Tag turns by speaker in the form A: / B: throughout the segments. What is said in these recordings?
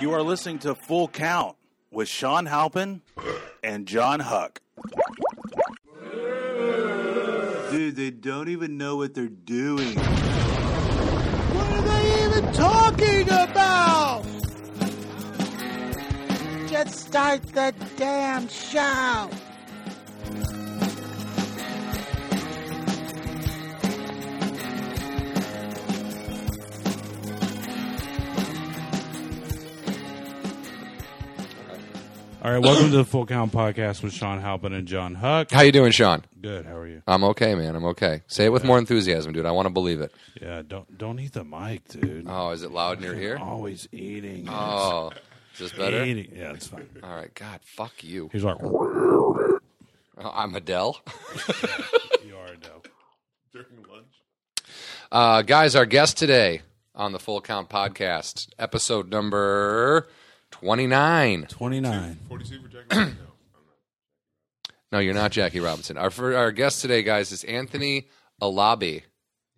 A: You are listening to Full Count with Sean Halpin and John Huck. Dude, they don't even know what they're doing. What are they even talking about?
B: Just start the damn show.
C: All right, welcome to the Full Count Podcast with Sean Halpin and John Huck.
D: How you doing, Sean?
C: Good. How are you?
D: I'm okay, man. I'm okay. Say it with more enthusiasm, dude. I want to believe it.
C: Yeah. Don't don't eat the mic, dude.
D: Oh, is it loud near here?
C: Always eating.
D: Oh, is this
C: It's
D: better?
C: eating. Yeah, it's fine.
D: All right, God, fuck you.
C: He's like,
D: Oh, I'm Adele.
C: you are a dope.
D: Uh, guys, our guest today on the Full Count Podcast, episode number 29.
C: Twenty nine.
D: No, you're not Jackie Robinson. Our, fir- our guest today, guys, is Anthony Alabi.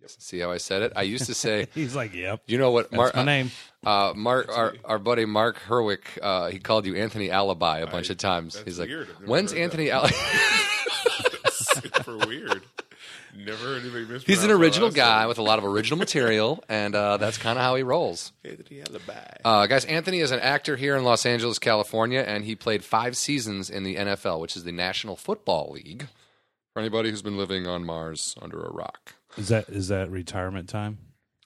D: See how I said it? I used to say,
C: He's like, yep.
D: you know what?
C: That's my name.
D: Uh, Mark, our, our buddy Mark Herwick, uh, he called you Anthony Alibi a bunch of times.
E: that's
D: He's like,
E: weird. I've never
D: "When's
E: heard that.
D: Anthony Alibi?"
E: super weird. Never heard anybody mispronounce.
D: He's an
E: my
D: original
E: last
D: guy
E: name.
D: with a lot of original material, and uh, that's kind of how he rolls.
E: Anthony Alibi.
D: Uh, guys, Anthony is an actor here in Los Angeles, California, and he played five seasons in the NFL, which is the National Football League. For anybody who's been living on Mars under a rock,
C: Is that is that retirement time?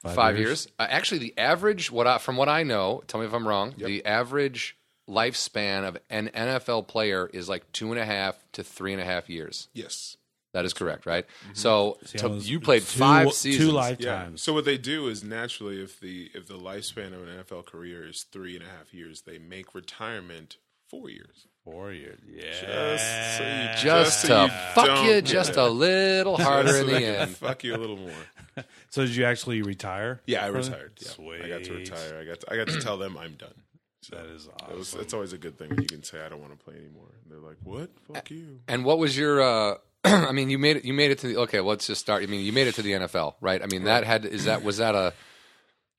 D: five, years. Uh, actually, the average, what I, from what I know, tell me if I'm wrong. The average lifespan of an NFL player is like two and a half to three and a half years.
E: yes.
D: That is correct, right? So
C: See,
D: to-
C: I was-
D: you played
C: two-
D: five seasons.
C: Two
E: Yeah.
C: lifetimes.
E: So what they do is naturally, if the if the lifespan of an NFL career is three and a half years, they make retirement four years.
C: Four years. Yeah.
E: Just so you-
D: just
E: so
D: to fuck
E: don't-
D: you just a little harder
E: Just
D: in
E: so
D: the
E: they can
D: end.
E: Fuck you a little more.
C: So did you actually retire?
E: Yeah, I
C: from it?
E: retired. Yeah. I got to
C: Sweet.
E: retire. I got to, I got to tell them I'm done. So
C: That is
E: it was,
C: awesome.
E: it's always a good thing when you can say I don't want to play anymore, and they're like, "What? Fuck
D: Uh,
E: you."
D: And what was your? uh I mean, you made it. You made it to the. Okay, let's just start. I mean, you made it to the NFL, right? I mean, that had is that was that a.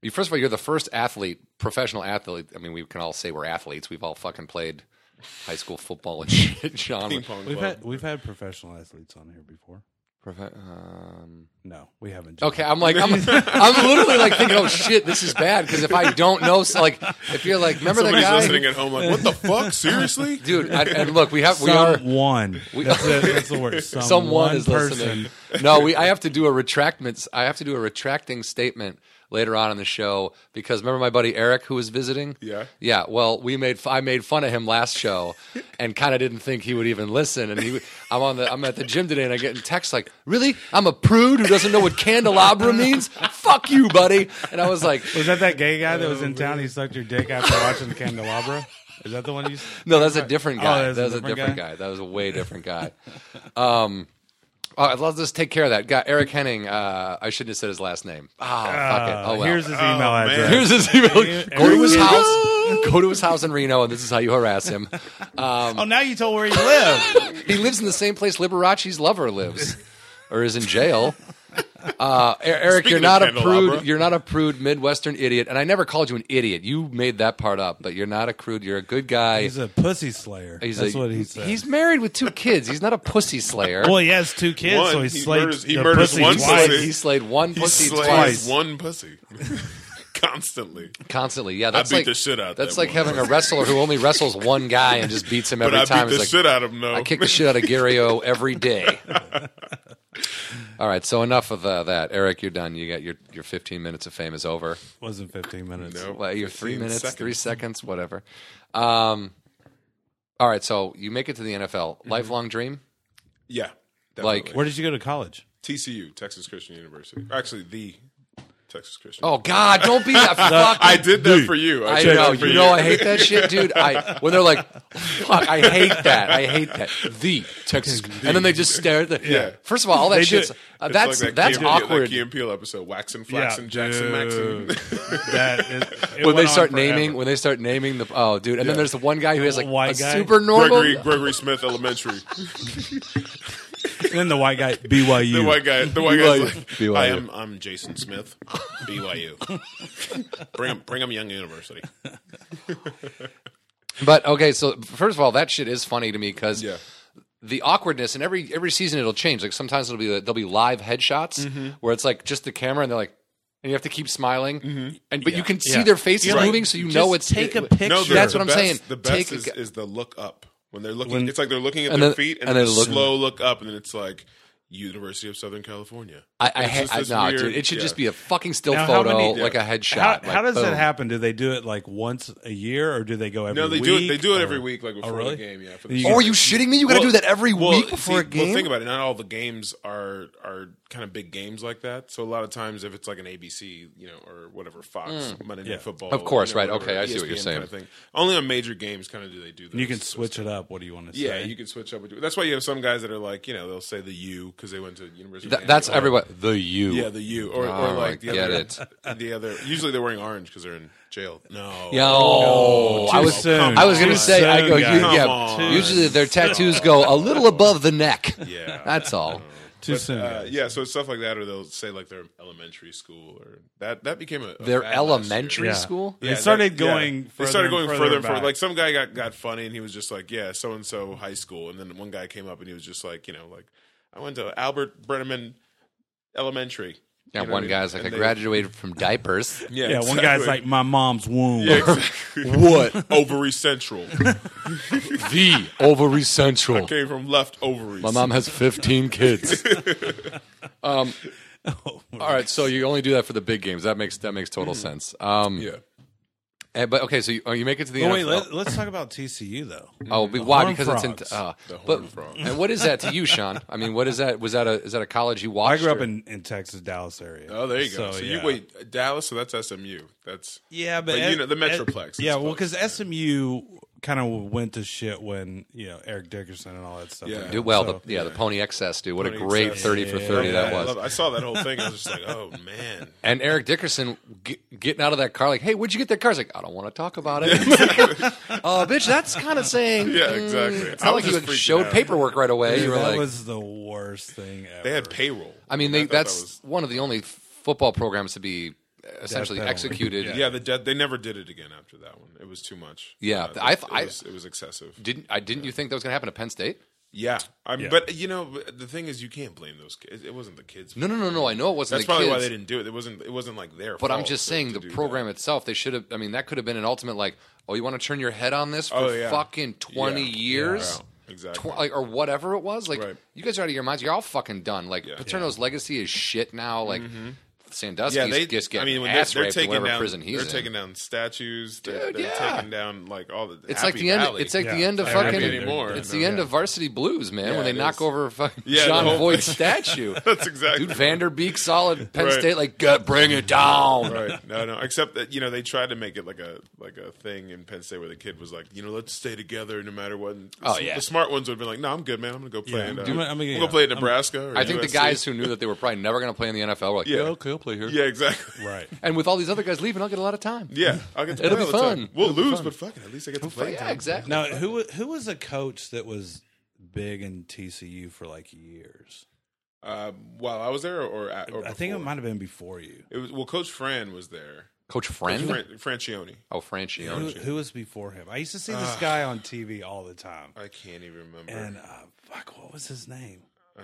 D: you- First of all, you're the first athlete, professional athlete. I mean, we can all say we're athletes. We've all fucking played high school football and shit. John,
E: Ping pong
C: We've
E: club.
C: had we've had professional athletes on here before.
D: Profe- um,
C: No, we haven't.
D: Okay, I'm like, I'm, I'm literally like thinking, oh shit, this is bad because if I don't know, so, like, if you're like, remember
E: Somebody's
D: that guy,
E: listening at home, like, "What the fuck? Seriously?"
D: dude? I, and look, we have we are
C: Someone. that's, it, that's the word. Someone,
D: someone is
C: person.
D: listening. No, we. I have to do a retractment. I have to do a retracting statement later on in the show because remember my buddy Eric who was visiting.
E: Yeah.
D: yeah. Well, we made. I made fun of him last show, and kind of didn't think he would even listen. And he, I'm on the. I'm at the gym today, and I get in text like, "Really? I'm a prude who doesn't know what candelabra means? Fuck you, buddy." And I was like,
C: Was that that gay guy that was in town? He sucked your dick after watching the candelabra. Is that the one you? s-
D: No, that's a different
C: Oh,
D: guy.
C: that's
D: that was a different, guy. That was a way different guy. Um, all right, let's just take care of that guy, Eric Henning. Uh, I shouldn't have said his last name. Ah, fuck it. Oh well.
C: Here's his email
E: man.
C: address.
D: Here's his email. Go to his
C: Henning.
D: house. Go to his house in Reno, and this is how you harass him. Um,
C: oh, now you told where he lived.
D: he lives in the same place Liberace's lover lives, or is in jail. Uh, E- Eric,
E: Speaking
D: you're not
E: of
D: a
E: candelabra.
D: prude. You're not a prude Midwestern idiot, and I never called you an idiot. You made that part up, but you're not a prude. You're a good guy.
C: He's a pussy slayer.
D: He's
C: that's
D: a-
C: what he said.
D: He's married with two kids. He's not a pussy slayer.
C: well, he has two kids,
E: One,
C: so he
E: he
C: slayed
E: murders- he
C: the
E: murders
C: pussy
E: one
C: twice.
E: pussy.
D: he slayed one
E: He
D: pussy
E: slays
D: twice
E: one pussy constantly.
D: constantly. Yeah, that's
E: beat
D: like
E: the shit out of
D: That's
E: that
D: like
E: one
D: having a wrestler who only wrestles one guy and just beats him
E: But
D: every
E: I
D: time.
E: beat
D: It's
E: the
D: like,
E: shit out of him though.
D: I kick the shit out of Gary O every day. All right, so enough of uh, that, Eric. You're done. You got your your 15 minutes of fame is over.
C: Wasn't 15 minutes.
E: No.
D: Well, your three
E: 15
D: minutes,
E: seconds.
D: three seconds, whatever. Um, all right, so you make it to the NFL.
E: Mm-hmm.
D: Lifelong dream.
E: yeah,
D: Like-
E: definitely.
C: Where did you go to college?
E: TCU, Texas Christian University. Actually, the Texas Christian.
D: Oh God, don't be that fucking
E: I did that for you.
D: I
E: did that
D: know.
E: for
D: You know, I hate that shit, dude. I when they're like, "Fuck," I hate that. I hate that. The Texas, and then they just stare at the.
E: Yeah.
D: First of all, all that
C: They do
D: shit's
C: it.
D: uh,
E: It's
D: that's
E: like that
D: that's
E: Key and Peele-
D: awkward.
E: That Key and Peele episode, Waxing, Flaxing, Jackson,
C: dude.
E: Maxing.
C: That is, it
D: when they
C: went on
D: start
C: forever.
D: naming, when they start naming the oh, dude, and then there's the one guy who has like
C: White
D: a
C: guy?
D: super normal.
E: Gregory Gregory Smith Elementary.
C: And then the white guy, BYU.
E: The white guy. The white guy's like,
D: BYU.
E: "Hi, I'm I'm Jason Smith, BYU. bring him, bring him, Young University.
D: But okay, so first of all, that shit is funny to me because
E: Yeah.
D: the awkwardness, and every every season it'll change. Like sometimes it'll be there'll be live headshots where it's like just the camera, and they're like, and you have to keep smiling, and but you can see
C: Yeah.
D: their faces
E: Right.
D: moving, so you know it's
F: take a
D: it-
F: picture.
E: No, the-
D: That's
E: the
D: what I'm
E: best-
D: saying.
E: The best
D: Take a
E: is,
D: g-
E: is the look up when they're looking.
C: When-
E: it's like they're looking at
D: And
E: their
D: then-
E: feet and,
D: and
E: then
D: they
E: a
D: look-
E: slow look up, and then it's like University of Southern California.
D: I, I,
E: It's
D: ha-
E: just
D: I
E: this
D: no,
E: weird-
D: dude. It should
E: yeah.
D: just be a fucking still
C: Now, how
D: photo,
C: many-
D: like a
E: Yeah.
D: headshot.
C: How,
D: like,
C: how does
D: boom.
C: that happen? Do they do it like once a year, or do they go every?
E: No, they
C: week,
E: do it. They do it
C: or-
E: every week, like before
C: really?
E: the game. Yeah. For
C: You
E: the
C: get-
D: Oh, are you shitting me? You got to
E: Well-
D: do that every
E: well,
D: week before
E: see,
D: a game.
E: Well, think about it. Not all the games are are kind of big games like that. So a lot of times, if it's like an ABC, you know, or whatever Fox Monday Night
C: Yeah.
E: Football,
D: Hmm. Of course,
E: you know,
D: right.
E: whatever, E
D: Okay, I see what you're
E: ESPN
D: saying.
E: Kind of thing. Only on major games, kind of do they do that?
C: You can switch it up. What do you want to
E: Yeah,
C: say?
E: you can switch up. With, that's why you have some guys that are like, you know, they'll say the U because they went to University.
D: Th-
E: of Miami.
D: that's
E: Or-
D: everyone. The you.
E: Yeah, the U, or, or
D: Oh,
E: like the
D: I get
E: other,
D: it.
E: the other. Usually they're wearing orange because they're in jail. No,
D: Yo,
E: Oh,
C: Too
D: I was
E: soon.
D: I was gonna
E: Too
D: say I go
C: soon,
D: you,
C: guys.
D: yeah.
E: Come on.
D: Usually their tattoos go a little above the neck.
E: Yeah.
D: that's all.
C: too soon.
E: Uh, yeah, so it's stuff like that, or they'll say like they're elementary school, or that that became a, a
D: Their
E: fad last
D: elementary
E: year.
C: Yeah.
D: school.
C: They
E: Yeah,
C: started
E: that- yeah.
C: going. Further
E: They started going
C: and
E: further,
C: further
E: and further.
C: back.
E: Like some guy got got funny, and he was just like, "Yeah, so and so high school," and then one guy came up, and he was just like, you know, like I went to Albert Brenneman Elementary.
D: Yeah,
E: You
D: one
E: know what I mean?
D: guy's like
E: And
D: I
E: they-
D: graduated from diapers.
E: Yeah,
C: yeah, one guy's
E: exactly.
C: like my mom's womb.
E: Yeah, exactly.
D: what
E: ovary central
D: the ovary central?
E: came from left ovaries.
D: My mom has fifteen kids. um, all right, so you only do that for the big games. That makes that makes total sense. Um,
E: Yeah,
D: and- but okay, so you, oh, you make it to the
C: But
D: NFL.
C: wait, let, us talk about TCU though.
D: Oh, be- why?
C: Horn
D: Because it's
C: Frogs.
D: in. Uh,
E: The Horn
D: but,
E: Frogs.
D: and what is that to you, Sean? I mean, what is that? Was that a is that a college you
C: I
D: watched?
C: grew up
D: or-
C: in, in Texas, Dallas area.
E: Oh, there you go. So,
C: yeah.
E: you wait, Dallas. So that's SMU. That's
C: Yeah, but,
E: But, you know, the
C: S-
E: Metroplex is
C: yeah, well,
E: close.
C: because SMU kind of went to shit when you know Eric Dickerson and all that stuff.
E: Yeah.
C: went
D: Dude,
C: down,
D: well,
C: so-
D: the, yeah, the Pony Excess, dude. What a
E: Pony
D: great
E: Excess.
D: thirty for thirty
E: I
D: that
E: love-
D: was.
E: I saw that whole thing. I was just like, oh man.
D: And Eric Dickerson g- getting out of that car, like, "Hey, where'd you get that car?" He's like, "I don't want to talk about it." uh, bitch, that's kind of saying.
E: Yeah,
D: mm,
E: exactly.
D: It's
E: I
D: not
E: was
D: like you
E: just freaking
D: showed
E: out.
D: paperwork right away. you were
C: that
D: like,
C: was the worst thing ever.
E: They had payroll.
D: I mean, they,
E: thought that
D: that's
E: was-
D: one of the only f- football programs to be uh, essentially
C: penalty.
D: executed.
E: yeah. The de- they never did it again after that one. It was too much.
D: Yeah,
E: Uh,
D: I-
E: it,
D: I-
E: was, it was excessive.
D: Didn't I? Didn't you think that was going to happen at Penn State?
E: yeah, I mean,
C: Yeah.
E: but you know, the thing is, you can't blame those kids. It wasn't the kids.
D: No, no, no, no. I know it wasn't.
E: That's
D: the
E: probably
D: kids.
E: why they didn't do it. It wasn't. It wasn't like their.
D: But
E: fault
D: I'm just
E: to-
D: saying
E: to
D: the
E: do
D: program
E: that.
D: itself, they should have. I mean, that could have been an ultimate like, oh, you want to turn your head on this for
E: Oh, yeah.
D: fucking 20
E: Yeah.
D: years,
E: Yeah. Exactly.
D: Tw- like or whatever it was. Like
E: Right.
D: you guys are out of your minds. You're all fucking done. Like Paterno's legacy is shit now. Like Sandusky's
E: Mm-hmm. Yeah, they
D: just
E: I
D: getting
E: mean, when
D: ass
E: they're, they're
D: raped in
E: taking
D: whatever
E: down,
D: prison he's
E: they're
D: in.
E: taking down statues. They're,
D: Dude,
E: they're
D: yeah.
E: taking down like all the.
D: it's like
E: Happy
D: the end.
E: Valley.
D: It's like the
C: Yeah.
D: end of
C: I
E: Not
C: happy
D: fucking.
C: ending.
E: anymore.
D: It's the end of Varsity Blues, man. when
E: Yeah,
D: they
E: it
D: knock
E: is.
D: over fucking
E: Yeah, the
D: John
E: whole
D: Voight's
E: thing.
D: statue.
E: That's exactly.
D: Dude, Vanderbeek, solid Penn
E: Right.
D: State. Like, "Gut, bring it down.
E: right. No, no. Except that you know they tried to make it like a like a thing in Penn State where the kid was like, you know, let's stay together no matter what. And
D: Oh,
E: the,
D: yeah.
E: the smart ones would have been like, no, I'm good, man. I'm gonna go play.
C: Yeah,
E: in, uh,
C: I'm gonna- I'm gonna-
E: we'll
C: yeah.
E: go play at
C: I'm-
E: Nebraska. or
D: I think the
E: USC.
D: guys who knew that they were probably never going to play in the NFL were like,
E: Yeah.
D: yeah, okay, I'll play here.
E: Yeah, exactly.
C: right.
D: And with all these other guys leaving, I'll get a lot of time.
E: Yeah, I'll get to
D: It'll
E: play
D: be
E: all the time.
D: fun.
E: We'll lose, but fuck it. At least I get to play.
D: yeah,
E: time.
D: exactly.
C: Now, who who was a coach that was big in TCU for like years?
E: Uh, while I was there, or, at, or
C: I think it
E: before?
C: might have been before you.
E: It was well, Coach Fran was there.
D: Coach Friend?
E: Fran, Francione.
D: Oh, Francione.
C: Who, who was before him? I used to see this guy on TV all the time,
E: I can't even remember.
C: and uh, fuck, what was his name?
E: uh,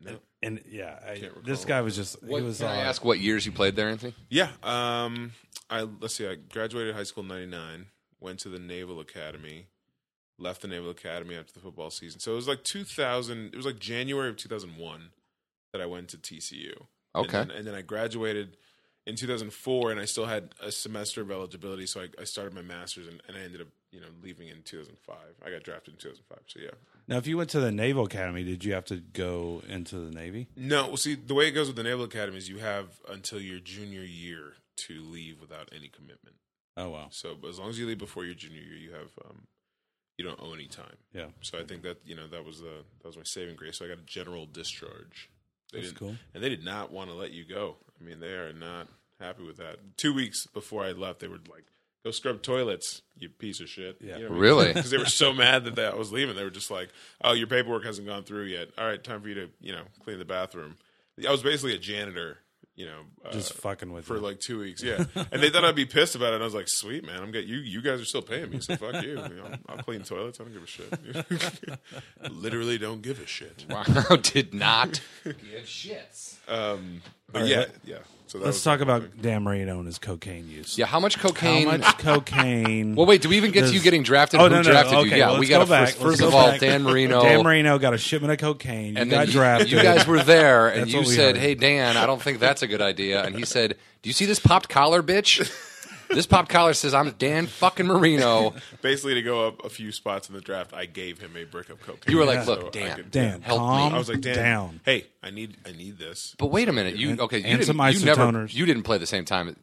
E: no.
C: And yeah, I,
E: Can't
C: this
E: recall.
C: guy was just
D: What-
C: he was.
D: can I
C: uh,
D: ask what years you played there, Anthony?
E: Yeah. Um, I let's see. I graduated high school in '99. Went to the Naval Academy. Left the Naval Academy after the football season. So it was like 2000. It was like January of 2001 that I went to TCU.
D: Okay.
E: And then, and then I graduated in 2004, and I still had a semester of eligibility. So I, I started my master's, and, and I ended up, you know, leaving in 2005. I got drafted in 2005. So yeah.
C: Now, if you went to the Naval Academy, did you have to go into the Navy?
E: No, well, see, the way it goes with the Naval Academy is you have until your junior year to leave without any commitment.
C: Oh wow,
E: So but as long as you leave before your junior year, you have um, you don't owe any time.
C: yeah,
E: So I think that you know that was the that was my saving grace. So I got a general discharge. They
C: That's
E: didn't-
C: cool.
E: And they did not want to let you go. I mean, they are not happy with that. Two weeks before I left, they were like, go scrub toilets, you piece of shit.
C: Yeah.
D: Really?
E: Because they were so mad that, that I was leaving. They were just like, oh, your paperwork hasn't gone through yet. All right, time for you to, you know, clean the bathroom. I was basically a janitor, you know, uh,
C: Just fucking with
E: for
C: you.
E: like two weeks. Yeah. and they thought I'd be pissed about it. And I was like, sweet, man. I'm getting you. You guys are still paying me. So fuck you. you know, I'll clean toilets. I don't give a shit. Literally don't give a shit.
D: Wow, did not give shits.
E: Um, but
C: right,
E: yeah,
C: let-
E: yeah. So that
C: Let's
E: was-
C: talk about Dan Marino and his cocaine use.
D: Yeah, how much
C: How
D: cocaine?
C: much cocaine?
D: Well, wait. Do we even get to you
C: Does-
D: getting drafted?
C: Oh,
D: Who
C: no, no, no.
D: drafted you?
C: Okay,
D: Yeah,
C: well,
D: we
C: let's
D: got
C: go
D: to first,
C: back. Let's
D: first
C: go
D: of all,
C: back.
D: Dan Marino.
C: Dan Marino got a shipment of cocaine. You
D: and then
C: got
D: you-
C: drafted.
D: You guys were there, and
C: That's
D: you
C: what we
D: said,
C: heard.
D: "Hey, Dan, I don't think that's a good idea." And he said, "Do you see this popped collar, bitch? This popped collar says I'm Dan fucking Marino."
E: basically to go up a few spots in the draft. I gave him a brick of cocaine.
D: You were like,
E: So
D: "Look,
E: I
D: Dan,
E: could-
C: Dan,
D: Help me.
C: calm
E: I was like, Dan,
C: down.
E: Hey, I need, I need this.
D: But wait a minute, you
C: And-
D: okay? You
C: and
D: didn't.
C: some
D: you never.
C: isotoners.
D: You didn't play the same time.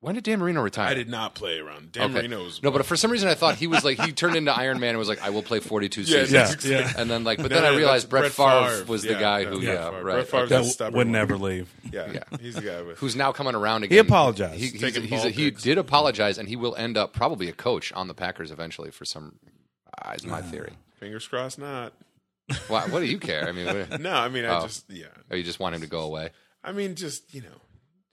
D: When did Dan Marino retire?
E: I did not play around. Dan
D: Okay.
E: Marino was
D: No, but for some reason I thought he was like he turned into Iron Man and was like, I will play forty two
E: Yeah,
D: seasons.
C: yeah, yeah.
D: And then like but
E: No,
D: then
E: no,
D: I
E: no,
D: realized Brett,
E: that's
D: Favre,
E: Brett Favre.
D: was the
E: Yeah,
D: guy
E: no,
D: who
E: Brett
D: yeah,
E: Favre.
D: right.
E: Brett Favre's
C: that
E: a
C: w-
E: stubborn
C: would
E: one.
C: never leave.
E: Yeah, he's the guy with
D: Who's now coming around again.
C: He apologized.
D: He, he's-
E: Taking
D: he's-
E: ball
D: he
E: picks.
D: did apologize and he will end up probably a coach on the Packers eventually for some uh, is my theory.
E: fingers crossed. Not.
D: Why, what do you care? I mean what,
E: No, I mean, I
D: Oh.
E: just, yeah.
D: or you just want him to go away.
E: I mean, just you know,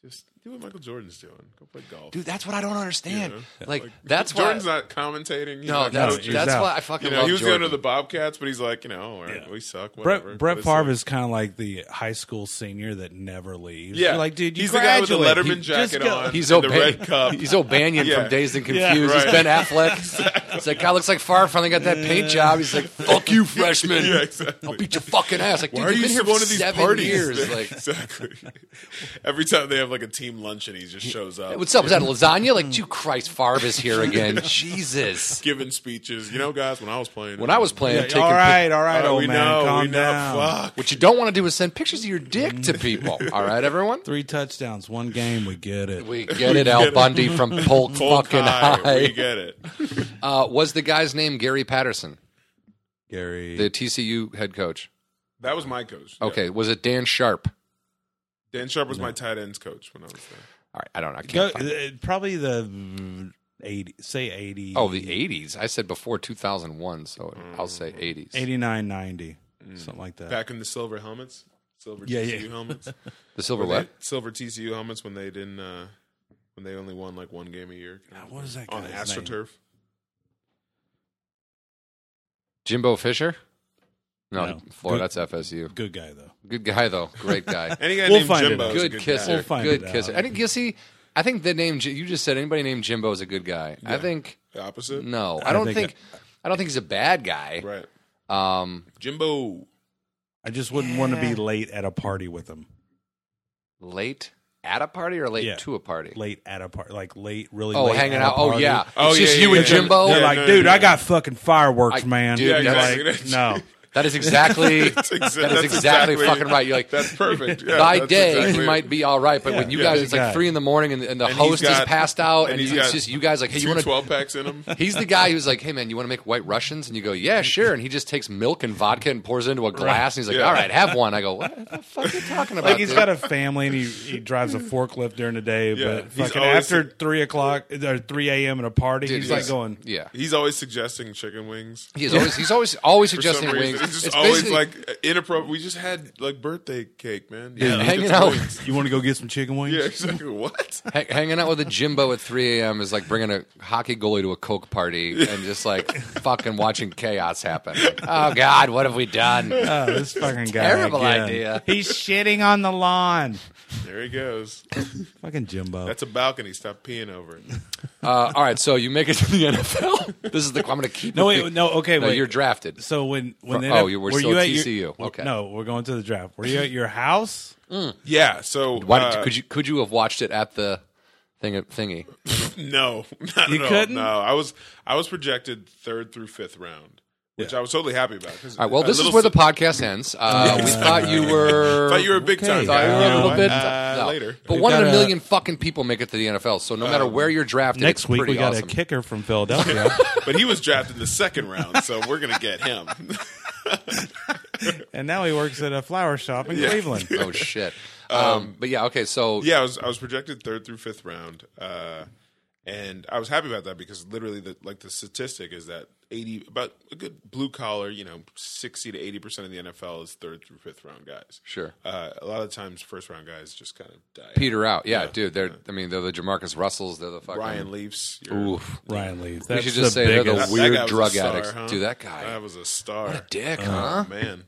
E: just do what Michael Jordan's doing. Go play golf.
D: Dude, that's what I don't understand.
E: You know?
D: Like that's why
E: Jordan's not commentating. He's
D: No,
E: not
D: that's,
E: coaching.
C: he's
D: that's
C: out.
D: why I fucking
E: you know,
D: love
E: he was
D: Jordan.
E: the owner of the Bobcats, but he's like, you know, all right,
C: Yeah.
E: we suck. Whatever.
C: Brett, Brett
E: Let's, uh,
C: Favre is kind of like the high school senior that never leaves.
E: Yeah.
C: You're like, dude, you
E: He's the guy
C: graduate.
E: with the Letterman
C: You just
E: jacket
C: go-
E: on.
D: He's
E: and the
D: O'Ban-
E: red cup.
D: He's O'Banion
E: Yeah.
D: from Dazed and
C: Yeah,
D: Confused.
E: right.
D: He's Ben Affleck. He's like, guy looks like Favre. Finally got that paint job. He's like, fuck you, freshman.
E: Yeah, exactly.
D: I'll beat your fucking ass. Like, dude,
E: Why are
D: you've
E: you
D: been here
E: still
D: for
E: going to these
D: seven years.
E: parties? man?
D: Like,
E: exactly. Every time they have like a team lunch and he just shows up.
D: what's up? Is that lasagna? Like, dude, Christ, Favre is here again. Jesus.
E: Giving speeches. You know, guys, when I was playing.
D: When I was playing,
C: Yeah,
D: taking
C: all right, all
E: All
C: right,
E: right,
C: old
E: Oh, we
C: man,
E: know,
C: calm
E: we know.
C: down.
E: Fuck.
D: what you don't want to do is send pictures of your dick to people. All right, everyone?
C: Three touchdowns, one game. We get it.
D: We get it, Al Bundy from Polk
E: Polk
D: fucking
E: high. We
D: High.
E: get it.
D: Uh, was the guy's name Gary Patterson,
C: Gary.
D: the TCU head coach?
E: That was my coach. Yeah.
D: Okay, was it Dan Sharp?
E: Dan Sharp was my tight ends coach when I was there.
D: All right, I don't know. I can't
C: Go-
D: find it.
C: uh, probably the mm, 80, say 80.
D: Oh, the eighties. I said before two thousand one, so I'll say eighties.
C: 89, 90, something like that.
E: Mm. Back in the silver helmets, silver
C: Yeah,
E: TCU
C: yeah.
E: helmets,
D: The silver
E: When they-
D: what?
E: silver TCU helmets when they didn't, uh, when they only won like one game a year
C: Oh God, what is that
E: on
C: guy's name?
E: AstroTurf.
D: Jimbo Fisher? No,
C: No.
D: Florida.
C: Good-
D: That's FSU.
C: Good guy, though.
D: Good guy though. Great guy.
E: Any guy
C: We'll
E: named
C: find it
E: Jimbo
C: out.
E: is a
D: good
E: good
D: kisser.
E: guy.
C: We'll find
D: good
C: it out.
D: kisser. I think you see. I think the name J- you just said. Anybody named Jimbo is a good guy. I think
E: The opposite,
D: no.
C: I
D: I don't
C: think
D: think. I don't think he's a bad guy.
E: right?
D: Um,
E: Jimbo.
C: I just wouldn't want to be late at a party with him.
D: late at a party or late
C: Yeah.
D: to a party.
C: Late at a party, like late, really.
D: Oh,
C: late
D: hanging
C: at a
D: out. Oh
C: party.
D: yeah.
E: Oh,
D: it's
E: yeah,
D: just
E: yeah,
D: you
E: yeah.
D: and Jimbo.
C: They're
E: Yeah,
C: like,
E: no,
C: dude,
E: no,
C: I
E: no.
C: got fucking fireworks,
D: I-
C: man.
D: dude, Yeah,
C: You're
D: that's-
C: like, no.
D: That is exactly.
E: That's exa-
D: That is
E: that's
D: exactly fucking right. You're like,
E: that's perfect. Yeah,
D: by
E: that's
D: day
E: exactly
D: he
E: it.
D: might be all right, but when you
E: yeah.
D: guys, it's
C: Yeah.
D: like three in the morning, and, and the
E: And he's
D: host is
E: got-
D: passed out, and,
E: and he's
D: you, it's
E: got
D: just you guys like, hey,
E: Two
D: you want to?
E: 12 packs in him.
D: He's the guy who's like, hey man, you want to make white Russians? And you go, yeah, sure. And he just takes milk and vodka and pours it into a glass, and he's like,
E: Yeah.
D: all right, have one. I go, what the fuck are you talking about?
C: Like he's
D: dude?"
C: got a family and he, he drives a forklift during the day,
E: Yeah,
C: but
E: he's
C: fucking
E: always-
C: after three o'clock or three a.m. at a party,
D: Dude,
C: he's like
D: he's-
C: going,
D: yeah.
E: He's always suggesting chicken wings.
D: He's always he's always always
E: For
D: suggesting
E: some
D: wings.
E: reason, it's just
D: It's
E: always
D: basically-
E: like inappropriate. We just had like birthday cake, man. Yeah,
D: hanging
E: it's
D: out.
E: wings.
C: "You want to go get some chicken wings?"
E: Yeah, exactly. What?
D: Ha- hanging out with a Jimbo at 3 a.m. is like bringing a hockey goalie to a Coke party and just like fucking watching chaos happen. Like, oh, God, what have we done?
C: Oh, this fucking guy.
D: Terrible
C: again.
D: idea.
C: He's shitting on the lawn.
E: There he goes.
C: Fucking Jimbo.
E: That's a balcony. Stop peeing over it.
D: Uh, all right, so you make it to the NFL. This is the I'm going to keep.
C: no,
D: it-
C: wait, no, okay,
D: No,
C: wait.
D: you're drafted.
C: so when when
D: Fro-
C: they
D: oh, you were still
C: at
D: at
C: your-
D: TCU. Okay.
C: No, we're going to the draft. Were you at your house?
E: Yeah. So
D: Why did,
E: uh,
D: could you could you have watched it at the thing thingy?
E: No, not
C: You
E: at
C: couldn't?
E: all. No, I was I was projected third through fifth round, which I was totally happy about. 'cause
D: All right, well,
E: a
D: this is
E: little
D: where the
E: s-
D: podcast ends. Uh, we thought you were.
E: thought you were a big time.
D: Thought
E: guy.
D: you were
E: You
D: a
E: know
D: little
E: what?
D: bit
E: Uh,
D: no.
E: later. Um,
D: But
C: We've
D: one in
C: got
D: a
C: a-
D: million fucking people make it to the NFL. So no matter where you're drafted,
C: Next
D: it's
C: week
D: pretty
C: we got
D: awesome.
C: a kicker from Philadelphia,
E: But he was drafted in the second round, so we're gonna get him.
C: and now he works at a flower shop in Cleveland.
D: oh shit. Um, but yeah, okay. So
E: yeah, I was I was projected third through fifth round, uh, and I was happy about that because literally, the, like the statistic is that eighty, about a good blue collar, you know, sixty to eighty percent of the NFL is third through fifth round guys.
D: Sure.
E: Uh, a lot of times, first round guys just kind of die.
D: Peter out. Yeah, dude. They're. I mean, they're the Jamarcus Russells. They're the fucking.
E: Ryan Leafs. your-
D: Oof.
C: Ryan Leaf.
D: We
C: That's
D: should just
C: the
D: say they're the
C: biggest-
E: That guy
D: weird
E: was a
D: drug
E: star,
D: addicts.
E: huh?
D: Dude, that guy.
E: That was a star. Oh,
D: what a dick,
C: Uh,
D: huh?
E: man.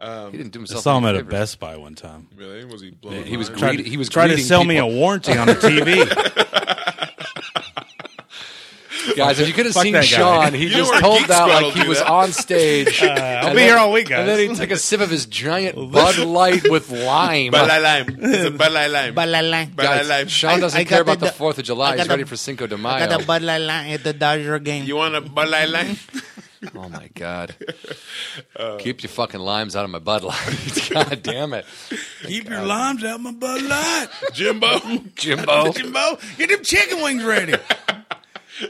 E: um,
D: He didn't do
C: I
D: himself.
C: saw him
D: any
C: at a
D: favors.
C: Best Buy one time.
E: Really? Was he blowing?
D: He was
E: lines?
D: greedy. he was
C: trying to
D: greeting
C: sell me a
D: people. Oh
C: warranty on a TV.
D: Guys, if you could have seen
C: that guy.
D: Sean, he
E: know
D: just
E: where
D: told
E: Geek
D: that
E: Squad'll
D: like he
E: do
D: was
E: that.
D: on stage.
C: Uh, I'll be
D: And then-
C: here all week, guys.
D: And then he took a sip of his giant Bud Light with lime.
E: Balai lime. It's a balai lime.
B: Bud Light Lime.
E: Balai
D: Guys,
E: lime.
D: Sean
B: I-
D: doesn't
B: I
D: care
B: got
D: about
B: the-
D: the Fourth of July.
B: I got
D: He's ready
B: the-
D: for Cinco de
B: I got
D: Mayo.
B: a Bud Light Lime at the Dodger game.
E: You want a balai lime?
D: Oh my god! Keep your fucking limes out of my Bud Light. god damn it,
C: Keep your limes out my butt lot.
E: Jimbo.
D: Jimbo.
C: Jimbo, get them chicken wings ready.
D: Uh,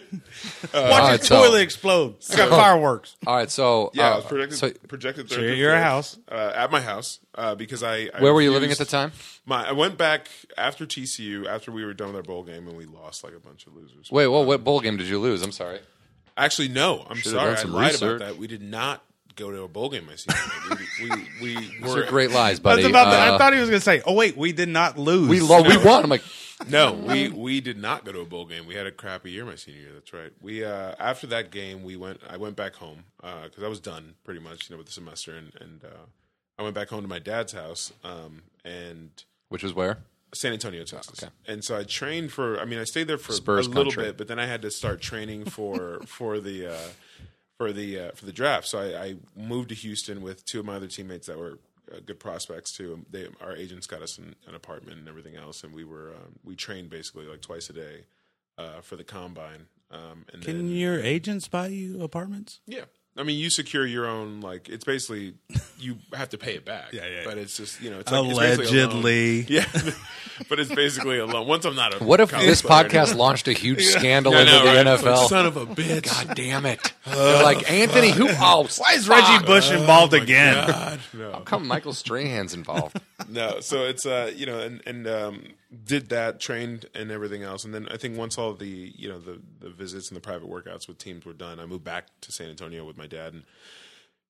D: All
C: Watch your
D: right, so-
C: toilet explode. It's got fireworks.
D: All right, so
E: Yeah, I
D: uh,
E: was projected,
D: so
E: projected third.
C: you're
E: through
C: at your
E: fifth,
C: house?
E: Uh, at my house, uh, because I, I.
D: where were you living at
E: refused-
D: the time?
E: My, I went back after TCU, after we were done with our bowl game, and we lost like a bunch of losers.
D: Wait, well, what bowl game did you lose? I'm sorry.
E: Actually, no. I'm
D: done
E: sorry. I
D: some
E: lied
D: research.
E: about that. We did not go to a bowl game my senior year. We, we, we
D: Those
E: were
D: are great lies, buddy.
C: That's about
D: Uh,
C: that. I thought he was going to say, oh, wait, we did not lose.
D: we lo- we won. I'm like,
E: No, we we did not go to a bowl game. We had a crappy year my senior year. That's right. We uh, after that game, we went. I went back home because I was done pretty much, you know, with the semester, and and uh, I went back home to my dad's house um, and
D: which was where?
E: San Antonio, Texas.
C: Oh,
D: Okay.
E: And so I trained for. I mean, I stayed there for
D: Spurs
E: a little
D: country.
E: bit, but then I had to start training for for the. Uh, for the uh, for the draft, so I, I moved to Houston with two of my other teammates that were uh, good prospects too. Um, They, our agents got us an, an apartment and everything else, and we were um, we trained basically like twice a day uh, for the combine. Um, and
C: Can
E: then,
C: your agents buy you apartments?
E: yeah. I mean, you secure your own like it's basically you have to pay it back.
C: Yeah, yeah,
E: But it's just you know it's like, it's basically a loan.
C: Allegedly.
E: Yeah, but it's basically a loan. Once I'm not a
D: What if
E: college
D: this
E: player anymore.
D: podcast launched a huge scandal
E: I
D: into
E: know,
D: the
E: right? It's like,
D: NFL?
E: son of a bitch.
D: God damn it! They're like Anthony. Who? Oh,
C: Why is Reggie Bush
D: Uh,
C: involved again?
E: God, no,
D: come Michael Strahan's involved?
E: no. So it's uh, you know, and and um, did that trained and everything else, and then I think once all the you know the the visits and the private workouts with teams were done, I moved back to San Antonio with my dad, and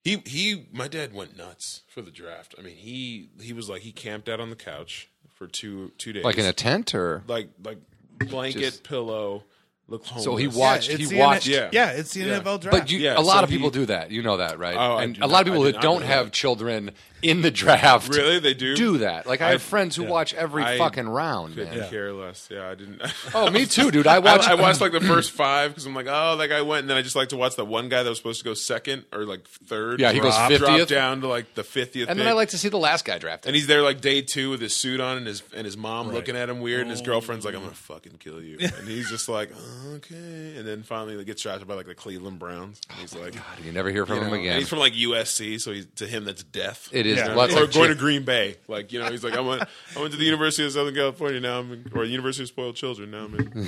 E: he he my dad went nuts for the draft. I mean, he he was like he camped out on the couch for two two days,
D: like in a tent or?
E: like like blanket
D: Just-
E: pillow. Look homeless.
D: So he watched.
C: It's
D: he
C: the N-
D: watched.
E: Yeah.
C: Yeah, it's the
E: Yeah.
C: NFL draft.
D: But you,
E: Yeah,
D: a lot
E: so
D: of people
E: he-
D: do that. You know that, right?
E: Oh, I
D: and
E: do
D: a lot
E: not-
D: of people
E: I
D: who
E: did not
D: don't
E: know
D: have
E: that.
D: children in the draft
E: Really? They do?
D: do that. Like I,
E: I-
D: have friends who watch every
E: I
D: fucking round, man.
E: Couldn't care less. Yeah, I didn't.
D: Oh, me too, dude. I
E: I,
D: watch.
E: I watched like the first five because I'm like, oh, that guy went, and then I just like to watch that one guy that was supposed to go second or like third.
D: Yeah, he goes
E: drop,
D: 50th.
E: drop down to like the fiftieth,
D: and then I like to see the last guy drafted.
E: and he's there like day two with his suit on and his and his mom looking at him weird, and his
D: Oh.
E: girlfriend's like, I'm gonna fucking kill you, and he's just like, okay, and then finally he gets drafted by like the Cleveland Browns, and he's like.
D: you never hear from
E: you know,
D: him
E: and
D: again.
E: he's from like USC, so he's, to him that's death.
D: It is.
E: You know,
D: Well, it's
E: or
D: like-
E: going to Green Bay, like you know, he's like I went, I went to the University of Southern California now, I'm in, or University of Spoiled Children now, I'm in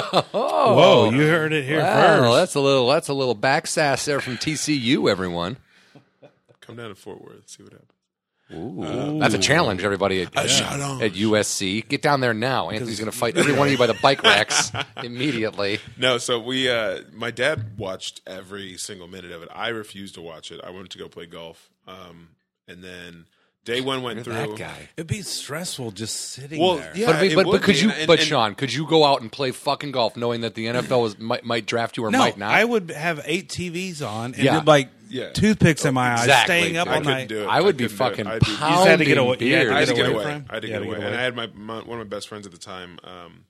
C: Whoa, you heard it here
D: Wow,
C: first.
D: that's a little. That's a little back sass there from TCU. Everyone.
E: Come down to Fort Worth, see what happens.
D: Ooh. That's a challenge, everybody at, at USC. Get down there now. Anthony's going to fight every one of you by the bike racks immediately.
E: No, so we, uh, my dad watched every single minute of it. I refused to watch it. I wanted to go play golf. Um, and then day one went through.
D: That guy.
C: It'd be stressful just sitting
E: Well,
C: there.
E: yeah,
D: but I mean-
E: it
D: but,
E: would
D: but could
E: be.
D: you?
E: And-
D: but
E: and-
D: Sean, could you go out and play fucking golf, knowing that the NFL was, might might draft you or
C: No,
D: might not?
C: I would have eight TVs on and
D: Yeah.
C: did, like
E: Yeah.
C: toothpicks in my eyes,
D: Exactly,
C: staying up
D: dude.
C: all
E: I couldn't
C: night.
E: do it.
D: I would be
E: couldn't do it.
D: fucking
E: I'd be-
D: pounding
C: had to get away- you had to
D: beer.
E: I had to
C: Get
E: get
C: away
E: away.
C: from him?
E: I had to
C: Yeah,
E: get
C: to
E: away.
C: get
E: And
C: away.
E: I had my, my one of my best friends at the time. Um,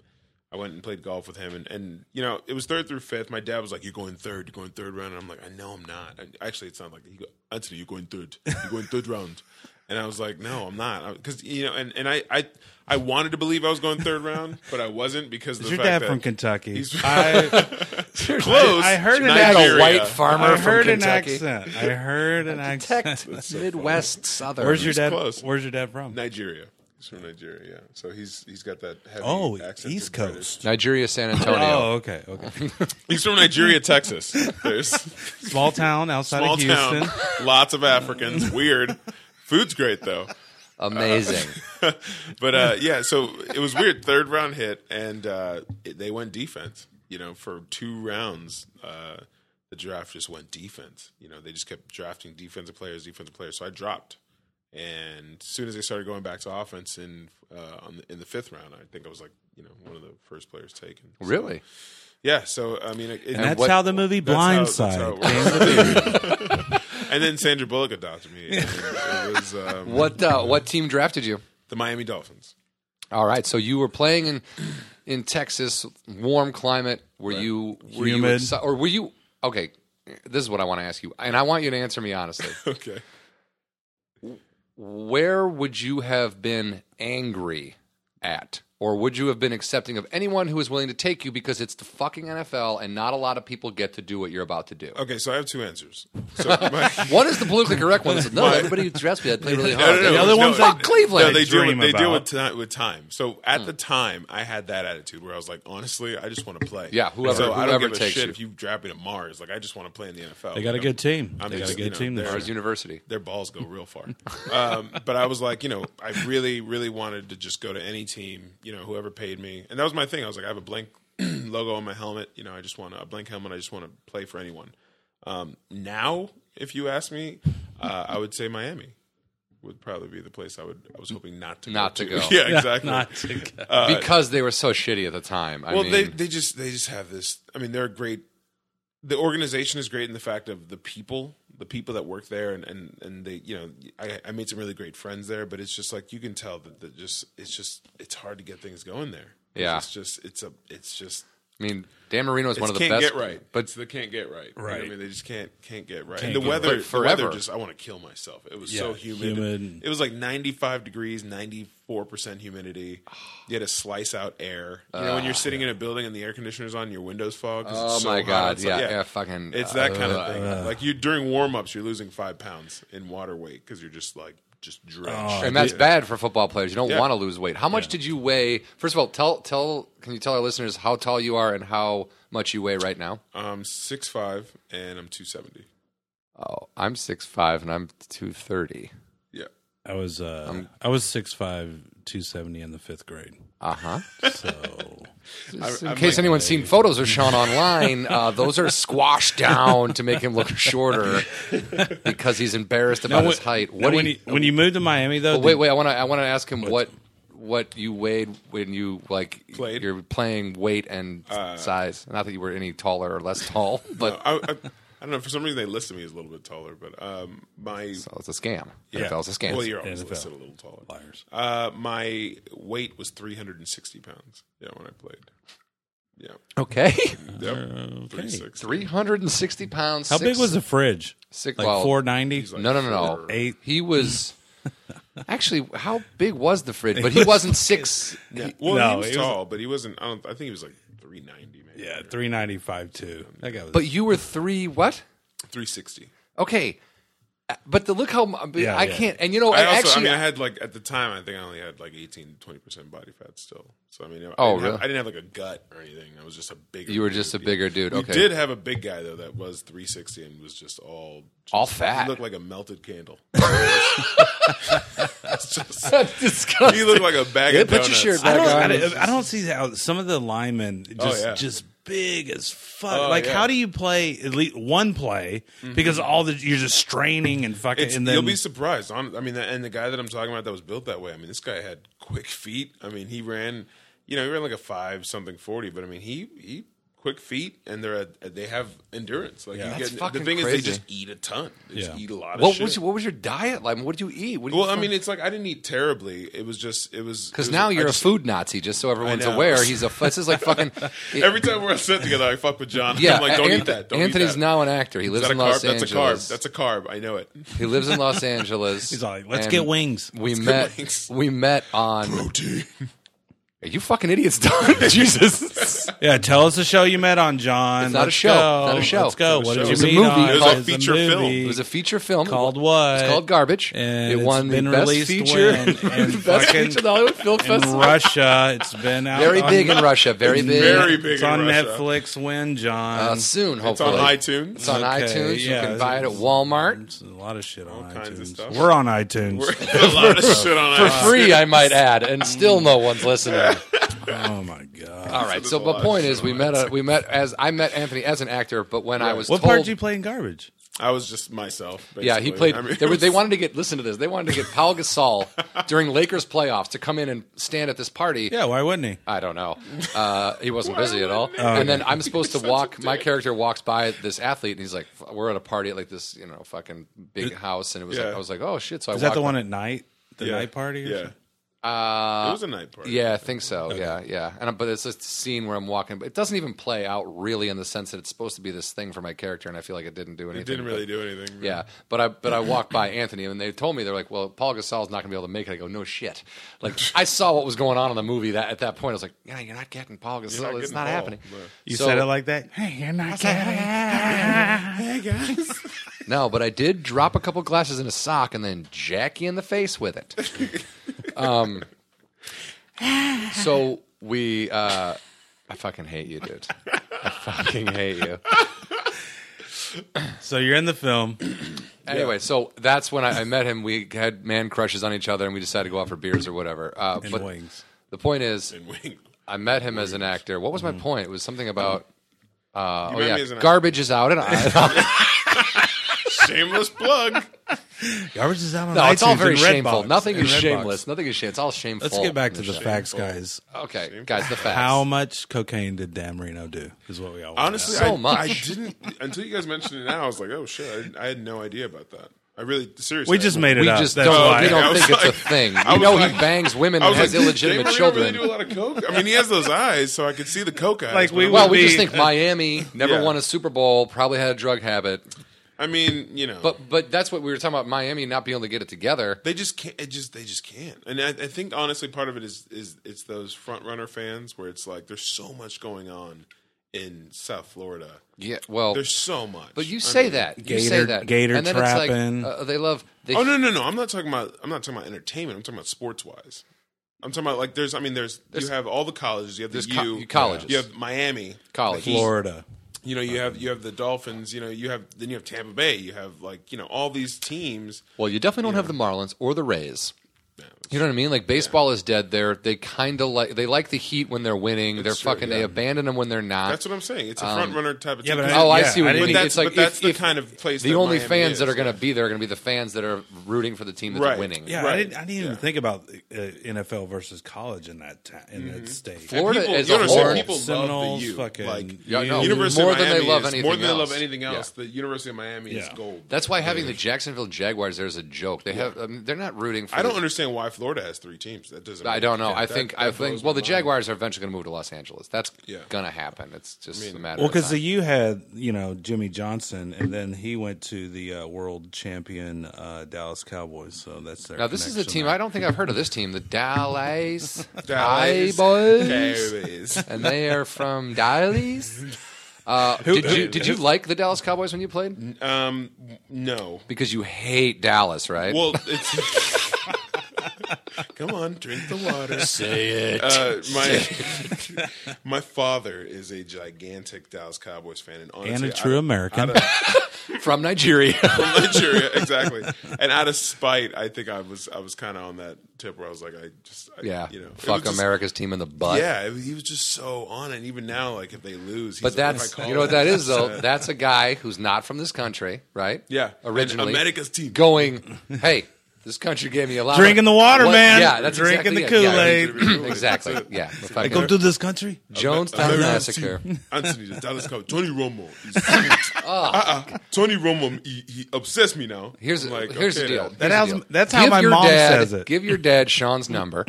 E: I went and played golf with him, and, and you know it was third through fifth. My dad was like, "You're going third. You're going third round." And I'm like, "I know I'm not." And actually, it's not like he go, Anthony, you're going third. You're going third round. And I was like, "No, I'm not," because you know, and, and I, I I wanted to believe I was going third round, but I wasn't because of
C: Is
E: the
C: your
E: fact
C: dad
E: that
C: from Kentucky?
E: He's-
C: I,
E: close.
C: I heard an
D: I had a
E: Nigeria.
D: white farmer
C: I
D: from
C: heard an
D: Kentucky.
C: accent. I heard an accent.
D: Detect Midwest Southern.
C: Where's your
E: He's
C: dad?
E: close.
C: Where's your dad from?
E: Nigeria. He's from Nigeria, yeah. So he's he's got that heavy
C: Oh,
E: accent
C: East
E: of British.
C: Coast.
D: Nigeria, San Antonio.
C: Oh, okay, okay.
E: He's from Nigeria, Texas. There's
C: Small town outside
E: small
C: of Houston.
E: town, lots of Africans. Weird. Food's great though.
D: Amazing.
E: but uh, yeah, so it was weird. Third round hit, and uh, it- they went defense. You know, for two rounds, uh, the draft just went defense. You know, they just kept drafting defensive players, defensive players. So I dropped, and as soon as they started going back to offense in uh, on the, in the fifth round, I think I was like, you know, one of the first players taken. So-
D: Really?
E: Yeah. So I mean, it, it-
C: And that's
D: what-
C: how the movie
E: that's how-
C: Blindside
E: that's how it
C: came to be.
E: and then Sandra Bullock adopted me. And it was um,
D: What uh, what team drafted you?
E: the Miami Dolphins.
D: All right, so you were playing in in Texas, warm climate. Were you were you
C: Humid.
D: exci- or were you okay? This is what I want to ask you, and I want you to answer me honestly.
E: Okay.
D: Where would you have been angry at, or would you have been accepting of anyone who is willing to take you because it's the fucking NFL and not a lot of people get to do what you're about to do?
E: Okay. So I have two answers. So my,
D: One is the politically correct one. Is, no, everybody who dressed me, I played really hard.
E: no,
C: The other
E: no,
C: one's
E: no,
C: like
E: no,
D: Cleveland.
E: No, they deal with
C: dream
E: they deal with
C: about.
E: time, with time. So at the time, I had that attitude where I was like, honestly, I just want to play.
D: Yeah, whoever-
E: So I don't
D: whoever
E: give a
D: takes
E: shit
D: you.
E: if you draft me to Mars. Like I just want to play in the NFL.
C: They got
E: you
C: a
E: know?
C: good team.
E: I'm
C: They got
E: just-
C: a
E: you
C: good
E: know,
C: team this
E: they're-
C: year.
D: Mars University.
E: Their balls go real far. um, but I was like, you know, I really, really wanted to just go to any team, you know, whoever paid me, and that was my thing. I was like, I have a blank logo on my helmet. You know, I just want a blank helmet. I just want to play for anyone. Um, now, if you ask me, uh, I would say Miami would probably be the place I would. I was hoping not to
D: Not
E: go
D: to go.
E: Yeah, exactly.
C: Not to go.
D: because they were so shitty at the time. I
E: Uh, well,
D: mean,
E: they they just they just have this. I mean, they're a great. The organization is great in the fact of the people, the people that work there, and and and they, you know, I, I made some really great friends there. But it's just like you can tell that, that just it's just it's hard to get things going there.
D: Yeah.
E: it's just it's a it's just
D: I mean, Dan Marino is
E: it's
D: one of the
E: can't
D: best.
E: get right, but
D: But
E: it's the can't get right. You know what
C: Right.
E: I mean, they just can't can't get right.
C: Can't
E: and the
C: get right.
E: weather,
D: But
E: the
D: forever.
E: weather just I want to kill myself. It was so
C: Yeah,
E: humid.
C: humid.
E: It was like ninety five degrees, ninety four percent humidity. You had to slice out air. You know, when you're sitting in a building and the air conditioner's on, your windows fog. 'cause
D: Ah, oh
E: it's so
D: my
E: hot
D: god,
E: outside.
D: yeah, yeah, fucking.
E: It's that
D: uh,
E: kind of thing. like you during warm ups, you're losing five pounds in water weight because you're just like just drenched.
D: Oh, And that's
E: Yeah.
D: bad for football players. You don't
E: Yeah.
D: want to lose weight. How much did you weigh? First of all, tell tell. Can you tell our listeners how tall you are and how much you weigh right now?
E: I'm Um, six five and I'm two seventy.
D: Oh, I'm six five and I'm two thirty.
E: Yeah.
C: I was uh,
D: Um,
C: I was 6'5", 270 in the fifth grade.
D: Uh huh.
C: So
D: In case anyone's seen photos of Sean online, uh, those are squashed down to make him look shorter because he's embarrassed about his height. What
C: Now,
D: do
C: when
D: you-
C: you, when you moved to Miami though?
D: But wait, wait. I want to. I want to ask him what what you weighed when you like
E: Played?
D: You're playing weight and size. Not that you were any taller or less tall, but
E: I, I, I don't know. For some reason, they listed me as a little bit taller, but um, my
D: well, it's a scam. NFL's a scam.
E: Well, you're always
C: NFL.
E: listed a little taller.
C: Liars.
E: Uh, my weight was 360 pounds. Yeah, when I played. Yeah,
D: okay,
E: yep. 360.
D: three hundred and sixty pounds.
C: How big was the fridge?
D: six?
C: Like
D: well,
C: four ninety.
E: like-
D: No, no, no, no.
C: Eight.
D: He was actually. How big was the fridge? But he wasn't six.
E: Yeah. Well,
C: No,
E: he was
C: he was-
E: tall, but he wasn't. I don't. I think he was like 390, maybe.
C: Yeah, three ninety five two. That guy was.
D: But you were three. What?
E: 360.
D: Okay. Uh, But the look how mu-
C: Yeah,
D: I
C: yeah.
D: can't and you know
E: I
D: and
E: also,
D: actually
E: I mean, I had like at the time, I think I only had like 18, 20 percent body fat still. So I mean, I,
D: Oh,
E: didn't have-
D: really?
E: I didn't have like a gut or anything. I was just a bigger.
D: you were just a
E: dude.
D: bigger dude.
E: We
D: Okay,
E: did have a big guy though that was 360 and was just all just,
D: All
E: He
D: fat.
E: looked like a melted candle.
D: That's disgusting.
E: he looked like a bag
D: Yeah,
E: of
D: put your
E: donuts.
D: shirt
C: I
D: back
C: don't,
D: on.
C: I, don't- I don't see how some of the linemen
D: Oh,
C: just
E: yeah.
C: just big as fuck.
E: Oh,
C: like,
E: yeah.
C: how do you play at least one play
D: Mm-hmm.
C: because all the you're just straining and fucking.
E: It's-
C: and then
E: you'll be surprised. Hon- I mean, and the guy that I'm talking about that was built that way. I mean, this guy had quick feet. I mean, he ran, you know, he ran like a five something forty. But I mean, he he quick feet, and they're a, they have endurance. Like you
D: That's
E: get,
D: fucking
E: the thing is,
D: crazy.
E: they just eat a ton. They just
C: Yeah.
E: eat a lot of
D: What
E: shit.
D: was what was your diet like? What did you eat? What did
E: well,
D: you
E: I mean, it's like I didn't eat terribly. It was just it was
D: because
E: it was-
D: now
E: I
D: you're a
E: just-
D: food Nazi. Just so everyone's
E: know.
D: aware, he's a. This is like fucking. it-
E: Every time we're on set together, I fuck with John.
D: yeah,
E: I'm like, don't
D: Anth-
E: eat that. Don't
D: Anthony's
E: eat that.
D: now an actor. He
E: Is
D: lives
E: that a
D: in
E: carb?
D: Los
E: That's a
D: Angeles.
E: carb. That's a carb. I know it.
D: he lives in Los Angeles.
C: he's all like, "Let's
D: and
C: get wings."
D: We
E: get
D: met.
E: wings.
D: We met on. Are you fucking idiots, Don? Jesus. Yes.
C: Yeah, tell us the show you met on, John.
D: It's not a
C: Let's
D: show.
C: Go.
D: Not a show.
C: Let's go.
E: It's
C: What
E: a
C: did you
E: show. It's a
C: meet
D: movie
C: on?
D: It was a
C: It's
E: feature
C: movie
E: film.
D: It was a feature film.
C: called
D: It
C: what?
D: was called Garbage.
C: And
D: it
C: it's
D: won
C: been
D: the best
C: released
D: feature.
C: when- and
D: best
C: fucking-
D: feature of the Hollywood Film
C: in
D: Festival.
C: Russia. It's been out
D: Very
C: on-
D: big in Russia. Very big.
E: Very big
C: It's
E: in
C: on
E: Russia.
C: Netflix. When John?
D: uh, soon,
E: It's on
D: hopefully.
E: iTunes.
D: It's on
C: Okay,
D: iTunes.
C: yeah,
D: you can buy it at
C: it's-
D: Walmart
C: There's a lot of shit on
E: kinds of
C: iTunes.
E: stuff.
C: We're on iTunes.
E: a lot of shit on
D: for
E: iTunes.
D: free. I might add,
C: Mm.
D: and still no one's listening.
C: oh my god!
D: All right.
E: there's
D: So,
E: a
D: the
E: lot.
D: point is, we met. A, we met as I met Anthony as an actor, but when I was
C: What
D: told,
C: part did you play in Garbage?
E: I was just myself. Basically.
D: yeah, he played.
E: I mean,
D: they, were,
E: it
D: they
E: was-
D: wanted to get. Listen to this. They wanted to get Paul Gasol during Lakers playoffs to come in and stand at this party.
C: Yeah, why wouldn't he?
D: I don't know. Uh, he wasn't busy at all.
E: wouldn't
D: and then I'm supposed to walk. My character walks by this athlete, and he's like, "F- "We're at a party at like this, you know, fucking big house." And it was
E: yeah.
D: like, I was like, "Oh shit!" So I
C: Is that
D: walked
C: the
D: by-
C: one at night? The
E: yeah.
C: night party? Or
E: Yeah,
C: something?
E: it was a night party.
D: Uh, Yeah, I think so. Yeah, yeah. And uh, but it's a scene where I'm walking, but it doesn't even play out really in the sense that it's supposed to be this thing for my character, and I feel like it didn't do anything.
E: it didn't really do anything. but-
D: Yeah, but I but I walked by Anthony and they told me they're like, well, Paul Gasol's not going to be able to make it. I go, no shit. Like I saw what was going on in the movie that at that point I was like, yeah, you're not getting Paul Gasol.
E: not
D: it's
E: getting
D: not
E: Paul,
D: happening.
E: but-
C: You
D: So-
C: said it like that.
B: Hey, you're not getting
D: No, but I did drop a couple glasses in a sock and then jack you in the face with it. um, so we, uh, I fucking hate you, dude. I fucking hate you.
C: So you're in the film.
D: Anyway, so that's when I, I met him. We had man crushes on each other, and we decided to go out for beers or whatever. Uh,
C: And
D: but
C: wings.
D: the point is,
E: And wing.
D: I met him as an actor. What was my
C: Mm-hmm.
D: point? It was something about. Uh, oh
E: met me
D: yeah,
E: as an actor.
D: garbage is out, and I,
E: Shameless plug.
C: Garbage is out on
D: no,
C: iTunes.
D: it's all very
C: and
D: shameful.
C: Redbox
D: Nothing
C: and
D: is
C: Redbox.
D: shameless. Nothing is shameless. It's all shameful.
C: Let's get back to
D: in
C: the
D: show.
C: facts, guys.
D: Okay, guys, the facts.
C: How much cocaine did Dan Marino do? Is what we all wanna
E: Honestly,
D: So
E: I,
D: much.
E: I didn't until you guys mentioned it. Now I was like, oh shit, I, I had no idea about that. I really seriously.
C: We just made it
D: we
C: up.
D: just
C: That's
D: don't.
C: why.
D: We
E: I
D: don't
E: was
D: think it's a
E: like-
D: thing.
E: I
D: We
E: was
D: know
E: like-
D: he bangs women
E: I
D: and
E: was
D: has
E: like,
D: illegitimate
E: Dave Marino
D: children.
E: Really do a lot of coke. I mean, he has those eyes, so I could see the coke eyes.
C: Like,
E: but
C: we
E: I'm
D: well,
C: would
D: we just
C: be-
D: think Miami never
E: Yeah.
D: won a Super Bowl. Probably had a drug habit.
E: I mean, you know,
D: But but that's what we were talking about. Miami not being able to get it together.
E: they just can't. It just they just can't. And I, I think honestly, part of it is is it's those front runner fans where it's like there's so much going on in South Florida.
D: Yeah. Well,
E: There's so much.
D: but you
E: I
D: say
E: mean-
D: that. You
C: Gator-
D: say that.
C: gator
D: and then
C: trapping.
D: It's like, uh, they love. They,
E: Oh no, no, no! I'm not talking about. I'm not talking about entertainment. I'm talking about sports wise. I'm talking about like there's. I mean, there's. you have all the colleges. You have the
D: There's co-
E: U
D: colleges.
E: You have Miami
D: College.
E: the Heat,
C: Florida.
E: You know, you have you have the Dolphins. You know, you have then you have Tampa Bay. You have like you know all these teams.
D: Well, you definitely don't have the Marlins or the Rays. You know what I mean? Like baseball is dead. They're they kind of like they like the Heat when they're winning. they're
E: true,
D: fucking. They
E: yeah.
D: abandon them when they're not.
E: That's what I'm saying. It's a front runner type of
C: yeah,
E: team.
C: but I-
D: Um, Oh, I
C: Yeah,
D: see what
C: I
D: you
C: didn't-
D: mean.
E: But
D: It's
E: that's-
D: like
E: but that's
D: if-
E: the
D: if
E: kind of place
D: the
E: that
D: only
E: Miami
D: fans that
E: is,
D: are going to be there are going to be the fans that are rooting for the team that's
E: Right.
D: winning.
C: Yeah, I
E: Right.
C: didn't, I didn't even
E: Yeah.
C: think about uh, NFL versus college in that ta- in that state.
D: Florida
E: people,
D: as
E: you
D: a
E: understand,
D: whole.
E: people love
C: Seminoles,
E: the U.
C: fucking-
E: like
D: Yeah, no,
E: University
D: more
E: of
D: than they
E: Miami
D: love
E: is-
D: anything
E: more than they love
D: else.
E: anything
D: Yeah.
E: else. The University of Miami is
C: Yeah.
E: gold.
D: That's why having the Jacksonville Jaguars there is a joke. They have I mean, they're not rooting for.
E: I don't
D: the-
E: understand why Florida has three teams. That doesn't.
D: I
E: make-
D: don't know. I
E: that-
D: think
E: that
D: I
E: blows
D: think
E: my
D: well the
E: mind.
D: Jaguars are eventually going to move to Los Angeles. That's
E: Yeah.
D: going to happen. It's just a matter
C: Well,
D: of
C: because
D: time.
C: the U had you know Jimmy Johnson, and then he went to the uh, world champion uh, Dallas Cowboys. So that's their.
D: now this is a
C: connection
D: team I don't think I've heard of this team, the Dallas
E: Dallas
D: Cowboys,
E: Cowboys.
D: and they are from Dallas. Uh, did you did you like the Dallas Cowboys when you played?
E: Um, no.
D: Because you hate Dallas, right?
E: Well, it's. Come on, drink the water.
D: say it.
E: Uh, my my father is a gigantic Dallas Cowboys fan, and honestly,
C: And a
E: out
C: true
E: of-
C: American.
D: From Nigeria.
E: from Nigeria, exactly. And out of spite, I think I was I was kind of on that tip where I was like, I just I,
D: yeah.
E: you know, it was
D: Fuck
E: just-
D: America's team in the butt.
E: Yeah, it was- he was just so on, and even now, like if they lose, he's
D: But
E: like,
D: that's
E: "What if I
D: you know what
E: call
D: that
E: it?"
D: is though. That's a guy who's not from this country, right?
E: Yeah, And
D: originally
E: America's team.
D: going, hey, this country gave me a lot.
C: Drinking
D: of,
C: the water,
D: What-
C: man.
D: Yeah, that's
C: Drinking
D: exactly
C: the
D: it. Yeah,
C: Kool-Aid.
D: drinking- exactly. Yeah. the
C: I
D: fucking
C: come to this country.
D: Jonestown
E: America's
D: massacre.
E: team. Anthony, the Dallas Cowboys. Tony Romo. is-
D: Oh,
E: Uh-uh. Tony Romo, he, he obsessed me now.
D: Here's
E: I'm
D: here's the
E: okay,
D: deal.
E: now.
C: That
D: Here's
C: has-
D: the deal.
C: that's how
D: Give
C: my
D: your
C: mom
D: dad-
C: says it.
D: Give your dad Sean's number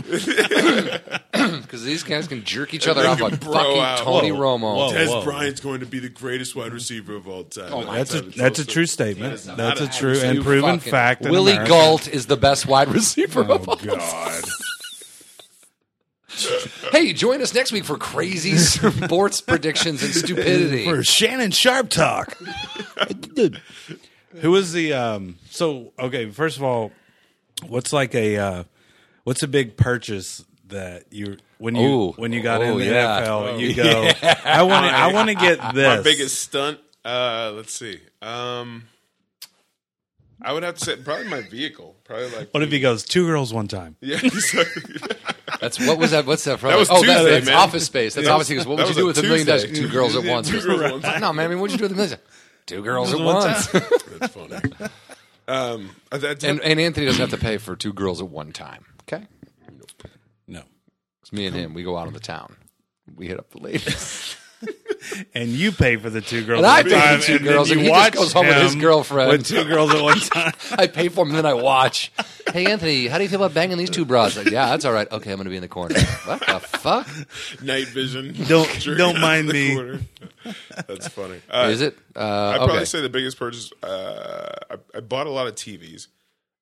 D: because these guys can jerk each other
E: They
D: off
E: can
D: like
E: bro
D: fucking
E: out.
D: Tony
C: Whoa.
D: Romo.
C: Whoa.
E: Des Bryant's going to be the greatest wide receiver of all time. Oh
C: That's a that's a true statement. That's a true and
D: You
C: proven
D: fucking-
C: fact. in
D: Willie
C: America. Oh,
D: Galt is the best wide receiver of all.
E: God.
D: Hey, join us next week for crazy sports predictions and stupidity.
C: for Shannon Sharp talk.
B: Dude,
C: Who is the um so okay, first of all, what's like a uh what's a big purchase that you when you
D: Ooh.
C: when you got
D: Oh,
C: in the
D: yeah.
C: NFL you go I want to I want to get this.
E: My biggest stunt. Uh, let's see. Um, I would have to say probably my vehicle. Probably like
C: What if he goes two girls one time?
E: yeah. exactly.
D: That's what was that? What's that from?
E: That was
D: oh, that-
E: Tuesday,
D: that's
E: man.
D: Office Space. That's
E: Yeah.
D: obviously because what
E: That
D: would you
E: was
D: do
E: a
D: with a million dollars?
E: Tuesday.
D: Two girls at once.
E: Two girls at once.
D: No, man. I mean, what'd you do with a million? Two girls at
C: one
D: once.
E: That's funny. Um, I- that's
D: and, and Anthony doesn't have to pay for two girls at one time. Okay,
C: No.
D: it's me and him. We go out on the town. We hit up the ladies.
C: And you pay for the two girls
D: And
C: at
D: I
C: one
D: pay for
C: time,
D: the two
C: and then
D: girls,
C: you
D: and he just
C: watch
D: goes home with his
C: him
D: girlfriend.
C: with two girls at one time.
D: I pay for them, and then I watch. Hey, Anthony, how do you feel about banging these two bras? Like, yeah, that's all right. Okay, I'm going to be in the corner. What the fuck
E: night vision.
C: Don't-
E: Jerking
C: don't
E: out
C: mind
E: in the
C: me.
E: corner. That's funny. Uh,
D: is it? Uh,
E: I'd probably
D: okay.
E: say the biggest purchase. Uh, I, I bought a lot of TVs.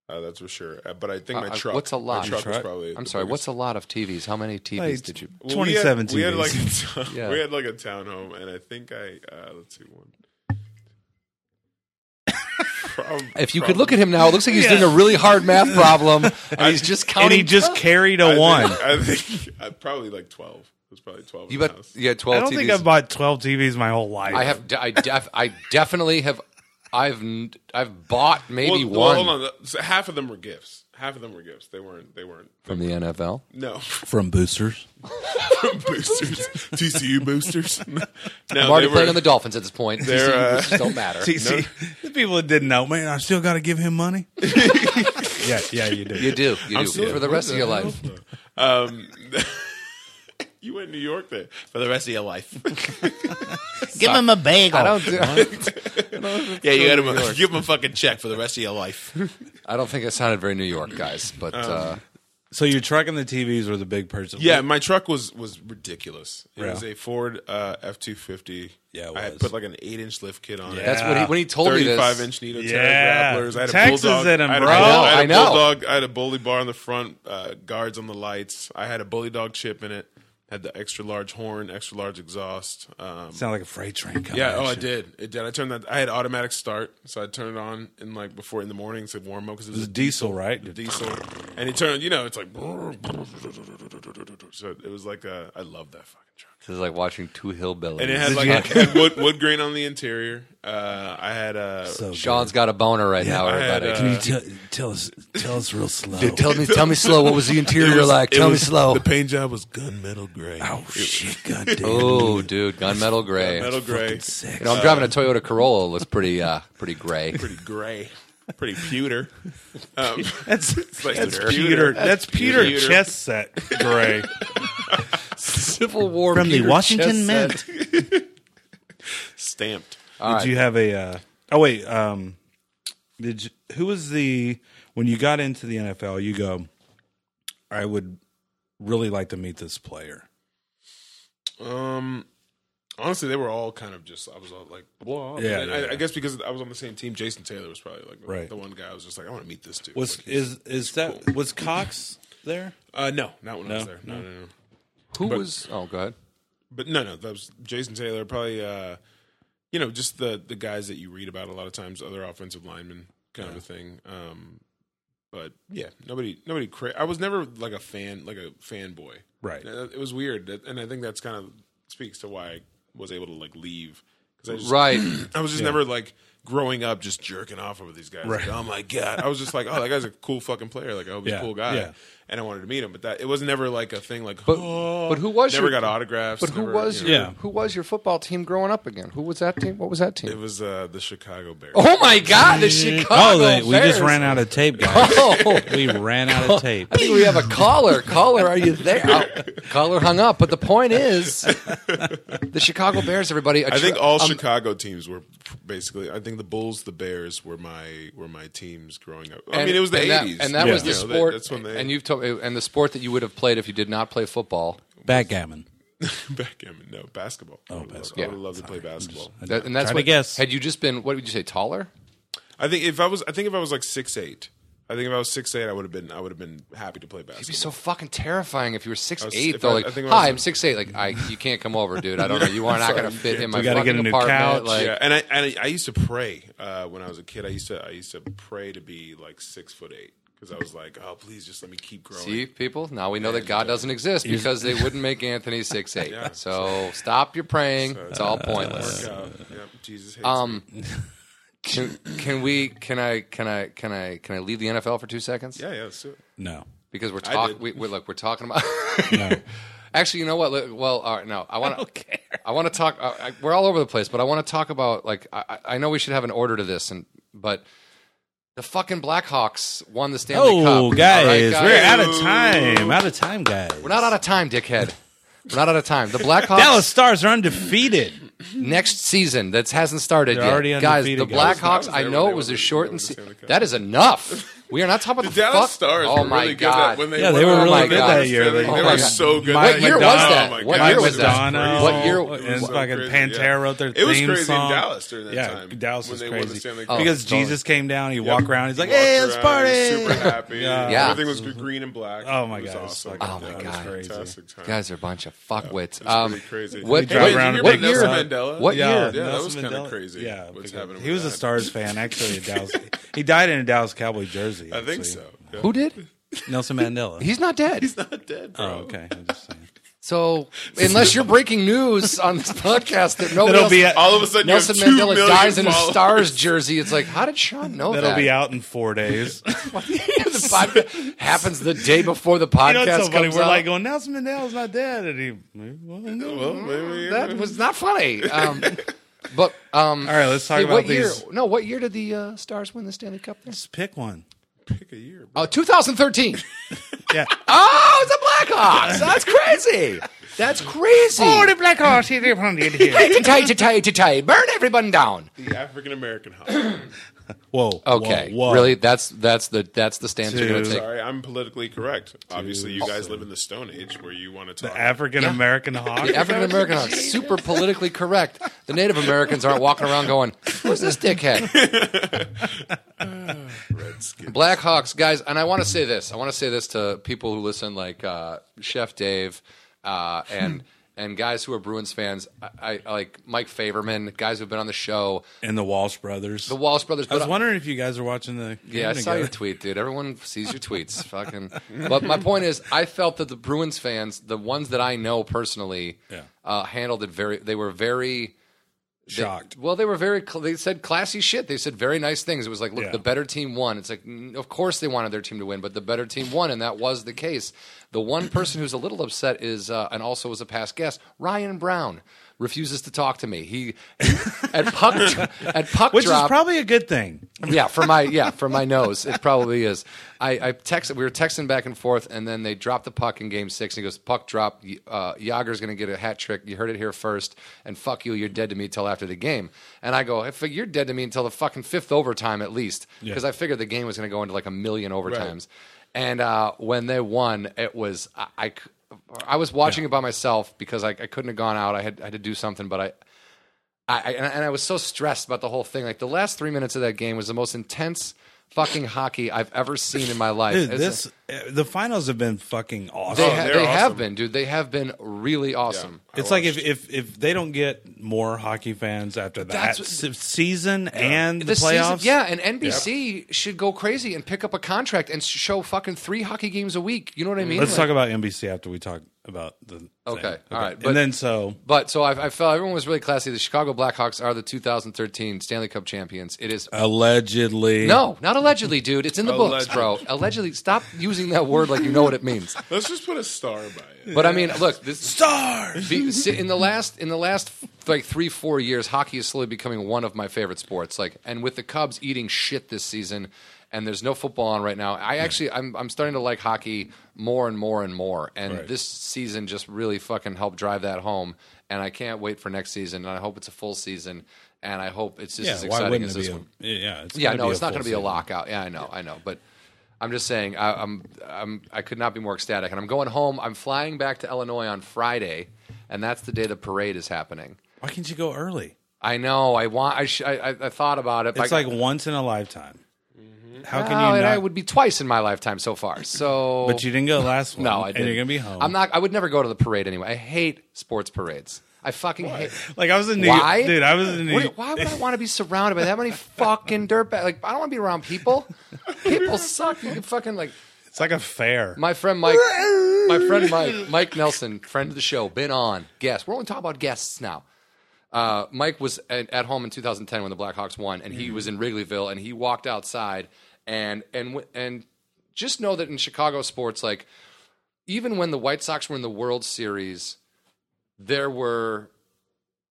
E: Uh, that's for sure. Uh, but I think
D: Uh,
E: my
D: uh,
E: truck.
D: what's a lot?
E: My truck,
C: Truck?
E: was probably.
D: I'm
E: the
D: sorry.
E: biggest.
D: What's a lot of TVs? How many TVs
C: Like,
D: did you?
E: Well, we had-
C: 2017.
E: We had, like a town,
D: Yeah.
E: we had like a townhome, and I think I uh, let's see one. Prob-
D: If you
E: probably-
D: could look at him now, it looks like he's
C: Yeah.
D: doing a really hard math problem, and he's just counting.
C: and he just carried
E: I
C: a
E: think-
C: one.
E: I think I probably like twelve. It was probably twelve.
D: you
E: in the
D: bet
E: house.
D: you had
C: I
D: twelve
C: don't
D: TVs.
C: think I've bought 12 TVs my whole life.
D: I have. I def, I definitely have. I've n- I've bought maybe
E: well,
D: one
E: Well, hold on. So half of them were gifts. Half of them were gifts. They weren't. They weren't.
D: from the NFL.
E: No
C: from boosters.
E: boosters. TCU boosters. No,
D: I'm already
E: they
D: playing
E: were-
D: on the Dolphins at this point.
E: They're,
D: TCU
E: uh,
D: boosters don't matter.
C: See, see, the people that didn't know, man, I still got to give him money. yeah, yeah, you do.
D: You do. You do
E: still-
D: for the rest of your life.
E: Um, you went to New York there for the rest of your life.
B: give him a bagel.
D: I don't. Do,
E: yeah, you
D: New
E: got to
D: York.
E: give them a fucking check for the rest of your life.
D: I don't think it sounded very New York, guys. But
E: Um,
D: uh,
C: So your truck and the TVs were the big purchase.
E: Yeah, my truck was was ridiculous. It
C: Yeah.
E: was a Ford uh, F two fifty.
C: Yeah, it
E: I
C: was.
E: had put like an eight inch lift kit on it.
D: that's what he when he told me this.
E: Thirty-five inch Nito
C: Yeah.
E: grapplers. I had
C: Texas
E: a bulldog.
C: in 'em,
E: I had a
C: bro.
E: bulldog- I
D: I
E: had a
D: know.
E: bulldog. I had a bully bar on the front, uh, guards on the lights. I had a bully dog chip in it. Had the extra large horn, extra large exhaust. Um,
C: sound like a freight train. Coming
E: yeah,
C: at
E: oh, I
C: you.
E: did. It did. I turned that. I had automatic start, so I turned it on in like before in the morning to warm up because it was,
C: It was
E: a
C: diesel, right?
E: diesel. And it turned. You know, it's like. So it was like a. I love that fucking truck.
D: This is like watching two hillbillies.
E: And it had like it had wood wood grain on the interior. Uh, I had a.
C: So
D: Sean's got a boner right now,
E: I had,
D: everybody.
E: uh,
C: Can you tell, tell us? Tell us real slow.
D: tell me, tell me slow. What was the interior like?
E: it
D: Tell me
E: was-
D: slow.
E: The paint job was gunmetal gray.
C: oh shit! Goddamn.
D: Oh, dude, gunmetal gray.
E: metal gray,
D: You know, I'm driving a Toyota Corolla. It looks pretty, uh, pretty gray.
E: pretty gray, pretty pewter. Um,
C: That's
E: like
C: that's
E: pewter.
C: Peter. That's Peter
E: pewter.
C: chess set gray
D: Civil War
B: From the
D: Peter
B: Washington
D: chess set.
B: Mint.
E: stamped.
D: All right.
C: Did you have a? Uh, oh wait, um, did you, who was the when you got into the NFL? You go, I would really like to meet this player.
E: Um, honestly, they were all kind of just. I was all like, blah. And
C: Yeah,
E: then
C: yeah,
E: I,
C: yeah.
E: I guess because I was on the same team, Jason Taylor was probably like the-
C: Right.
E: the one guy. I was just like, I want to meet this dude.
C: Was
E: Like, he's-
C: is is that was Cox there?
E: uh, no, not when I
C: No?
E: was there. No, no, no.
D: Who was? Oh, go ahead.
E: But no, no, that was Jason Taylor. Probably, uh, you know, just the the guys that you read about a lot of times, other offensive linemen kind of a thing. Um, but yeah, nobody, nobody. Cra- I was never like a fan, like a fanboy.
C: Right.
E: Uh, It was weird, that- and I think that's kind of speaks to why I was able to like leave because I just
D: Right.
E: I was just never like growing up just jerking off over these guys. Like,
C: Right.
E: oh my god! I was just like, oh, that guy's a cool fucking player. Like, I hope he's
C: Yeah,
E: a cool guy,
C: yeah.
E: and I wanted to meet him. But that it was never like a thing. Like,
D: But
E: oh,
D: but who was
E: never
D: your?
E: got autographs?
D: but who
E: never,
D: was
E: you
D: your?
E: know,
C: Yeah.
D: Who was your football team growing up again? Who was that team? What was that
E: It
D: team?
E: was uh, the Chicago Bears.
D: Oh my God! The Chicago
C: oh, they, we just
D: Bears.
C: ran out of tape, guys.
D: Oh.
C: we ran out of tape.
D: I think we have a caller. Caller, are you there? Oh, caller hung up. But the point is, the Chicago Bears, everybody.
E: I think all
D: um,
E: Chicago teams were basically. I think the Bulls, the Bears were my were my teams growing up. I mean, it was the
D: and that-
E: eighties,
D: and that
C: Yeah.
D: was the
E: You know, that-
D: sport.
E: that's when they-
D: and you've told, and the sport that you would have played if you did not play football.
C: Backgammon.
E: backgammon. No basketball. Oh,
C: basketball.
E: I would love to play basketball.
D: That- and that's
C: Try to
D: what
C: guess.
D: had you just been. What would you say? Taller?
E: I think if I was, I think if I was like six eight, I think if I was six eight, I would have been I would have been happy to play basketball.
D: It'd be so fucking terrifying if you were six
E: was-
D: eight
E: if
D: though.
E: I-
D: like,
E: I think I was-
D: hi, I'm six eight. Like, I you can't come over, dude. I don't know. You are not gonna fit in my
C: We gotta
D: fucking
C: get a new
D: apartment.
C: couch.
D: Like,
E: yeah, and I and I used to pray uh, when I was a kid. I used to I used to pray to be like six foot eight because I was like, oh please, just let me keep growing.
D: see, people, now we know that God doesn't exist because they wouldn't make Anthony six eight.
E: Yeah.
D: So stop your praying. It's all pointless.
E: Work out. Yep, Jesus hates me.
D: Um, can, can we? Can I? Can I? Can I? Can I leave the NFL for two seconds?
E: Yeah, yeah, let's do it.
C: No.
D: Because we're
E: I
D: talking.
E: did.
D: We, we, look, we're talking about. Actually, you know what? Look, Well, all right, no, I want to.
C: care.
D: I want to talk. I, I, we're all over the place, but I want to talk about like I, I I know we should have an order to this, and but the fucking Blackhawks won the Stanley Cup.
C: Oh,
D: All right,
C: guys, we're
D: guys?
C: out of time. Out of time, guys.
D: We're not out of time, dickhead. We're not out of time. The Blackhawks
C: Dallas Stars are undefeated.
D: next season that hasn't started
C: They're
D: yet.
C: already
D: guys, the
C: undefeated, guys.
E: I
D: Blackhawks.
E: was there
D: I
E: when
D: know
E: they
D: it was
E: won
D: a
E: the-
D: short
E: they won
D: and
E: the
D: se-
E: Stanley Cup.
D: that is enough. We are not talking
E: The
D: about the,
E: Dallas
D: fuck?
E: Stars
D: Oh
E: were
D: my
E: really
D: god!
E: good that when they
C: Yeah,
E: won
C: they were
E: the
C: really
E: Stanley
D: good
E: Cup,
D: that
C: year.
E: They,
C: Oh
E: they
C: my
E: were
C: God.
E: so good.
D: What
E: that
D: year
E: year.
D: was
E: Oh
D: that?
E: my
D: What
E: God,
D: year
E: it
D: was that?
C: Madonna,
D: What year-
C: And
E: was so
C: fucking
E: crazy,
C: Pantera
E: yeah.
C: wrote their
E: It was
C: theme
E: crazy in
C: song.
E: Dallas during that
C: yeah,
E: time
C: Dallas
E: when
C: was
E: they won the
C: crazy
E: Stanley Cup.
C: because
D: Oh, totally.
C: Jesus came down. He
E: Yep.
C: walked around. He's like,
E: Walked
C: "Hey, let's
E: around,
C: party!"
E: Super happy.
C: Yeah.
E: Everything was good, green and black.
C: Oh my
E: It was
C: God, it's
E: awesome.
C: like- Oh
E: Yeah,
D: Mm-hmm. my
E: it was
D: God.
E: a fantastic time.
D: You guys are a bunch of fuckwits.
E: That's
D: um,
E: pretty crazy.
D: What,
C: Hey, drive
E: Wait, did you
C: around and
E: hear about
D: what
C: pick
E: Nelson
D: year?
C: up.
E: Mandela?
D: What
C: Yeah,
D: year?
E: Yeah, that
C: Nelson
E: was kinda
C: Mandela-
E: crazy,
C: Yeah,
E: what's
C: because
E: happening
C: he
E: with
C: was a
E: that.
C: Stars fan. Actually, a Dallas. he died in a Dallas Cowboy jersey.
E: I think so.
C: actually.
E: Yeah.
D: Who did?
C: Nelson Mandela.
D: He's not dead.
E: not dead, bro.
C: oh, okay. I'm just saying.
D: So unless you're breaking news on this podcast that nobody
C: That'll
D: else,
C: be a-
E: All of a sudden,
D: Nelson
E: you have two
D: Mandela
E: million
D: dies in a
E: followers.
D: Stars jersey, it's like how did Sean know
C: That'll
D: that?
C: be out in four days.
D: the podcast happens the day before the podcast
C: you know, it's so funny.
D: comes
C: We're
D: out.
C: like going, Nelson Mandela's not dead, and he. Well, no.
E: Well, maybe
D: that was not funny. Um, but um,
C: All right, let's talk
D: hey,
C: about
D: what year?
C: these.
D: No, what year did the uh, Stars win the Stanley Cup? There?
C: Just pick one.
E: pick a year. bro.
D: Oh, 2013.
C: Yeah.
D: Oh, it's the Blackhawks. That's crazy. That's crazy.
C: Oh, black horse is upon the here.
D: Tight, tight, tight, tight, tight. Burn everyone down.
E: The African American hockey.
C: Whoa.
D: Okay,
C: Whoa, whoa.
D: really? That's that's the that's the stance you you're going
C: Two.
D: to take.
E: Sorry, I'm politically correct. Obviously, you guys live in the Stone Age where you want to talk.
C: African American hawk.
D: The African American are super politically correct. The Native Americans aren't walking around going, "Who's this dickhead?" Blackhawks, guys, and I want to say this. I want to say this to people who listen, like uh, Chef Dave, uh, and and guys who are Bruins fans. I, I like Mike Favorman, guys who've been on the show,
C: and the Walsh brothers.
D: the Wallace brothers.
C: I was
D: but
C: wondering if you guys are watching the. game
D: Yeah, I saw
C: together.
D: your tweet, dude. Everyone sees your tweets. Fucking. But my point is, I felt that the Bruins fans, the ones that I know personally,
C: Yeah.
D: uh, handled it very. They were very they-
C: Shocked.
D: well, they were very. cl- They said classy shit. They said very nice things. It was like, look,
C: Yeah.
D: the better team won. It's like, mm, of course they wanted their team to win, but the better team won, and that was the case. The one person who's a little upset is, uh, and also was a past guest, Ryan Brown. Refuses to talk to me. He at puck at puck
C: Which
D: drop
C: is probably a good thing.
D: yeah, for my yeah, for my nose, it probably is. I, I texted. We were texting back and forth, and then they dropped the puck in Game Six. And he goes, "Puck drop. Y- Uh, Yager's going to get a hat trick. You heard it here first. And fuck you. You're dead to me till after the game." And I go, "I fig- "You're dead to me until the fucking fifth overtime at least,
C: Yeah.
D: because I figured the game was going to go into like a million overtimes." And uh, when they won, it was I. I c- I was watching it by myself because I, I couldn't have gone out. I had, I had to do something, but I, I, I and I- and I was so stressed about the whole thing. Like the last three minutes of that game was the most intense fucking hockey I've ever seen in my life.
C: Dude,
D: It's-
C: this uh, the finals have been fucking awesome.
D: they,
E: Oh,
D: ha-
E: they're
D: they have
E: awesome.
D: been, dude. They have been really awesome.
E: I
C: it's like if,
E: watched.
C: if if they don't get more hockey fans after that
D: That's what-
C: se- season and the,
D: This
C: playoffs,
D: season, yeah, and NBC should go crazy and pick up a contract and show fucking three hockey games a week. You know what I mean?
C: Let's
D: Like-
C: talk about NBC after we talk about the. thing.
D: Okay, all right, but-
C: and then so
D: But so I, I felt everyone was really classy. The Chicago Blackhawks are the 2013 Stanley Cup champions. It
C: Uh,
D: is
C: allegedly,
D: no, not allegedly, dude. It's in the books,
E: Alleged.
D: bro. Allegedly, stop using that word like you know what it means.
E: Let's just put a star by it.
D: But I mean, look, this
C: stars.
D: Be- si- in the last in the last like three four years, hockey is slowly becoming one of my favorite sports. Like, and with the Cubs eating shit this season, and there's no football on right now, I actually I'm I'm starting to like hockey more and more and more. And this season just really fucking helped drive that home. And I can't wait for next season. And I hope it's a full season. And I hope it's just
C: Yeah,
D: as
C: why
D: exciting
C: wouldn't
D: as
C: it be?
D: this
C: A,
D: one.
C: yeah, it's
D: Yeah,
C: gonna
D: no,
C: be
D: it's not
C: full
D: going to be a
C: season.
D: lockout. Yeah, I know, I know, but I'm just saying, I, I'm, I'm, I could not be more ecstatic, and I'm going home. I'm flying back to Illinois on Friday, and that's the day the parade is happening.
C: Why can't you go early?
D: I know. I want. I, sh- I, I, I thought about it. but
C: It's
D: I-
C: like once in a lifetime. How can
D: Oh,
C: you
D: and
C: not?
D: I would be twice in my lifetime so far. So,
C: but you didn't go last one.
D: no, I
C: And
D: didn't.
C: you're gonna be home.
D: I'm not. I would never go to the parade anyway. I hate sports parades. I fucking hate.
C: Like I was in New
D: Why,
C: York, dude. I was in New
D: What-
C: York.
D: Why would I want to be surrounded by that many fucking dirtbags? Like I don't want to be around people. People suck. You can fucking like
C: It's like a fair.
D: my friend Mike. My friend Mike. Mike Nelson, friend of the show, been on guest. We're only talking about guests now. Uh, Mike was at, at home in 2010 when the Blackhawks won, and he was in Wrigleyville, and he walked outside, and and w- and just know that in Chicago sports, like even when the White Sox were in the World Series, there were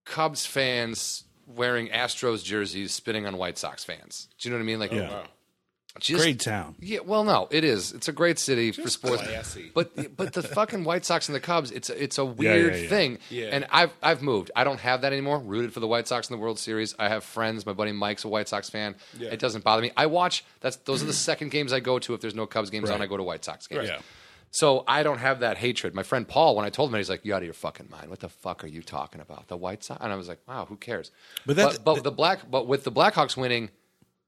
D: Cubs fans wearing Astros jerseys, spitting on White Sox fans. Do you know what I mean? Like,
C: Yeah.
D: just-
C: Great town.
D: yeah, well, no, it is. It's a great city for sports,
E: classy.
D: but but the fucking White Sox and the Cubs, it's a- it's a weird
C: yeah.
D: thing.
E: Yeah.
D: And I've I've moved. I don't have that anymore. Rooted for the White Sox in the World Series. I have friends. My buddy Mike's a White Sox fan. It doesn't bother me. I watch. That's those are the second games I go to. If there's no Cubs games on, I go to White Sox games.
C: Yeah.
D: So I don't have that hatred. My friend Paul, when I told him, that, he's like, "You out of your fucking mind? What the fuck are you talking about? The White Sox?" And I was like, "Wow, who cares?"
C: But that's-
D: but, but the black, but with the Blackhawks winning,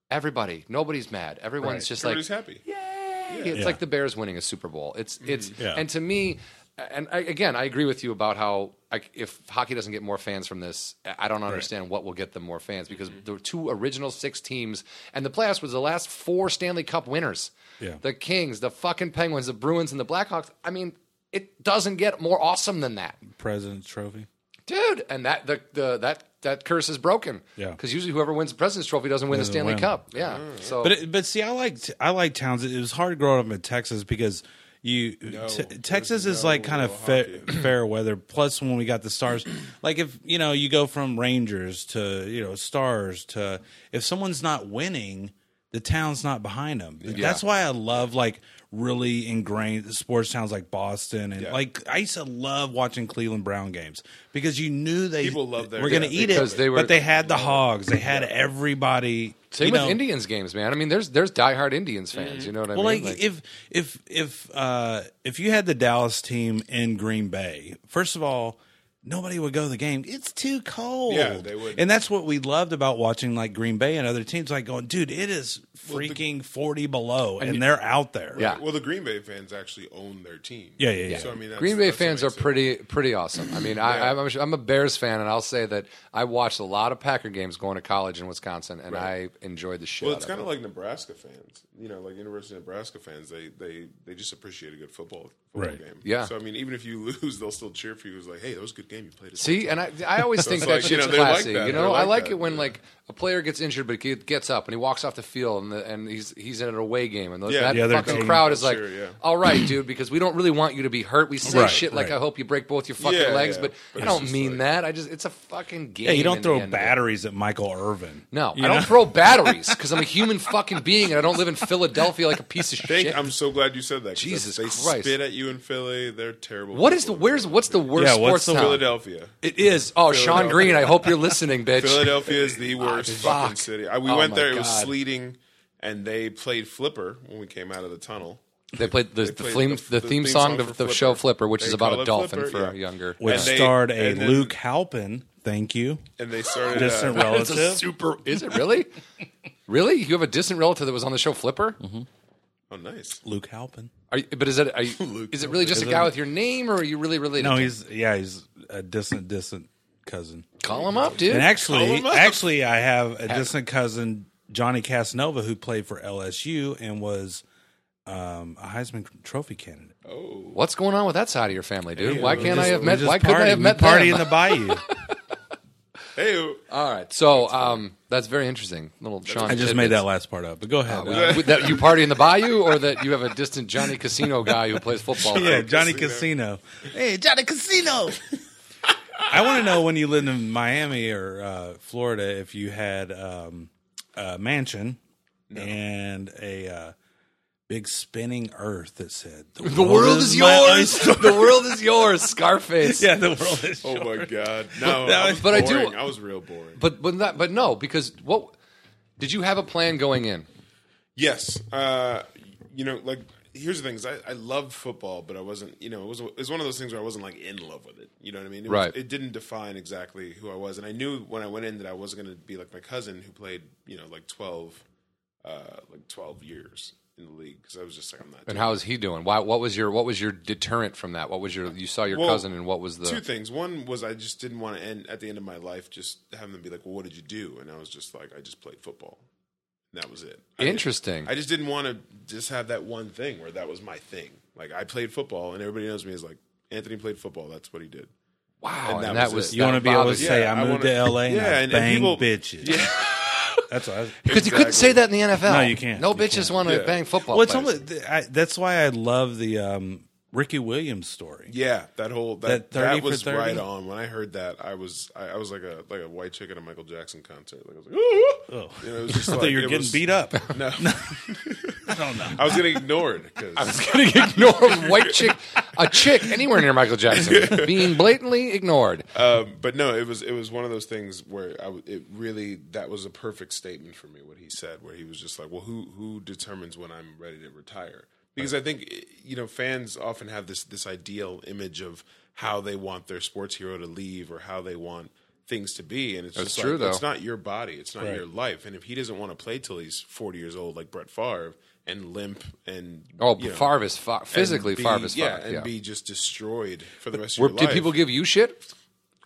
D: everybody, nobody's mad. Everyone's just like,
E: Everybody's happy.
D: it's
C: Yeah. Mm-hmm.
D: like the Bears winning a Super Bowl. It's it's
C: Yeah.
D: and to me, and I, again, I agree with you about how I, if hockey doesn't get more fans from this, I don't understand what will get them more fans because the two original six teams and the playoffs was the last four Stanley Cup winners.
C: Yeah.
D: the Kings, the fucking Penguins, the Bruins, and the Blackhawks. I mean, it doesn't get more awesome than that
C: President's Trophy.
D: dude. And that the, the that that curse is broken.
C: Yeah.
D: because usually whoever wins the President's Trophy doesn't win
C: Doesn't
D: the Stanley
C: win. Mm.
D: Cup. Yeah, so
C: But it, but see, I like I like towns. It was hard growing up in Texas because you te- Texas is like kind of fa- fair weather. Plus, when we got the stars, like if you know you go from Rangers to you know Stars to if someone's not winning, the town's not behind them. That's why I love like really ingrained sports towns like Boston and like I used to love watching Cleveland Brown games because you knew they
E: People love their
C: were going to
E: town
C: eat
D: because
C: it,
D: they were-
C: but they had the hogs, they had everybody.
D: Same
C: you
D: with
C: know, Mm-hmm.
D: Indians games, man. I mean, there's there's diehard Indians fans. You know what I
C: well,
D: mean?
C: like, if if if uh, if you had the Dallas team in Green Bay, first of all, nobody would go to the game. It's too cold.
E: Yeah, they wouldn't.
C: And that's what we loved about watching like Green Bay and other teams. Like going, dude, it is freaking forty below, and, they're out there.
D: yeah,
E: Well, the Green Bay fans actually own their team.
C: Yeah, yeah, yeah.
E: So I mean, that's,
D: Green Bay
E: that's
D: fans are
E: amazing.
D: pretty pretty awesome. I mean, I, I'm, a- I'm a Bears fan, and I'll say that I watched a lot of Packer games going to college in Wisconsin, and I enjoyed the shit.
E: Well, it's
D: out of
E: kind
D: it.
E: of like Nebraska fans. You know, like University of Nebraska fans, they they they just appreciate a good football football
C: Right.
E: game.
D: Yeah.
E: So I mean, even if you lose, they'll still cheer for you. It's like, hey, that was a good game you played.
D: See, and I, I always think
E: it's
D: that
E: like, you
D: shit's
E: know, they like
D: classy.
E: that.
D: you
E: They
D: know, I
E: like
D: like
E: that,
D: it when
E: yeah.
D: like a player gets injured, but he gets up and he walks off the field, and the, and he's he's in an away game, and the,
E: Yeah,
D: that
E: the
C: other
D: fucking
C: team.
D: crowd is like,
E: Sure, yeah.
D: "All right, dude, because we don't really want you to be hurt. We say
C: Right,
D: shit like,
C: right.
D: I hope you break both your fucking
E: Yeah,
D: legs,'
E: yeah.
D: but,
E: But
D: I
E: it's
D: don't
E: just
D: mean
E: like-
D: that. I just it's a fucking game.
C: Yeah, you
D: in
C: don't
D: the
C: throw
D: end of it.
C: batteries at Michael Irvin.
D: No,
C: You
D: I don't
C: know?
D: throw batteries because I'm a human fucking being and I don't live in Philadelphia like a piece of
E: Thank,
D: shit.
E: I'm so glad you said that. 'cause
D: Jesus
E: they
D: Christ.
E: spit at you in Philly. They're terrible.
D: What is the
E: people.
D: where's what's the worst
C: Yeah,
D: sports
C: what's the-
D: town?
E: Philadelphia?
D: It is. Oh, Sean
E: Philadelphia.
D: Green. I hope you're listening, bitch.
E: Philadelphia is the worst
D: fuck.
E: fucking city. I, we
D: Oh
E: went
D: my
E: there. It was
D: God.
E: sleeting, and they played Flipper when we came out of the tunnel.
D: They played the, the,
E: played
D: flame,
E: the-
D: the,
E: the
D: theme
E: theme
D: song of
E: song for
D: the
E: Flipper.
D: show Flipper, which
E: They
D: is about
E: call
D: a
E: it
D: dolphin
E: Flipper,
D: for a
E: yeah.
D: younger.
C: Which
E: And they-
C: starred a
E: and then-
C: Luke Halpin. Thank you,
E: And they started.
C: distant
E: uh,
D: It's a
C: relative.
D: super. Is it really? really? You have a distant relative that was on the show Flipper?
C: Mm-hmm.
E: oh, nice.
C: Luke Halpin.
D: Are you, but is it? Are you, is it really just a guy with your name, or are you really related?
C: No,
D: to
C: he's yeah, he's a distant, distant cousin.
D: call him up, dude.
C: And
E: Call
C: actually,
E: him up.
C: actually, I have a distant cousin, Johnny Casanova, who played for LSU and was um, a Heisman Trophy candidate.
D: What's going on with that side of your family, dude? why
C: We
D: can't I
C: just-
D: have
C: we
D: met?
C: just
D: Why couldn't I
C: party.
D: have
C: We
D: met
C: Party
D: them?
C: in the Bayou.
E: Hey, oh,
D: All right, so um, that's very interesting, little Sean.
C: I just made that last part up, but go ahead.
D: Uh, with that you party in the bayou, or that you have a distant Johnny Casino guy who plays football.
C: yeah, Johnny Casino.
B: Hey, Johnny Casino.
C: I want to know when you lived in Miami or uh, Florida if you had um, a mansion and a uh, big spinning earth that said the,
D: The world is
C: my
D: yours.
C: oyster."
D: The world is yours, Scarface.
C: yeah, the world is.
E: oh
C: yours.
E: my God! No,
C: That
E: I
C: was-
E: was
D: but I do-
E: boring. I was real boring.
D: But but not, but no, because what did you have a plan going in?
E: Yes. Uh, you know, like here's the thing: is I, I loved football, but I wasn't. You know, it was it was one of those things where I wasn't like in love with it. You know what I mean? It was-
D: Right.
E: it didn't define exactly who I was, and I knew when I went in that I wasn't going to be like my cousin who played. You know, like twelve uh, like 12 years in the league because I was just like, I'm not.
D: And
E: doing
D: how is he doing? Why? What was your What was your deterrent from that? What was your You saw your
E: Well,
D: cousin, and what was the?
E: two things. One was I just didn't want to end at the end of my life just having them be like, "Well, what did you do?" And I was just like, "I just played football." And that was it. I didn't-
D: Interesting.
E: I just didn't want to just have that one thing where that was my thing. Like I played football, and everybody knows me as like Anthony played football. That's what he did.
D: wow,
E: and
D: and,
E: that
D: that
E: was
D: was
E: it.
C: You want to be able to
D: bothers-
E: Yeah,
C: say,
E: I
C: I moved
E: wanna-
C: to LA and
E: Yeah,
C: I
E: and- and
C: bang
E: people-
C: bitches. That's what I was.
D: because you couldn't
E: Exactly.
D: say that in the NFL.
C: No, you can't.
D: No
C: You
D: bitches
C: can't.
D: want to
E: Yeah.
D: bang football.
C: Well, it's
D: players.
C: almost, th- I, that's why I love the um, Ricky Williams story.
E: Yeah, that whole
C: That
E: that
C: 30
E: that
C: for
E: was
C: 30?
E: right on. When I heard that, I was I, I was like a like a white chick at a Michael Jackson concert. Like I was like, "Ooh!"
C: Oh.
E: You know, it was just
C: I thought
E: like-
C: you were
E: it
C: getting
E: was-
C: beat up.
E: No,
C: I don't know.
E: I was getting ignored because
D: getting ignored. White chick, a chick anywhere near Michael Jackson being blatantly ignored.
E: um, but no, it was it was one of those things where I w it really that was a perfect statement for me what he said, where he was just like, well, who who determines when I'm ready to retire? Because I think eh, you know fans often have this this ideal image of how they want their sports hero to leave or how they want things to be, and it's
D: That's
E: just
D: true,
E: like,
D: though.
E: it's not your body, it's not your life, and if he doesn't want to play till he's 40 years old like Brett Favre and limp and
D: Oh,
E: you know,
D: Favre is fa- physically
E: and be-
D: Favre is
E: yeah,
D: Favre,
E: and
D: yeah.
E: be just destroyed for the rest of
D: Were-
E: your
D: did
E: life.
D: people give you shit?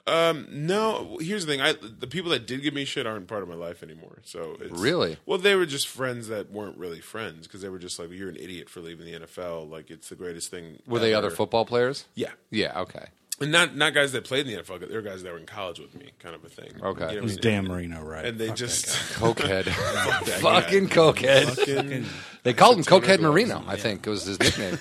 E: No, here's the thing. I the people that did give me shit aren't part of my life anymore. So it's,
D: Really?
E: well, they were just friends that weren't really friends because they were just like, "You're an idiot for leaving the NFL. Like it's the greatest thing."
D: Were they
E: ever."
D: other football players?
E: Yeah,
D: Yeah. Okay.
E: and not not guys that played in the NFL. They were guys that were in college with me, kind of a thing.
D: Okay.
E: You know
D: It
E: what I
C: It was
E: mean?
C: Dan Marino, right?
E: And they just
D: Cokehead.
E: that guy.
D: Fucking cokehead.
E: fucking
D: They called him Cokehead Marino. I think was his nickname.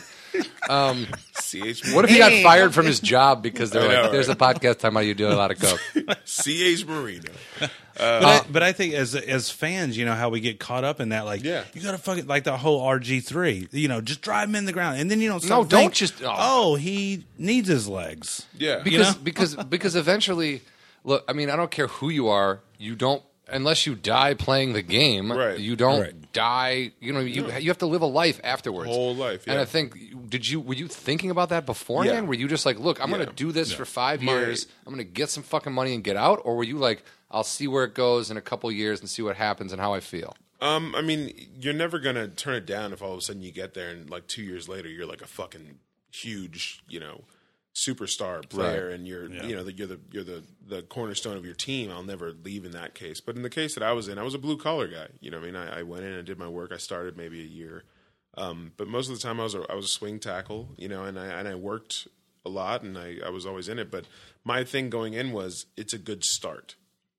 E: ch
D: What if he got fired from his job because they're
E: I know,
D: like, "There's a podcast talking about you doing a lot of coke."
E: ch Marino?
C: but,
E: Uh,
C: I, but I think as as fans, you know how we get caught up in that. Like,
E: Yeah.
C: you got to fucking like the whole RG three. You know, just drive him in the ground, and then you don't.
D: No,
C: stop
D: don't
C: think,
D: just- oh.
C: Oh. he needs his legs.
E: Yeah,
D: because
C: know?
D: because because eventually look i mean i don't care who you are you don't unless you die playing the game
E: Right.
D: you don't
C: Right.
D: die you know you you have to live a life afterwards
E: Whole life,
D: and
E: yeah.
D: i think did you were you thinking about that beforehand
E: Yeah.
D: were you just like look i'm
E: Yeah.
D: gonna do this for five
E: My-
D: years i'm gonna get some fucking money and get out or were you like i'll see where it goes in a couple years and see what happens and how i feel
E: Um, I mean, you're never gonna turn it down if all of a sudden you get there and like two years later you're like a fucking huge, you know, superstar player, and you're you know the, you're the you're the the cornerstone of your team. I'll never leave in that case. But in the case that I was in, I was a blue collar guy. You know, what I mean, I, I went in and did my work. I started maybe a year, um, but most of the time I was a, I was a swing tackle. You know, and I and I worked a lot, and I I was always in it. But my thing going in was it's a good start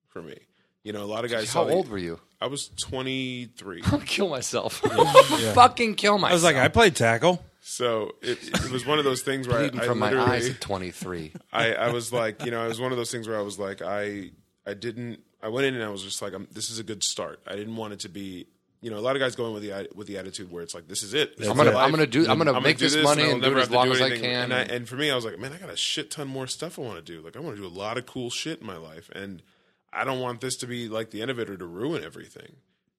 E: for me. You know, a lot of guys.
D: how
E: saw the-
D: old were you
E: I was 23.
D: I'll kill myself fucking kill myself
C: I was like, I played tackle.
E: So it, it was one of those things where I,
D: bleeding
E: I
D: from my eyes
E: literally,
D: at 23
E: I, I was like, you know, it was one of those things where I was like, I, I didn't, I went in and I was just like, i this is a good start. I didn't want it to be, you know, a lot of guys go in with the, atti- with the attitude where it's like, this is it. This
D: I'm
E: is
D: gonna-
E: life.
D: I'm gonna do- I'm gonna make this money
E: I'll
D: and do it
E: never
D: as
E: have to
D: long as I
E: anything.
D: can.
E: And, I, and for me, I was like, man, I got a shit ton more stuff I want to do. Like, I want to do a lot of cool shit in my life. And I don't want this to be like the end of it or to ruin everything.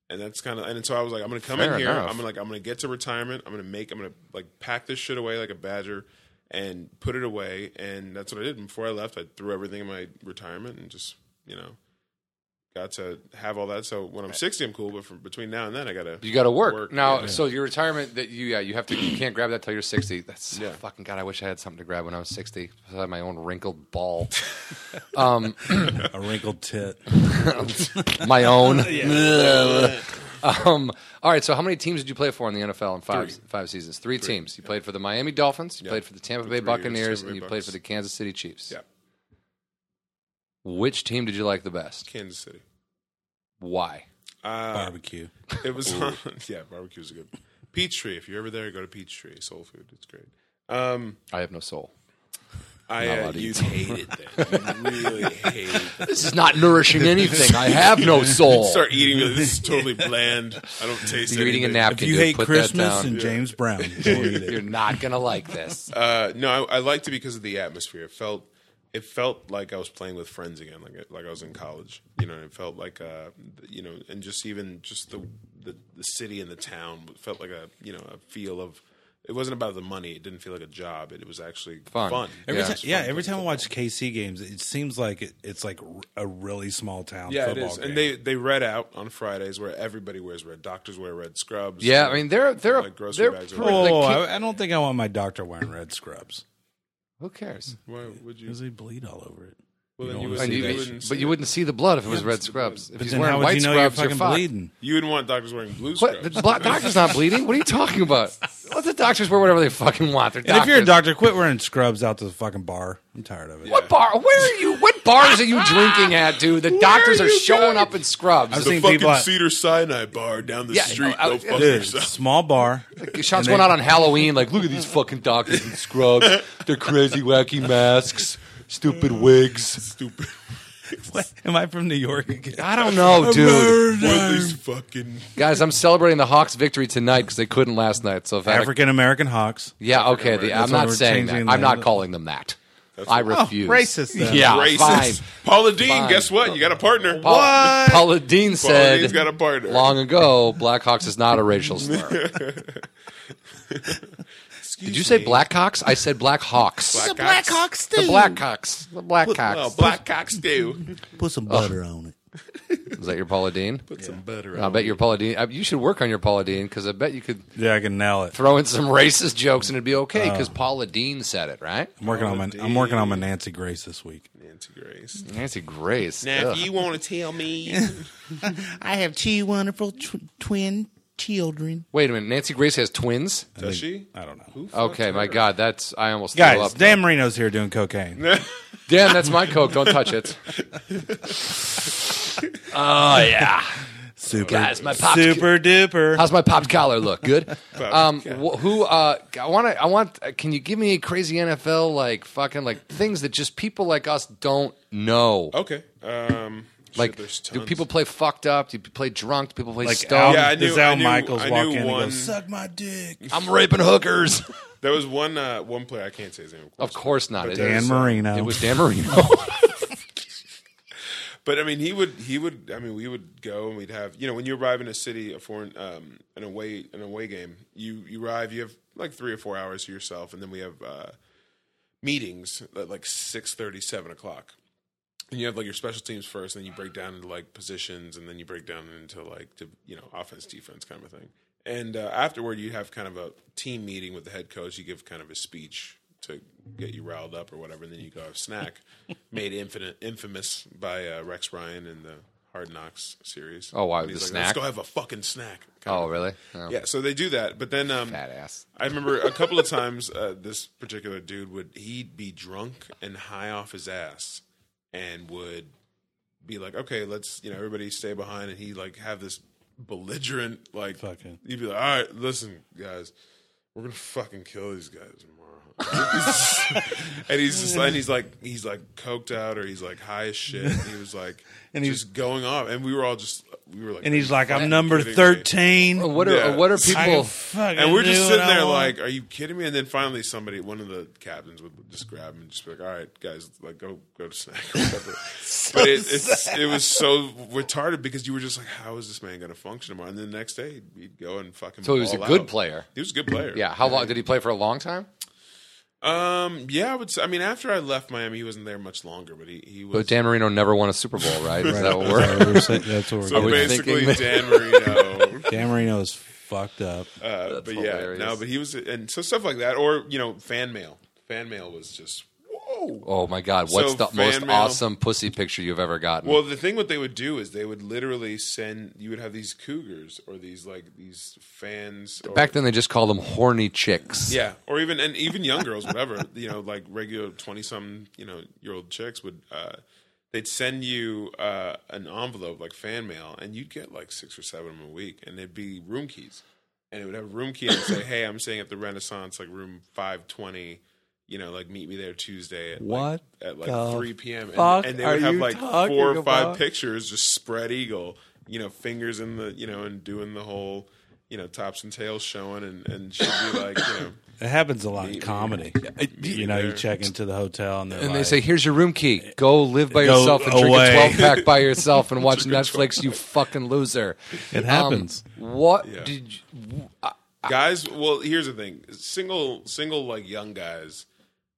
E: And that's kind of, and so I was like, I'm going to come
D: Fair
E: in here.
D: enough.
E: I'm like, I'm going to get to retirement. I'm going to make, I'm going to like pack this shit away like a badger and put it away. And that's what I did. And before I left, I threw everything in my retirement and just, you know, got to have all that. So when I'm 60, I'm cool. But from between now and then, I got to,
D: You got to work. now.
E: yeah.
D: So your retirement that you yeah you have to you can't grab that till you're sixty. That's
E: Yeah.
D: fucking god. I wish I had something to grab when I was sixty. I had my own wrinkled ball, um,
C: A wrinkled tit.
D: my own. um, all right. So how many teams did you play for in the NFL in five five seasons? Three, teams. You played for the Miami Dolphins. You played for the Tampa Bay
E: three years,
D: Buccaneers,
E: Tampa Bay
D: and you played
E: Bucks.
D: for the Kansas City Chiefs.
E: yeah,
D: Which team did you like the best?
E: Kansas City.
D: Why?
E: Uh,
C: Barbecue.
E: it was on, yeah, barbecue's a good. Peachtree, if you're ever there, go to Peachtree Soul Food. It's great. Um,
D: I have no soul.
E: I
D: Not
E: uh,
D: allowed to
E: you
D: eat.
E: hated that. You really hated that.
D: This is not nourishing anything. I have no soul.
E: Start eating. you're like, This is totally bland. I don't taste.
D: You're eating a
E: anything."
D: napkin.
C: If you
D: dude.
C: hate
D: Put that
C: Christmas
D: down.
C: and James Brown, don't eat it.
D: You're not gonna like this.
E: Uh, no, I, I liked it because of the atmosphere. It felt it felt like I was playing with friends again, like like I was in college. You know, and it felt like uh, you know, and just even just the the, the city and the town felt like a you know a feel of It wasn't about the money. It didn't feel like a job. It, it was actually
D: Fun.
E: fun.
C: Every
D: Yeah.
C: ti-
E: It's
C: yeah,
E: fun
C: every
E: playing
C: time I watch KC games, it seems like it, it's like r- a really small town
E: Yeah, it
C: football
E: is.
C: game.
E: And they they read out on Fridays where everybody wears red. Doctors wear red scrubs.
D: Yeah, I mean they're they're
E: Like grocery
D: they're
E: bags are
D: pretty-
C: Whoa,
D: like,
C: whoa,
D: ki-
C: whoa, Oh, I, I don't think I want my doctor wearing red scrubs
D: who cares?
E: Why would you?
C: because they bleed all over it.
E: Well, then
C: don't
E: you
C: wanna
E: would,
D: And
C: see
E: you
D: you-
C: that.
E: wouldn't.
D: but
E: see
D: you
E: it.
D: wouldn't see the blood if it was red scrubs. If
C: But
D: he's
C: then
D: wearing
C: how would
D: white
C: you know
D: scrubs,
C: you're fucking
D: fucked.
C: bleeding?
E: You wouldn't want doctors wearing blue
D: What?
E: scrubs.
D: The blo- doctor's not bleeding. What are you talking about? Let the doctors wear whatever they fucking want. They're
C: And if you're a
D: doctors.
C: doctor, quit wearing scrubs out to the fucking bar. I'm tired of it.
D: What bar? Where are you? What bars are you drinking at, dude? The doctors are showing up in scrubs.
C: I've
E: the
C: seen
E: fucking
C: people at-
E: Cedar Sinai bar down the
D: Yeah,
E: street.
D: I- I-
E: Go fuck
D: dude.
E: yourself.
C: Small bar. And
D: Shots went
C: they-
D: out on Halloween. Like, look at these fucking doctors in scrubs. They're crazy, wacky masks, stupid wigs.
E: Stupid.
C: What? Am I from New York again?
D: I don't know, dude.
E: What are these fucking?
D: Guys, I'm celebrating the Hawks' victory tonight because they couldn't last night. So if I had a-
C: African American Hawks.
D: yeah, okay. The, I'm
C: That's why
D: not
C: we're
D: saying that.
C: changing
D: I'm
C: the-
D: not calling them that. I refuse.
C: Oh, racist, then.
D: Yeah,
E: Racist.
D: fine.
E: Paula Dean,
D: Fine.
E: guess what? You got a partner.
D: Paul- Paula Dean
E: Paula
D: said
E: Dean's got a partner.
D: long ago, Blackhawks is not a racial slur. Did you say Blackhawks? I said Blackhawks.
B: The Blackhawks
D: the
B: stew.
D: Blackhawks. The Blackhawks.
E: Well, Oh, black cock stew.
A: Put some butter on it.
D: Is that your Paula Dean?
E: Put some butter
D: I
E: on.
D: bet your Paula Dean. I- You should work on your Paula Dean because I bet you could
C: Yeah, I can nail it.
D: throw in some racist jokes and it'd be okay because Paula Dean said it, right?
C: I'm working on my. I'm working on my Nancy Grace this week.
E: Nancy Grace.
D: Nancy Grace.
E: Now,
D: ugh.
E: if you want to tell me,
B: I have two wonderful tw- twin children.
D: Wait a minute. Nancy Grace has twins.
E: does she?
C: I don't know.
E: Who fucked
D: Okay, my
E: her?
D: God, that's I almost threw
C: Guys,
D: up.
C: Dan Marino's here doing cocaine.
D: Dan, that's my coke. Don't touch it. Oh yeah,
C: Super,
D: Guys, my pops-
C: super duper.
D: how's my popped collar look? Good. Um, wh- who? Uh, I want to. I want. uh, Can you give me a crazy NFL like fucking like things that just people like us don't know?
E: Okay. Um, shit,
D: Like,
E: Oh, there's
D: do
E: tons.
D: people play fucked up? Do people play drunk? Do people play
C: like Al,
D: stoned?
E: Yeah, I knew-
C: does Al
E: I knew-
C: Michaels
E: I
C: walk
E: knew
C: in and
E: one-
C: go, "Suck my dick."
D: I'm raping hookers.
E: There was one uh, one player I can't say his name.
D: Of course not. It
C: Dan
D: is-
C: Marino.
D: It was Dan Marino.
E: But I mean, he would he would. I mean, we would go and we'd have you know when you arrive in a city, a foreign um, an away an away game. You you arrive, you have like three or four hours to yourself, and then we have uh, meetings at like six thirty, seven o'clock. And you have like your special teams first, and then you break down into like positions, and then you break down into like to, you know offense, defense kind of a thing. And uh, afterward, you have kind of a team meeting with the head coach. You give kind of a speech to get you riled up or whatever, and then you go have snack, made infinite infamous by uh, Rex Ryan in the Hard Knocks series.
D: Oh, wow,
E: And he's
D: the
E: like,
D: snack?
E: Let's go have a fucking snack. kind
D: oh
E: of-
D: really? Oh,
E: Yeah, so they do that, but then um,
D: Fat ass.
E: I remember a couple of times uh, this particular dude would he'd be drunk and high off his ass and would be like, okay, let's you know everybody stay behind, and he like have this belligerent like
C: Fucking-
E: he'd be like, all right, listen guys, we're gonna fucking kill these guys tomorrow. and he's just and he's like he's like coked out or he's like high as shit. And he was like
C: And
E: and
C: he's-
E: he's going off, and we were all just we were like
C: And he's like, "I'm number
E: kidding me?"
C: thirteen.
D: What are
E: Yeah.
D: what are
C: I
D: people?
C: fucking
E: And we're
C: do
E: just
C: what
E: sitting
C: I
E: there
C: want.
E: like, are you kidding me? And then finally somebody, one of the captains would just grab him and just be like, all right, guys, like go go to snack or whatever. but it, it's, it was so retarded because you were just like, how is this man going to function tomorrow? And then the next day he'd, he'd go and fucking
D: So he was a
E: ball
D: good
E: out.
D: player.
E: He was a good player.
D: Yeah. How long did he play for? A long time.
E: Um, yeah, I would say, I mean, after I left Miami, he wasn't there much longer, but he, he was.
D: But Dan Marino never won a Super Bowl, right? Is that what we're?
C: That's what we're saying- that's what we're
E: so
D: was
C: doing.
E: basically
D: thinking that-
E: Dan Marino.
C: Dan Marino is fucked up.
E: Uh, but yeah,
D: hilarious.
E: no, but he was, and so stuff like that. Or, you know, fan mail. Fan mail was just, whoa.
D: Oh my God! What's
E: So
D: the most
E: fan mail-
D: awesome pussy picture you've ever gotten?
E: Well, the thing what they would do is they would literally send. You would have these cougars or these like these fans. Or,
D: Back then, they just called them horny chicks.
E: yeah, or even and even young girls, whatever you know, like regular twenty some you know year old chicks would. uh They'd send you uh, an envelope like fan mail, and you'd get like six or seven of them a week, and it'd be room keys, and it would have a room key and it'd say, "Hey, I'm staying at the Renaissance, like room five twenty. You know, like meet me there Tuesday at
C: What
E: like, at
C: the
E: like 3 p.m.
C: fuck
E: And, and they
C: are
E: would have
C: you
E: like
C: talking
E: four or
C: about?
E: five pictures, just spread eagle, you know, fingers in the, you know, and doing the whole, you know, tops and tails showing. And, and she'd be like, you know,
C: It happens a lot in comedy. You know, you
E: there.
C: check into the hotel and, they're
D: And they
C: like-
D: say, "Here's your room key. Go live by
C: Go
D: yourself and
C: away."
D: drink a 12 pack by yourself and watch Netflix. You fucking loser."
C: it happens.
D: Um, what
E: Yeah.
D: did? You, I,
E: guys, well, here's the thing: single, single, like young guys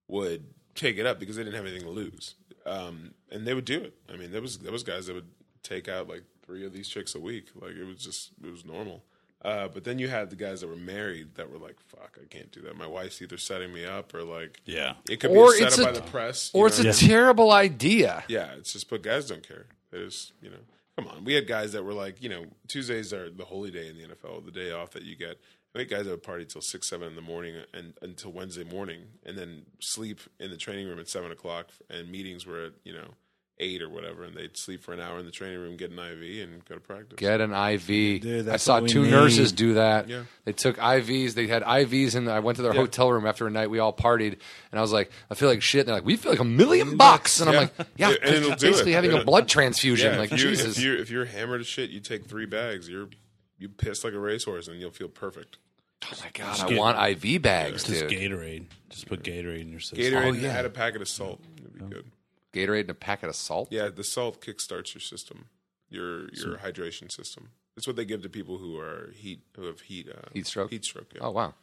E: would take it up because they didn't have anything to lose, um, and they would do it. I mean, there was there was guys that would take out like three of these chicks a week. Like it was just it was normal. Uh, but then you had the guys that were married that were like, "Fuck, I can't do that. My wife's either setting me up or like,
C: Yeah.
E: it could
D: Or
E: be set
D: it's
E: up by
D: a-
E: the press, you
D: Or it's
E: know?
D: a terrible idea.
E: Yeah, it's just but guys don't care. There's you know, come on. We had guys that were like, you know, Tuesdays are the holy day in the NFL, the day off that you get. We had guys that would party till six, seven in the morning and until Wednesday morning, and then sleep in the training room at seven o'clock. And meetings were at you know eight or whatever, and they'd sleep for an hour in the training room, get an IV, and go to practice.
D: Get an IV. I
C: that's
D: saw
C: what we
D: two
C: need.
D: nurses do that.
E: Yeah.
D: They took IVs. They had IVs, and I went to their hotel room after a night. We all partied, and I was like, I feel like shit. And they're like, we feel like a million bucks, and
E: Yeah.
D: I'm like, yeah,
E: Yeah, and it'll do
D: basically
E: it.
D: having a
E: It'll-
D: blood transfusion. like
E: if you,
D: Jesus,
E: If you're, if you're hammered as shit, you take three bags. You're you piss like a racehorse, and you'll feel perfect.
D: oh my god, I want IV bags,
C: Just
D: dude.
C: Gatorade. Just put Gatorade in your system.
E: Gatorade
D: Oh,
E: and
D: yeah. Oh.
E: add a packet of salt. It'd be good.
D: Gatorade and a packet of salt.
E: Yeah, the salt kickstarts your system, your your hydration system. That's what they give to people who are heat who have heat uh,
D: Heat stroke?
E: Heat stroke. Yeah.
D: Oh wow,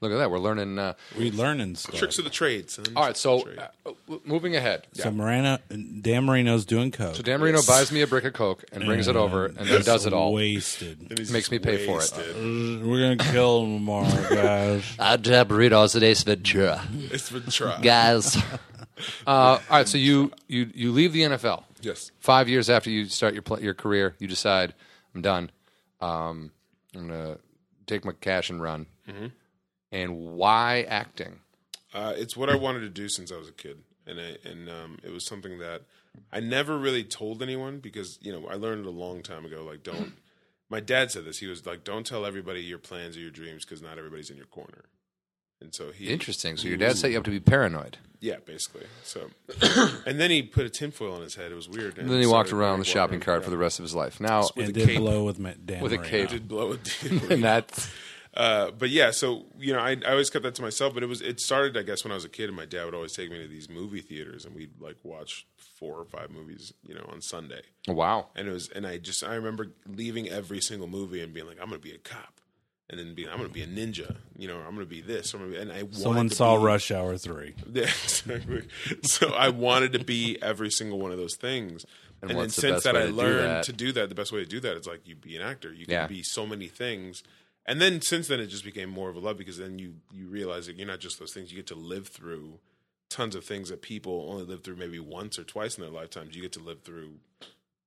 D: look at that. We're learning. Uh,
C: We learning stuff.
E: Tricks of the trade. Son.
D: all right, so
E: Trade.
D: uh, w- moving ahead.
C: So Morano, Dan Marino's doing coke.
D: So Dan Marino buys me a brick of Coke and brings it over and then
C: Just
D: does it all.
C: Wasted.
E: And he's
D: makes
E: just
D: me pay for it.
E: wasted.
C: We're gonna kill him tomorrow, guys.
F: I'd have burritos at Ace Ventura.
E: It's been tried.
F: Guys,
D: Uh, all right, so you, you you leave the NFL.
E: Yes.
D: Five years after you start your pl- your career, you decide I'm done. Um, I'm gonna take my cash and run.
E: Mm-hmm.
D: And why acting?
E: Uh, it's what I wanted to do since I was a kid, and I, and um, it was something that I never really told anyone because you know I learned it a long time ago. Like, don't. My dad said this. He was like, "Don't tell everybody your plans or your dreams because not everybody's in your corner." And so he
D: Interesting. So your dad set you up to be paranoid.
E: Yeah, basically. So, and then he put a tinfoil on his head. It was weird.
D: And then he walked around with a
E: the
D: shopping cart for the rest of his life. Now,
E: With
C: and
E: a
C: did
E: cape.
C: blow with my, Dan
D: With a
C: Marino.
D: cape.
E: Did blow
D: and
E: a
D: that's
E: uh, But yeah, so you know, I, I always kept that to myself. But it was it started, I guess, when I was a kid, and my dad would always take me to these movie theaters, and we'd like watch four or five movies, you know, on Sunday.
D: wow.
E: And it was, and I just I remember leaving every single movie and being like, I'm gonna be a cop, and then being I'm gonna be a ninja, you know, or I'm gonna be this, or I'm gonna be, and I wanted
C: Someone
E: to
C: saw
E: be-
C: Rush Hour three.
E: Yeah, exactly. so I wanted to be every single one of those things. And, then
D: what's the
E: since
D: best
E: that
D: way
E: I
D: to do
E: learned
D: that?
E: to do that, the best way to do that is like you be an actor. You can
D: Yeah.
E: be so many things. And then since then it just became more of a love because then you you realize that you're not just those things. You get to live through tons of things that people only live through maybe once or twice in their lifetimes. You get to live through,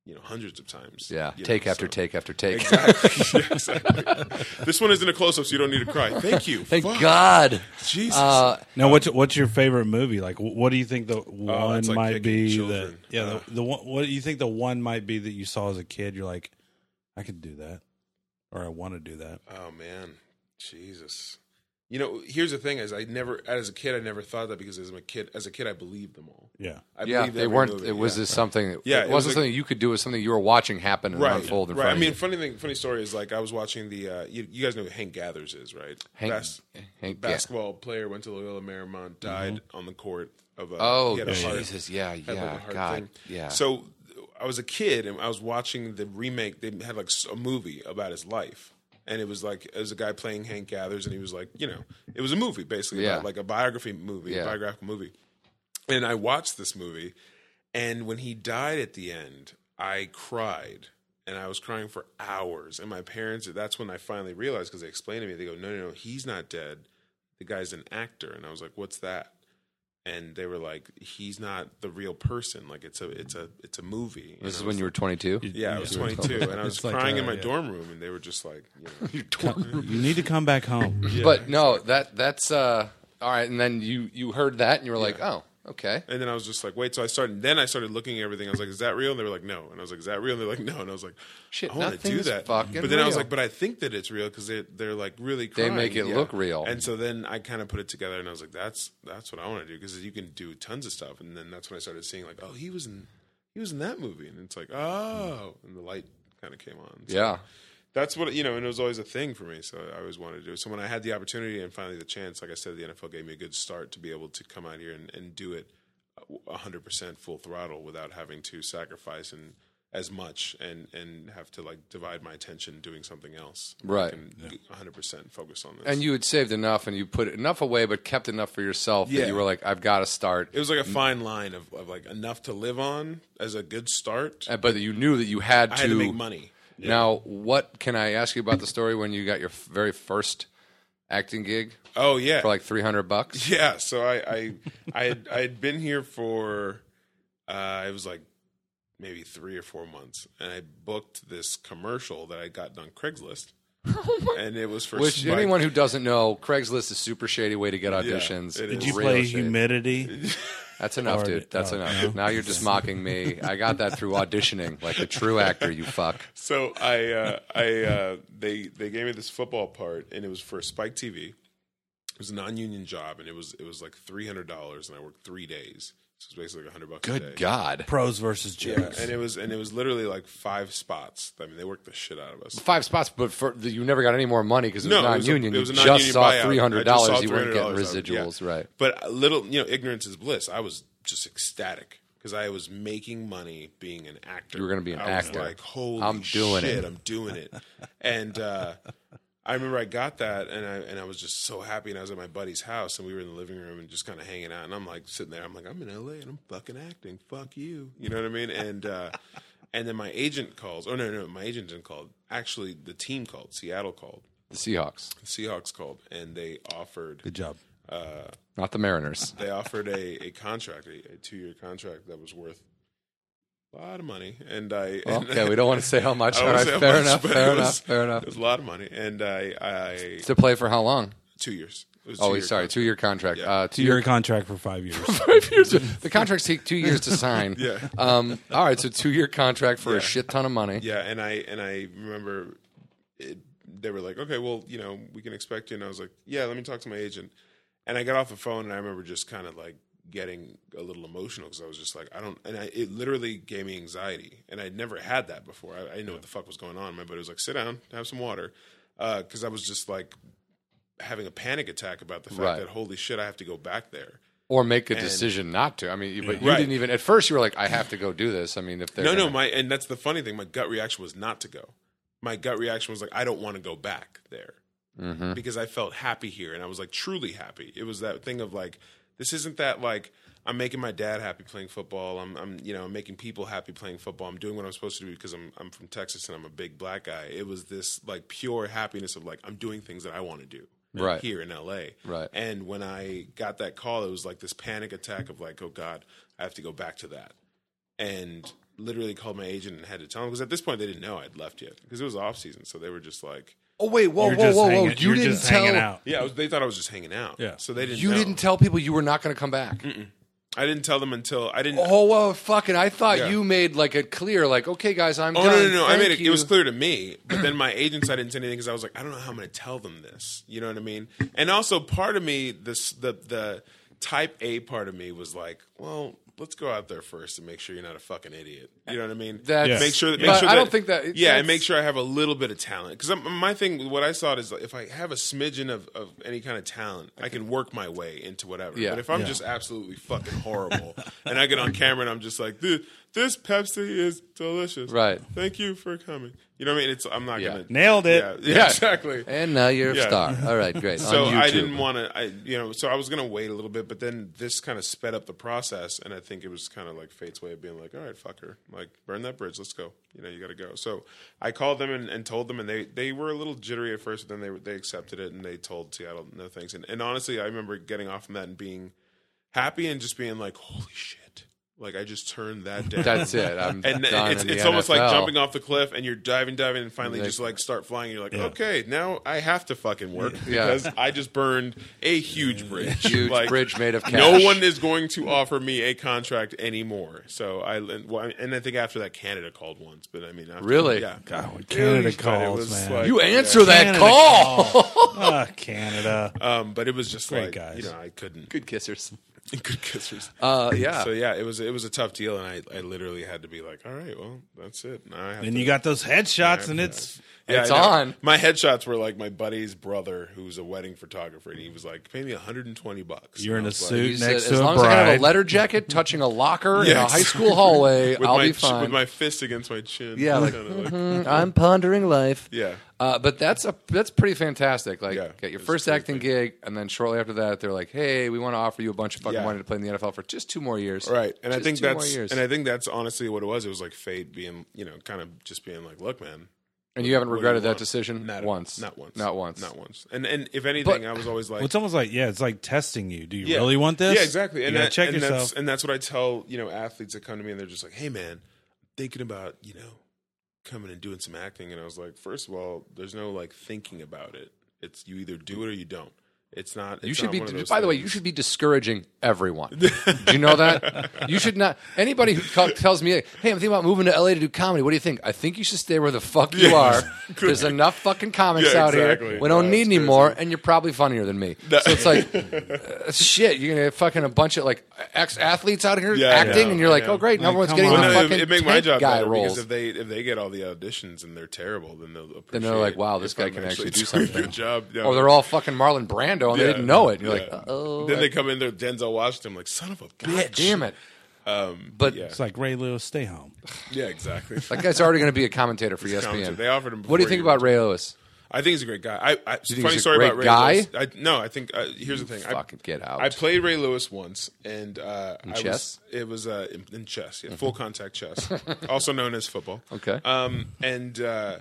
E: you know, hundreds of times.
D: Yeah.
E: you know,
D: Take after
E: so-
D: take after take.
E: Exactly. Yeah, exactly. This one isn't a close up, so you don't need to cry. Thank you.
D: Thank
E: Fuck.
D: God.
E: Jesus.
D: Uh,
C: Now, what's what's your favorite movie? Like, wh- what do you think the one
E: Uh, it's like
C: might
E: picking
C: be? That,
E: children.
C: yeah,
E: Uh.
C: the, the one. What do you think the one might be that you saw as a kid? You're like, I could do that, or I want to do that.
E: Oh man, Jesus! You know, here's the thing: is I never, as a kid, I never thought that because as a kid, as a kid, I believed them all.
C: Yeah,
E: I
D: yeah,
E: believed
D: they
E: every
D: weren't.
E: movie,
D: It was
E: yeah.
D: just something.
E: Yeah,
D: it
E: it
D: wasn't
E: was like-
D: something you could do. It was something you were watching happen and
E: right,
D: unfold in
E: right.
D: front
E: I mean,
D: of you.
E: funny thing, funny story is like I was watching the. Uh, you, you guys know who Hank Gathers is, right?
D: Hank-
E: Bas-
D: Hank- yeah. Mm-hmm.
E: basketball player went to Loyola Marymount, died on the court of. A,
D: Oh
E: he had a heart-
D: Jesus! Yeah,
E: had, like, a
D: yeah,
E: heart
D: God,
E: thing.
D: yeah.
E: So I was a kid and I was watching the remake. They had like a movie about his life, and it was like it was a guy playing Hank Gathers, and he was like, you know, it was a movie basically,
D: Yeah.
E: about, like a biography movie,
D: Yeah.
E: a biographical movie. And I watched this movie, and when he died at the end, I cried. And I was crying for hours. And my parents, that's when I finally realized because they explained to me, they go, no, no, no, he's not dead. The guy's an actor. And I was like, what's that? and they were like, "He's not the real person. Like it's a it's a it's a movie." And
D: this is
E: I
D: when
E: was-
D: you were 22.
E: yeah, I was 22, and I was
C: It's like,
E: crying in
C: uh,
E: my
C: yeah.
E: dorm room, and they were just like, you know,
C: you need to come back home.
D: but no, that that's uh, all right. And then you you heard that and you were like, oh, okay.
E: and then I was just like, "Wait!" So I started. Then I started looking at everything. I was like, "Is that real?" And they were like, "No." And I was like, "Is that real?" And they're like, "No." And I was like,
D: Shit,
E: I want to do
D: nothing's
E: that."
D: fucking
E: But then I was
D: real.
E: like, "But I think that it's real because they're they're like really crying.
D: make it look real.
E: And so then I kind of put it together, and I was like, "That's that's what I want to do because you can do tons of stuff." And then that's when I started seeing like, "Oh, he was in he was in that movie," and it's like, "Oh," and the light kind of came on. So
D: Yeah,
E: that's what you know, and it was always a thing for me. So I always wanted to do it. So when I had the opportunity and finally the chance, like I said, the NFL gave me a good start to be able to come out here and, and do it hundred percent full throttle without having to sacrifice and as much and and have to like divide my attention doing something else.
D: Right.
E: And 100% focus on this.
D: And you had saved enough, and you put enough away, but kept enough for yourself
E: Yeah.
D: that you were like, "I've got to start."
E: it was like a fine line of, of like enough to live on as a good start.
D: Uh, But you knew that you had to,
E: I had to make money.
D: Now, what can I ask you about the story when you got your f- very first acting gig
E: Oh yeah.
D: for like three hundred bucks?
E: yeah, so I I I had, I had been here for uh it was like maybe 3 or 4 months and I booked this commercial that I got on Craigslist. and it was for
D: Which
E: Spike.
D: anyone who doesn't know, Craigslist is a super shady way to get auditions.
E: it
C: Did
E: is.
C: you
D: Real
C: play
D: shady.
C: humidity?
D: That's enough,
C: Or-
D: dude. That's
C: oh,
D: enough. Now you're just mocking me. I got that through auditioning, like a true actor. You fuck.
E: So I uh, I uh, they they gave me this football part, and it was for Spike TV. It was a non-union job, and it was it was like three hundred dollars, and I worked three days. So it's basically like hundred bucks. a day.
D: Good God.
C: Pros versus
E: Yeah,
C: jokes.
E: and it was and it was literally like five spots. I mean, they worked the shit out of us.
D: Five spots, but for, you never got any more money because it was
E: No, it was a-
D: non-union.
E: it was a
D: you just
E: non-union
D: saw
E: buyout. I just
D: three hundred
E: saw
D: dollars. You weren't getting
E: $300 of it, yeah.
D: residuals, right?
E: But a little, you know, ignorance is bliss. I was just ecstatic because I was making money being an actor.
D: You were gonna be an
E: I was
D: actor.
E: Like, holy
D: I'm doing
E: shit,
D: it.
E: I'm doing it. and uh, I remember I got that, and I and I was just so happy. And I was at my buddy's house, and we were in the living room and just kind of hanging out. And I'm like sitting there, I'm like, I'm in LA, and I'm fucking acting. Fuck you, you know what I mean? And uh, and then my agent calls. Oh no, no, my agent didn't call. Actually, the team called. Seattle called.
D: The Seahawks,
E: The Seahawks called, and they offered
C: Good job.
D: not the Mariners.
E: they offered a, a contract, a, a two year contract that was worth a lot of money. And I and
D: Okay, we don't want to say how much.
E: I
D: All
E: won't
D: right,
E: say how
D: fair
E: much,
D: enough,
E: but it
D: fair
E: was-
D: enough, fair enough.
E: It was a lot of money, and I, I
D: To play for how long?
E: two years. It was a
D: Oh,
E: two-year
D: wait, sorry,
E: contract.
D: two year contract.
E: Yeah.
D: Uh, two
C: You're
D: year
C: in contract for five years.
D: the contracts take two years to sign.
E: Yeah.
D: Um, all right, so two year contract for
E: Yeah.
D: a shit ton of money.
E: Yeah, and I and I remember it, they were like, okay, well, you know, we can expect you. And I was like, yeah, let me talk to my agent. And I got off the phone, and I remember just kind of like getting a little emotional because I was just like, I don't. And I, it literally gave me anxiety, and I'd never had that before. I, I didn't know what the fuck was going on. My buddy was like, sit down, have some water, because I was just like having a panic attack about the fact
D: Right.
E: that holy shit, I have to go back there.
D: Or make a decision not to. I mean, you- but you
E: Right.
D: didn't even. At first, you were like, I have to go do this. I mean, if they're.
E: No, no,
D: gonna-
E: my and that's the funny thing. My gut reaction was not to go. My gut reaction was like, I don't want to go back there
D: Mm-hmm.
E: because I felt happy here, and I was like truly happy. It was that thing of like, this isn't that like I'm making my dad happy playing football. I'm, I'm you know, making people happy playing football. I'm doing what I'm supposed to do because I'm, I'm from Texas and I'm a big black guy. It was this like pure happiness of like I'm doing things that I want to do
D: Right.
E: here in LA.
D: Right.
E: And when I got that call, it was like this panic attack of like, oh God, I have to go back to that and literally called my agent and had to tell him because at this point they didn't know I'd left yet because it was off season, so they were just like,
D: Oh wait, whoa,
C: You're
D: whoa,
C: just
D: whoa, whoa!
C: hanging-
D: You
C: you're
D: didn't
C: just
D: tell.
C: hanging out.
E: yeah, I was, they thought I was just hanging out.
C: Yeah.
E: so they didn't.
D: You
E: know.
D: didn't tell people you were not going to come back.
E: I didn't tell them until I didn't.
D: Oh, whoa, fucking! I thought
E: Yeah.
D: you made like a clear, like, okay, guys, I'm.
E: Oh
D: done.
E: no, no, no! I
D: Thank
E: made it. It
D: you.
E: was clear to me, but then my agents, I didn't say anything because I was like, I don't know how I'm going to tell them this. You know what I mean? And also, part of me, this the the type A part of me was like, well, let's go out there first and make sure you're not a fucking idiot. You know what I mean?
D: That's-
C: Yes.
E: make sure. Make
D: But
E: sure
D: I
E: that-
D: don't think that-
E: Yeah, and
D: that's-
E: make sure I have a little bit of talent because my thing, what I saw it is like, if I have a smidgen of, of any kind of talent, I can work my way into whatever.
D: Yeah.
E: But if I'm just absolutely fucking horrible, and I get on camera and I'm just like, this, this Pepsi is delicious,
D: Right.
E: Thank you for coming. You know what I mean? It's I'm not
D: Yeah.
E: gonna
C: Nailed it.
E: Yeah, yeah,
D: Yeah.
E: exactly.
D: And now you're a
E: Yeah.
D: star. All right, great.
E: So
D: On
E: I
D: YouTube.
E: didn't want to, I you know, so I was gonna wait a little bit, but then this kind of sped up the process, and I think it was kind of like fate's way of being like, all right, fuck her, like burn that bridge, let's go. You know, you gotta go. So I called them and, and told them, and they they were a little jittery at first, but then they they accepted it and they told Seattle no thanks. And and honestly, I remember getting off from that and being happy and just being like, holy shit, like I just turned that down.
D: That's it. I'm
E: and
D: done
E: it's,
D: in the
E: it's almost like
D: NFL.
E: jumping off the cliff and you're diving diving and finally
D: Like-
E: just like start flying and you're like okay now i have to fucking work
D: Yeah.
E: because i just burned a huge bridge
D: Huge
E: Like,
D: bridge made of cash.
E: no one is going to offer me a contract anymore so i and well, and i think after that canada called once but i mean after,
D: Really?
E: yeah
C: God, Canada
E: But it
C: calls,
E: was
C: man.
E: like-
D: You
E: yeah.
D: answer that
C: Canada
D: call.
C: call. Ah, Canada.
E: um but it was just
C: Great
E: like
C: guys.
E: you know i couldn't
D: Good kissers.
E: good kissers
D: Uh, yeah.
E: so yeah it was it it was a tough deal, and I, I literally had to be like, all right, well, that's it. Now I have
C: And
E: to-
C: you got those headshots, and
E: Yeah.
C: it's
E: Yeah,
D: It's
E: I know.
D: on.
E: My headshots were like my buddy's brother, who's a wedding photographer, and he was like, "Pay me 120 bucks."
C: you're in
E: And I
C: a
E: was like-
C: suit
D: You said,
C: next
D: as
C: to a
D: long as I can have
C: bride.
D: a leather jacket touching a locker in a
E: Yes.
D: high school hallway,
E: with
D: I'll
E: my
D: be
E: ch-
D: fine. Mm,
E: with my fist against my chin.
D: Yeah, like- mm-hmm.
E: Kinda like-
F: I'm pondering life.
E: yeah.
D: Uh, but that's a that's pretty fantastic. Like,
E: Yeah,
D: get your
E: it's
D: first
E: pretty
D: acting gig, and then shortly after that, they're like, "Hey, we want to offer you a bunch of fucking
E: Yeah.
D: money to play in the NFL for just two more years."
E: Right, and I
D: Just
E: think
D: two more
E: that's
D: years.
E: and I think that's honestly what it was. It was like fate being, you know, kind of just being like, "Look, man."
D: And you haven't
E: what do
D: regretted that
E: you want?
D: decision
E: Not-
D: once,
E: Not once.
D: not once.
E: Not once. And and if anything,
D: But-
E: I was always like,
C: Well, it's almost like yeah, it's like testing you. Do you
E: Yeah.
C: really want this?
E: Yeah, exactly. And
C: you gotta
E: that-
C: check
E: and
C: yourself.
E: That's, and that's what I tell you know athletes that come to me and they're just like, "Hey, man, I'm thinking about you know coming and doing some acting." And I was like, first of all, there's no like thinking about it. It's you either do it or you don't. It's not.
D: You
E: it's
D: should
E: not
D: be.
E: one
D: By
E: of those
D: the way,
E: things.
D: you should be discouraging everyone. do you know that? You should not. Anybody who co- tells me, like, "Hey, I'm thinking about moving to LA to do comedy," what do you think? I think you should stay where the fuck you are. There's enough fucking comics
E: Yeah,
D: out
E: exactly.
D: here. We don't
E: No,
D: need
E: it's
D: any more,
E: crazy.
D: and you're probably funnier than me. So it's like, uh, shit. You're gonna have fucking a bunch of like ex athletes out here
E: Yeah, I
D: acting,
E: know,
D: and you're like,
E: I know.
D: "Oh, great,
C: Like,
D: everyone's
C: come
D: getting
C: on.
D: the
C: Well,
E: no,
D: fucking
E: it, it make my
D: tank
E: job
D: guy
E: better
D: roles."
E: because if they if they get all the auditions and they're terrible, then they'll appreciate.
D: Then they're like, wow, this
E: if
D: guy
E: I'm
D: can actually do
E: doing a
D: something.
E: Good job. Yeah.
D: or they're all fucking Marlon Brando, and they
E: Yeah.
D: didn't know it. And you're
E: Yeah.
D: like, "Oh,
E: Then they come in, they're Denzel Washington, I'm like son of a bitch. Um,
D: damn it." but
E: yeah.
C: it's like Ray Lewis, stay home.
E: Yeah, exactly.
D: That guy's already going to be a commentator for E
E: commentator.
D: ESPN.
E: They offered him
D: What do you
E: before
D: think
E: he
D: about Ray
E: retired.
D: Lewis?
E: I think he's a great guy. I, I
D: think
E: funny
D: he's a
E: story about
D: great
E: Ray
D: guy?
E: Lewis. I, no, I think uh, here's the thing. I,
D: Fucking get out.
E: I played Ray Lewis once, and uh, I was-
D: chess? Mm-hmm.
E: it was uh, in, in chess, yeah, full contact chess, also known as football.
D: Okay.
E: Um, and uh,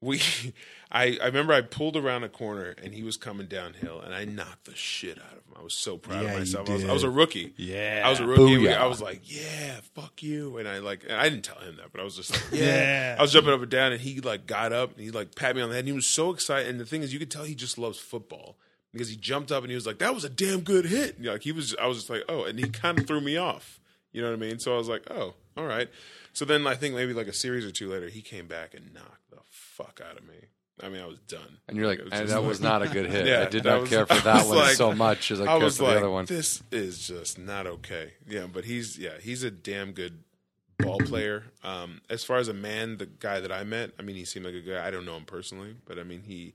E: we, I, I remember I pulled around a corner, and he was coming downhill, and I knocked the shit out of him. I was so proud
C: Yeah,
E: of
C: you
E: myself. I was, I
C: did.
E: was a rookie.
C: Yeah.
E: I was a rookie. and we-
D: Booyah.
E: I was like, yeah, fuck you, and I like, and I didn't tell him that, but I was just like,
C: Yeah.
E: yeah. I was jumping up and down, and he like got up and he like pat me on the head. And he was so excited, and the thing is, you could tell he just loves football because he jumped up and he was like, "That was a damn good hit." And, like he was, I was just like, "Oh," and he kind of threw me off. You know what I mean? So I was like, "Oh, all right." So then I think maybe like a series or two later, he came back and knocked the fuck out of me. I mean, I was done.
D: and you're like,
E: It was
D: "Eh,
E: just
D: that was not a good hit.
E: Yeah,
D: I did
E: that
D: not
E: was-
D: care for
E: I
D: that
E: was
D: one
E: like-
D: so much as I, cared
E: was
D: for the other one.
E: This is just not okay. Yeah, but he's yeah, he's a damn good ball player. Um, as far as a man, the guy that I met, I mean, he seemed like a good guy. I don't know him personally, but I mean, he.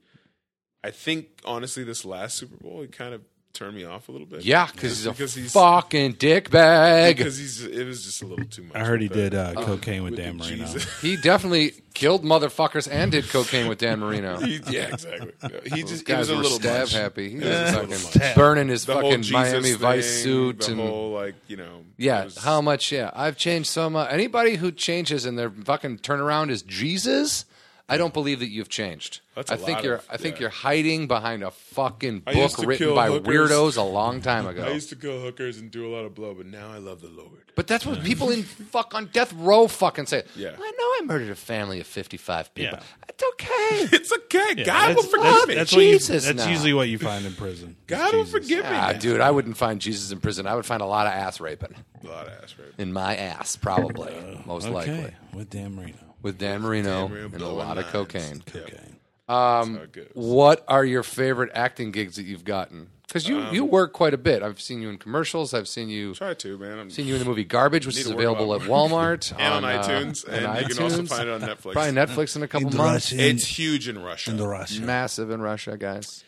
E: I think honestly, this last Super Bowl, he kind of turned me off a little bit.
D: Yeah, cause
E: Just
D: he's a
E: because he's
D: fucking dickbag.
E: because he's it was just a little too much.
C: I heard he
E: with the-
C: did uh, cocaine with
E: um, with
C: Dan
E: the
C: Marino.
E: Jesus.
D: He definitely killed motherfuckers and did cocaine with Dan Marino.
E: He- yeah, exactly. Yeah, He
D: These
E: just he
D: guys
E: was a
D: were
E: little
D: stab
E: much.
D: happy. He
E: It was
D: was
E: a little
D: fucking
E: much.
D: burning his
E: The whole
D: fucking
E: Jesus
D: Miami Vice
E: thing,
D: suit
E: the
D: and
E: whole like you know
D: yeah,
E: it was-
D: how much? Yeah, I've changed so much. Anybody who changes and their fucking turnaround is Jesus, I don't believe that you've changed.
E: That's
D: I
E: a
D: think
E: lot
D: you're.
E: of-
D: I think
E: yeah.
D: you're hiding behind a fucking
E: I
D: book
E: used to
D: written
E: kill
D: by
E: hookers.
D: weirdos a long time
E: I
D: ago.
E: used to kill hookers and do a lot of blow, but now I love the Lord.
D: But that's what people in fuck on death row fucking say.
E: Yeah.
D: I know I murdered a family of fifty five people.
C: Yeah.
D: It's okay.
E: It's okay.
C: Yeah,
E: God will
C: that's-
E: forgive
C: that's-
E: me.
C: That's, what you-
D: Jesus,
C: that's
D: nah.
C: usually what you find in prison.
E: God will forgive me.
D: ah, dude, I wouldn't find Jesus in prison. I would find a lot of ass raping
E: A lot of ass rape.
D: in my ass, probably, most
C: Okay,
D: likely,
C: with Dan Marino.
D: with Dan Marino,
E: Uh, Dan Marino
D: and a
E: blowing
D: lot of cocaine.
E: minds.
C: Okay.
E: Um,
D: What are your favorite acting gigs that you've gotten? Because you,
E: Um,
D: you work quite a bit. I've seen you in commercials. I've seen you
E: Try to, man. I'm,
D: seen you in the movie Garbage, which
E: Need
D: is
E: to work
D: available
E: a
D: at
E: lot
D: Walmart
E: And on iTunes,
D: uh, and
E: and you can also
D: iTunes.
E: find it on Netflix.
D: Probably Netflix in a couple
C: In the
D: months.
C: Russian,
E: it's huge in Russia.
C: in the Russian.
D: Massive in Russia, guys.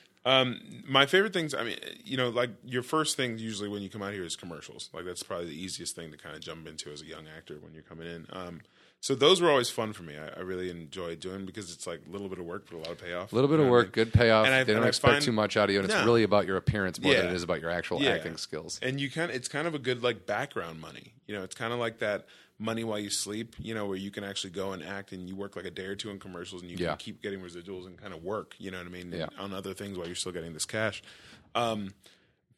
E: My favorite things, I mean, you know, like your first thing usually when you come out here is commercials. Like that's probably the easiest thing to kind of jump into as a young actor when you're coming in. Um, so those were always fun for me. I, I really enjoy doing because it's like a little bit of work, but a lot of payoff.
D: A little bit
E: You
D: of
E: know what I
D: work,
E: mean?
D: good payoff.
E: And I-
D: they don't
E: and I
D: expect
E: find-
D: too much out of you, and it's
E: No.
D: really about your appearance more than
E: Yeah.
D: it is about your actual
E: Yeah.
D: acting skills.
E: And you can it's kind of a good like background money. You know, it's kind of like that money while you sleep, you know, where you can actually go and act and you work like a day or two in commercials and you
D: Yeah.
E: can keep getting residuals and kind of work, you know what I mean,
D: Yeah.
E: on other things while you're still getting this cash. Um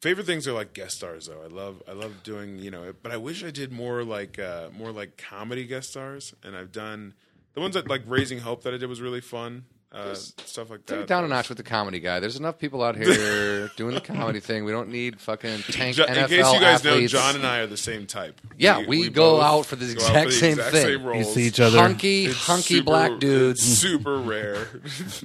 E: favorite things are like guest stars though. I love I love doing, you know, but I wish I did more like uh more like comedy guest stars and I've done the ones that like Raising Hope that I did was really fun. Uh, stuff like that.
D: Take it down a
E: That
D: notch with the comedy guy. There's enough people out here doing the comedy thing. We don't need fucking tank
E: Jo-
D: NFL
E: in case you guys
D: athletes.
E: know, John and I are the same type.
D: Yeah, we go
E: both
D: out for the
E: go out
D: exact same thing. You
E: roles.
C: You see each other.
D: hunky,
E: It's
D: hunky
E: super-
D: black dudes.
E: it's super rare.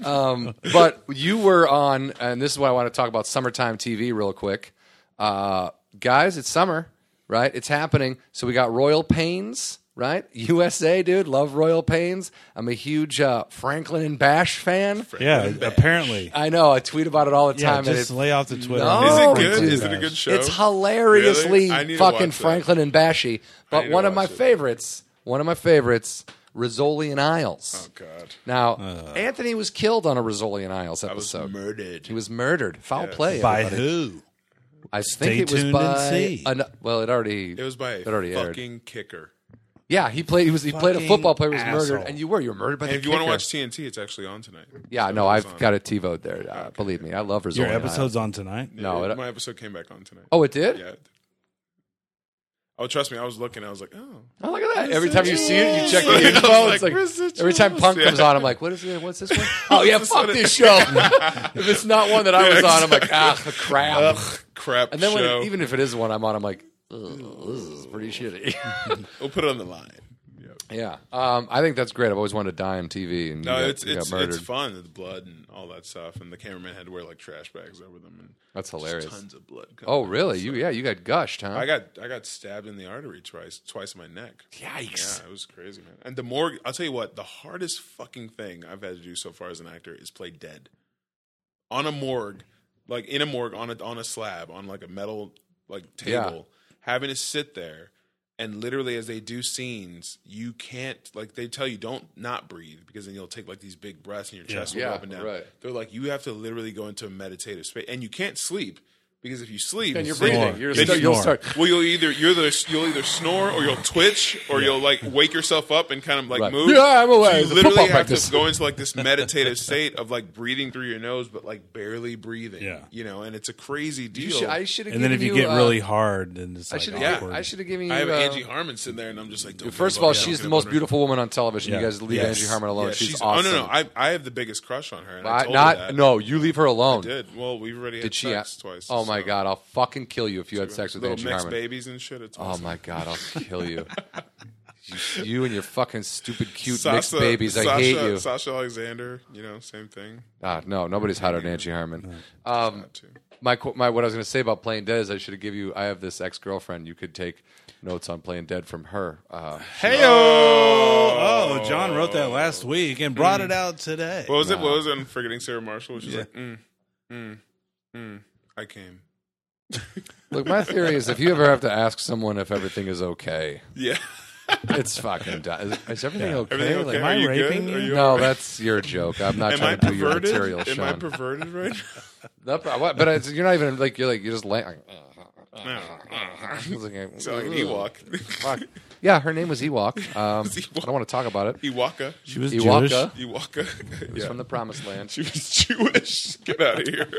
D: Um, but you were on, and this is what I want to talk about summertime TV real quick. Uh, guys, it's summer. right? It's happening. So we got Royal Pains, right? USA, dude, love Royal Pains. I'm a huge uh, Franklin and Bash fan.
C: Yeah, apparently.
D: I know. I tweet about it all the
C: Yeah,
D: time. and
C: just
D: it-
C: lay off the Twitter.
D: No.
E: Is
D: Oh,
E: it good?
D: dude.
E: Is it a good show?
D: It's hilariously
E: Really? I need to
D: fucking
E: watch that.
D: Franklin and Bashy.
E: need
D: But
E: to
D: one of my
E: watch it.
D: favorites, one of my favorites, Rizzoli and Isles.
E: Oh God,
D: Now, Anthony was killed on a Rizzoli and Isles
E: I was
D: episode.
E: murdered.
D: he was murdered. Foul play.
C: By
D: everybody.
C: who?
D: I think it was
C: tuned and
D: by.
C: see.
D: an- well, it already.
E: It was by a
D: It already aired.
E: fucking kicker.
D: yeah, he played. He was. He played a
C: Fucking
D: football player. Was
C: asshole.
D: murdered, and you were. You were murdered by
E: And
D: the
E: if you want to
D: kicker.
E: watch TNT, it's actually on tonight.
D: yeah,
E: So
D: no,
E: it was
D: I've
E: on.
D: got a TiVo there. Uh, Believe me, I love Rizzoli.
C: Your
D: and Isles.
C: episode's on tonight.
D: No,
E: Yeah,
D: it-
E: my episode came back on tonight.
D: Oh, it did.
E: yeah. it did. Oh, trust me, I was looking. I was like, oh,
D: Oh, look at that. Every time you see it, you check
E: I was
D: the info.
E: like,
D: it's like,
E: "Where's the
D: every time
E: Jules?"
D: Punk comes
E: Yeah.
D: on, I'm like, what is it? What's this one? Oh, yeah,
E: this
D: fuck
E: one?
D: this show. if it's not one that I was on, I'm like, ah, crap.
E: ugh, crap
D: and then when
E: show.
D: it, even if it is one I'm on, I'm like, ugh, this is pretty shitty.
E: we'll put it on the line.
D: yeah. Um, I think that's great. I've always wanted to die on TV. And
E: No,
D: you got,
E: it's
D: you got
E: it's
D: murdered.
E: it's fun. The blood and all that stuff, and the cameraman had to wear like trash bags over them. And
D: That's
E: just
D: hilarious.
E: Tons of blood. coming
D: Oh,
E: out.
D: really?
E: It's
D: You
E: like-
D: Yeah, you got gushed, huh?
E: I got I got stabbed in the artery twice twice in my neck.
D: Yikes.
E: Yeah, it was crazy, man. And the more I'll tell you what, the hardest fucking thing I've had to do so far as an actor is play dead on a morgue, like in a morgue on a on a slab on like a metal like
D: Yeah.
E: table, having to sit there. And literally, as they do scenes, you can't like they tell you don't not breathe because then you'll take like these big breaths and your chest will go
D: Yeah,
E: up and down.
D: right.
E: They're like you have to literally go into a meditative space, and you can't sleep because if you sleep,
D: And you're
E: then-
D: breathing. You're
E: then
D: still,
E: you-
D: you'll
C: snore.
D: start.
E: well, you'll either you're the you'll either snore or you'll twitch or you'll like wake yourself up and kind of like
D: Right.
E: move.
D: Yeah, I'm away.
E: So you
D: It's a
E: literally
D: football
E: have
D: practice.
E: to go into like this meditative state of like breathing through your nose, but like barely breathing.
C: Yeah.
E: you know, and it's a crazy deal.
D: You should, I should have
C: And then if
D: given
C: you get
D: uh,
C: really hard, then it's
D: I
C: like
D: should
C: awkward.
E: yeah,
D: have I should have given you.
E: I have
D: uh,
E: Angie Harmon sitting there, and I'm just like, don't
D: First
E: get
D: of all,
E: above her,
D: she's the
E: don't get
D: most
E: above her.
D: beautiful woman on television.
C: Yeah.
D: You guys leave Angie Harmon alone.
E: Yeah,
D: she's, awesome.
E: Oh no, no, I I have the biggest crush on her. And I
D: I,
E: told
D: not
E: her that.
D: no. You leave her alone.
E: did well. We've already had
D: Did she?
E: sex twice.
D: oh my
E: so-
D: god, I'll fucking kill you if you had sex with
E: little
D: Angie
E: mixed
D: Harmon.
E: babies and shit. It's
D: Oh
E: awesome.
D: my god, I'll kill you. you. You and your fucking stupid cute mixed
E: Sasha-
D: babies. I hate
E: Sasha-
D: you.
E: Sasha Alexander, you know, same thing.
D: Ah, no, nobody's hotter than Angie Harmon. Um,
E: Not too.
D: my, qu- my what I was going to say about playing dead is I should have give you. I have this ex girlfriend. You could take notes on playing dead from her. Uh,
C: Hey, oh, John wrote that last week and
E: Mm.
C: brought it out today.
E: What was it? What was it? I'm forgetting Sarah Marshall. She's like, mm, mm, mm, I came.
D: look, my theory is if you ever have to ask someone if everything is okay,
E: Yeah.
D: it's fucking. Di- is, is everything okay?
E: Everything
D: Like,
E: okay?
D: am
E: Are
D: I
E: you
C: raping
E: good? Are
C: you?
E: you
D: No,
E: alright?
D: that's your joke. I'm not
E: Am I
D: trying to do your
E: perverted?
D: material,
E: Am I
D: Sean.
E: perverted right
D: No, but what- but it's, you're not even like you're like you're just laying. Like,
E: now?
D: it's like,
E: Sound like an
D: ugh,
E: Ewok.
D: fuck. Yeah, her name was Ewok. Um,
E: Ewok.
D: I don't want to talk about it.
E: Ewaka.
C: She was
D: Ewaka.
C: Jewish.
E: Ewaka.
D: She's
E: yeah.
D: from the Promised Land.
E: She was Jewish. Get out of here.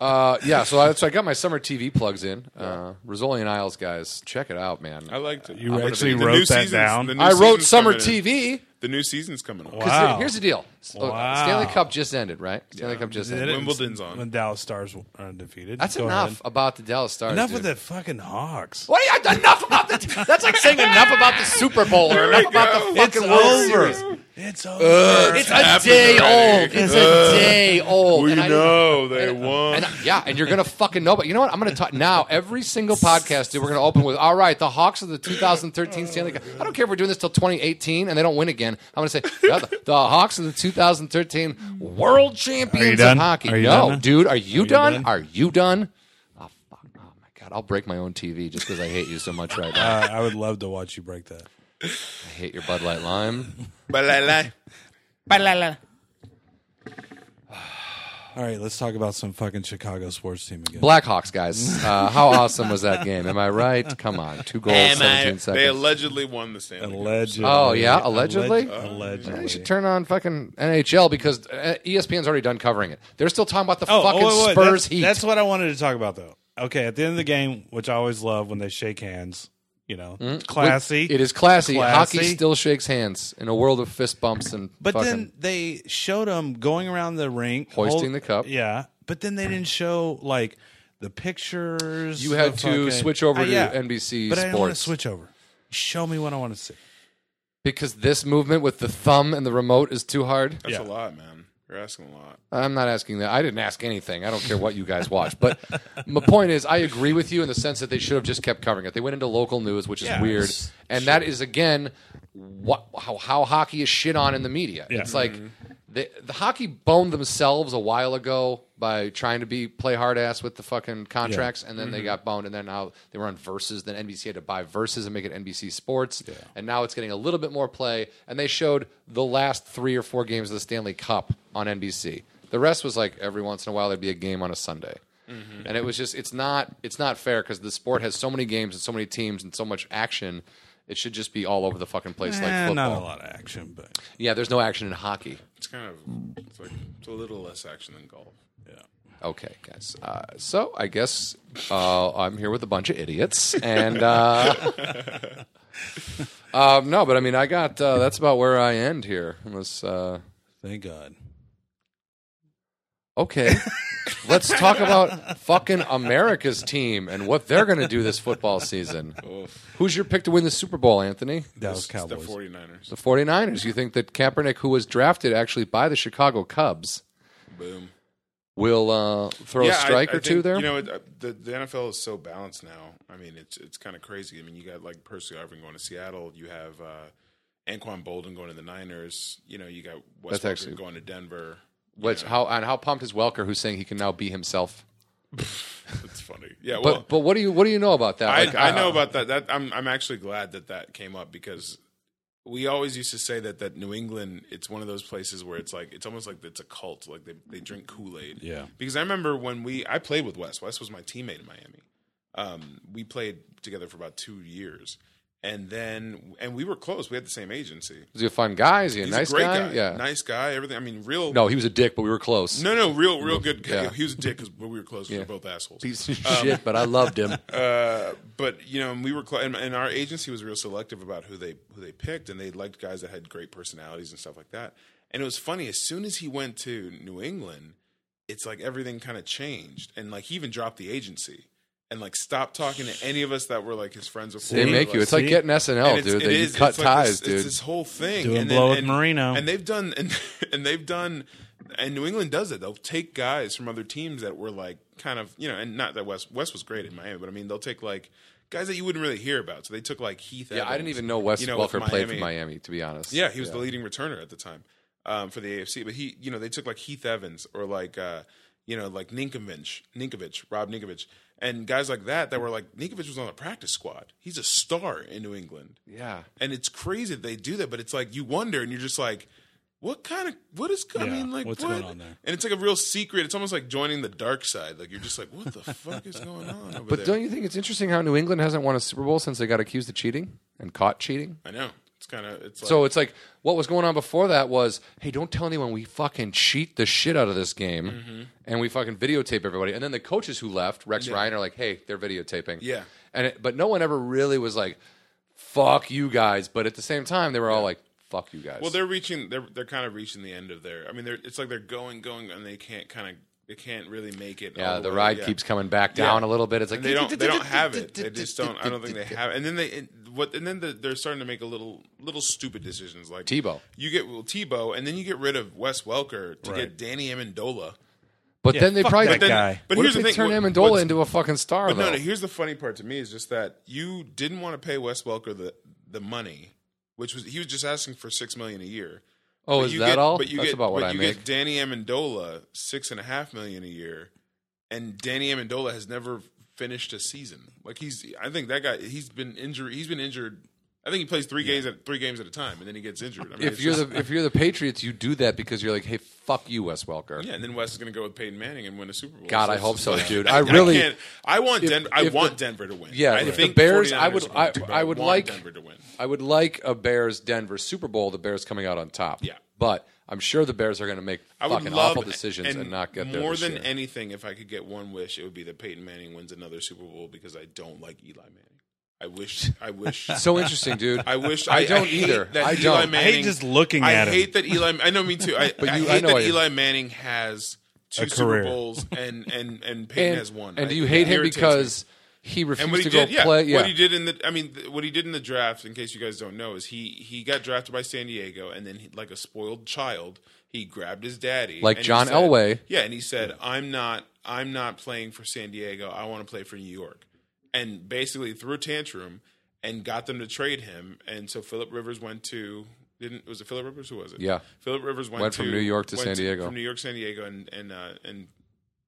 D: Uh, yeah, so I, so I got my summer TV plugs in. Uh, Rizzoli and Isles, guys, check it out, man.
E: I liked it.
C: You
E: I'm gonna
C: actually
E: be- the
C: wrote
E: new
C: that
E: season's-
C: down?
E: the new
D: I wrote
E: season's
D: summer
E: coming in.
D: TV.
E: The new season's coming on.
D: 'cause
C: Wow.
D: the- Here's the deal. S- look,
C: Wow.
D: Stanley Cup just ended, right? Stanley Cup just
C: They
D: ended.
C: didn't-
E: Wimbledon's on.
C: When Dallas Stars were undefeated.
D: That's
C: Go
D: enough
C: ahead.
D: about the Dallas Stars.
C: Enough
D: dude.
C: with the fucking Hawks.
D: What are you, enough about the? That's like saying enough about the Super Bowl or enough about the
C: It's
D: fucking World
C: over.
D: Series.
C: It's over.
D: It's a day old.
E: already.
D: It's a day old.
E: We
D: And I-
E: know they won.
D: And, yeah, and you're gonna fucking know. But you know what? I'm gonna talk now. Every single podcast that we're gonna open with, all right, the Hawks of the 2013 Stanley Cup. I don't care if we're doing this till 2018 and they don't win again. I'm gonna say yeah, the, the Hawks of the 2013 World Champions
C: done?
D: of hockey.
C: Are you
D: no,
C: done now?
D: dude, are you,
C: you
D: done?
C: done?
D: Are you done? Oh fuck! Oh my god, I'll break my own TV just because I hate you so much right now.
C: Uh, I would love to watch you break that.
D: I hate your Bud Light Lime.
E: But I lie.
B: Ba-la-la.
C: All right, let's talk about some fucking Chicago sports team again.
D: Blackhawks, guys. Uh, how awesome was that game? Am I right? Come on, two goals, 17 seconds.
E: They allegedly won the Stanley Cup.
C: Allegedly.
D: Oh, yeah? Allegedly?
C: Alleg- Allegedly.
D: You should turn on fucking NHL because uh, ESPN's already done covering it. They're still talking about the fucking
C: Oh, wait, wait,
D: Spurs
C: that's,
D: Heat.
C: That's what I wanted to talk about, though. Okay, at the end of the game, which I always love when they shake hands, you know, classy.
D: Mm. It is classy. Hockey
C: Classy.
D: still shakes hands in a world of fist bumps and
C: But
D: fucking.
C: then they showed them going around the rink,
D: Hoisting the cup.
C: Yeah, but then they didn't show like the pictures.
D: You had
C: the
D: to
C: fucking-
D: switch over
C: Uh,
D: to
C: yeah.
D: NBC
C: But I didn't want to
D: Sports.
C: switch over. Show me what I want to see.
D: because this movement with the thumb and the remote is too hard.
E: That's
C: Yeah.
E: a lot, man. You're asking a lot.
D: I'm not asking that. I didn't ask anything. I don't care what you guys watch. But my point is, I agree with you in the sense that they should have just kept covering it. They went into local news, which is
C: Yeah,
D: weird,
C: it's-
D: and that is again what how, how hockey is shit on in the media. It's like the, the hockey boned themselves a while ago by trying to be play hard ass with the fucking contracts, and then they got boned, and then now they were on verses. Then NBC had to buy verses and make it NBC Sports, and now it's getting a little bit more play. And they showed the last three or four games of the Stanley Cup on NBC. The rest was like every once in a while there'd be a game on a Sunday. And it was just it's not it's not fair because the sport has so many games and so many teams and so much action. It should just be all over the fucking place like
C: Eh,
D: football.
C: not a lot of action, but
D: Yeah, there's no action in hockey.
E: It's kind of it's like it's a little less action than golf.
D: Okay, guys. Uh, so I guess uh, I'm here with a bunch of idiots, and uh, um, no, but I mean, I got uh, that's about where I end here. Unless, uh,
C: thank God.
D: okay, let's talk about fucking America's team and what they're going to do this football season. Who's your pick to win the Super Bowl, Anthony?
C: Dallas
E: It's the
C: Cowboys.
E: 49ers.
D: The 49ers. You think that Kaepernick, who was drafted actually by the Chicago Cubs,
E: Boom.
D: will uh, throw a
E: I-
D: strike
E: I
D: or two
E: think,
D: there?
E: You know, it, uh, the, the NFL is so balanced now. I mean, it's it's kind of crazy. I mean, you got like Percy Irvin going to Seattle. You have uh, Anquan Bolden going to the Niners. You know, you got West
D: actually-
E: going to Denver. You
D: Which
E: know,
D: how and how pumped is Welker, who's saying he can now be himself?
E: It's funny. Yeah.
D: But
E: Well,
D: but what do you what do you know about that?
E: I,
D: Like,
E: I
D: uh,
E: know about that. That I'm I'm actually glad that that came up because we always used to say that that New England it's one of those places where it's like it's almost like it's a cult. Like they they drink Kool Aid.
C: Yeah.
E: Because I remember when we I played with Wes. Wes was my teammate in Miami. Um, we played together for about two years, and then and we were close. We had the same agency.
D: Is he uh, a fun guy? Is he a
E: He's
D: nice
E: a great guy.
D: Yeah.
E: Nice guy. Everything. I mean, real.
D: No, he was a dick, but we were close.
E: No, no, real, real good. guy.
D: Yeah.
E: He was a dick because we were close. 'cause We were both assholes.
D: Piece of
E: um,
D: shit, but I loved him.
E: Uh, but you know, and we were, cl- and, and our agency was real selective about who they who they picked, and they liked guys that had great personalities and stuff like that. And it was funny. As soon as he went to New England, it's like everything kind of changed, and like he even dropped the agency and like stopped talking to any of us that were like his friends before.
D: They
E: we
D: make
E: were,
D: you. It's like getting
E: and
D: SNL,
E: it's-
D: Oh, dude.
E: it
D: They
E: is-
D: cut
E: it's like
D: ties,
E: this,
D: dude.
E: It's this whole thing.
C: Doing
E: and
C: blow with
E: and,
C: Marino.
E: And they've done, and, and they've done, and New England does it. They'll take guys from other teams that were like kind of, you know, and not that West West was great in Miami, but I mean, they'll take like guys that you wouldn't really hear about. So they took like Heath.
D: yeah, I didn't
E: Evans,
D: even know Wes
E: you know, with
D: Welker played for Miami, to be honest.
E: yeah, he was the leading returner at the time um, for the AFC. But he, you know, they took like Heath Evans or like, uh, you know, like Ninkovich, Ninkovich, Rob Ninkovich, and guys like that that were like Ninkovich was on the practice squad. He's a star in New England,
D: Yeah.
E: and it's crazy that they do that. But it's like you wonder, and you're just like, what kind of what is? I
C: Yeah,
E: mean, like
C: what's
E: what?
C: going on there?
E: And it's like a real secret. It's almost like joining the dark side. Like you're just like, what the fuck is going on over
D: But
E: there?
D: don't you think it's interesting how New England hasn't won a Super Bowl since they got accused of cheating and caught cheating?
E: I know it's kind of it's like,
D: So it's like what was going on before that was, hey, don't tell anyone we fucking cheat the shit out of this game,
E: Mm-hmm.
D: and we fucking videotape everybody. And then the coaches who left, Rex Ryan, are like, hey, they're videotaping.
E: Yeah.
D: and it, but no one ever really was like, fuck you guys. But at the same time, they were all like, fuck you guys.
E: Well, they're reaching. They're they're kind of reaching the end of their. I mean, they're it's like they're going, going, and they can't kind of they can't really make it. all
D: yeah, the
E: way,
D: ride
E: yeah.
D: keeps coming back down
E: Yeah.
D: a little bit. It's like
E: And they don't they don't have it. They just don't. I don't think they have. It. And then they it, what? And then the, they're starting to make a little little stupid decisions like
D: Tebow.
E: You get well, Tebow, and then you get rid of Wes Welker to get Danny Amendola.
D: But then they
C: fuck
D: probably
C: that
D: like,
E: Then-
C: guy.
E: But
D: what
E: here's
D: if
E: the
D: they
E: thing.
D: turn
E: what-
D: Amendola
E: what's-
D: into a fucking star
E: But
D: though?
E: no, no, here's the funny part to me is just that you didn't want to pay Wes Welker the the money, which was he was just asking for six million a year.
D: oh,
E: But
D: is
E: you
D: that
E: get-
D: all?
E: But you
D: That's
E: get,
D: about what
E: but
D: I
E: you
D: make.
E: get Danny Amendola six and a half million a year, and Danny Amendola has never finished a season. Like he's, I think that guy, he's been injured. He's been injured. I think he plays three games at three games at a time, and then he gets injured. I mean,
D: if
E: it's
D: you're
E: just-
D: the if you're the Patriots, you do that because you're like, hey, fuck you, Wes Welker.
E: yeah, and then Wes is going to go with Peyton Manning and win a Super Bowl.
D: God, I
E: it's
D: hope
E: just
D: so,
E: like-
D: dude. I really-
E: can't- I want
D: if-
E: Denver. I
D: if the-
E: want Denver to win.
D: Yeah,
E: I
D: if the
E: think
D: Bears-
E: 49ers
D: I would-
E: are going to,
D: I-
E: but
D: I would
E: want
D: like-
E: Denver to win.
D: I would like a Bears Denver Super Bowl. The Bears coming out on top.
E: Yeah.
D: but I'm sure the Bears are going to make
E: I would
D: fucking
E: love
D: awful decisions and, not get there.
E: More
D: this
E: than
D: year.
E: anything, if I could get one wish, it would be that Peyton Manning wins another Super Bowl because I don't like Eli Manning. I wish. I wish.
D: so interesting, dude.
E: I wish.
D: I don't
E: hate
D: either.
E: That
D: I
E: Eli
D: don't. I hate
E: Manning,
C: just looking
E: I
C: at him.
E: hate that Eli. I know me too. I,
D: But
E: I
D: you- I
E: hate
D: know
E: that
D: I-
E: Eli Manning has two
C: A
E: Super
C: career.
E: Bowls and and and Peyton
D: And,
E: has one.
D: and
E: I-
D: do you
E: it
D: hate him
E: irritates me.
D: because He refused
E: And what he
D: to go
E: did, yeah,
D: play. Yeah,
E: what he did in the, I mean, th- what he did in the draft, in case you guys don't know, is he he got drafted by San Diego, and then he, like a spoiled child, he grabbed his daddy,
D: Like
E: and he
D: John
E: said-
D: Elway.
E: yeah, and he said, "I'm not, I'm not playing for San Diego. I want to play for New York," and basically threw a tantrum and got them to trade him, and so Philip Rivers went to. Didn't was it Philip Rivers? Who was it?
D: Yeah.
E: Philip Rivers went,
D: Went
E: to,
D: from New York to
E: went
D: San Diego.
E: From New York, San Diego, and and uh, and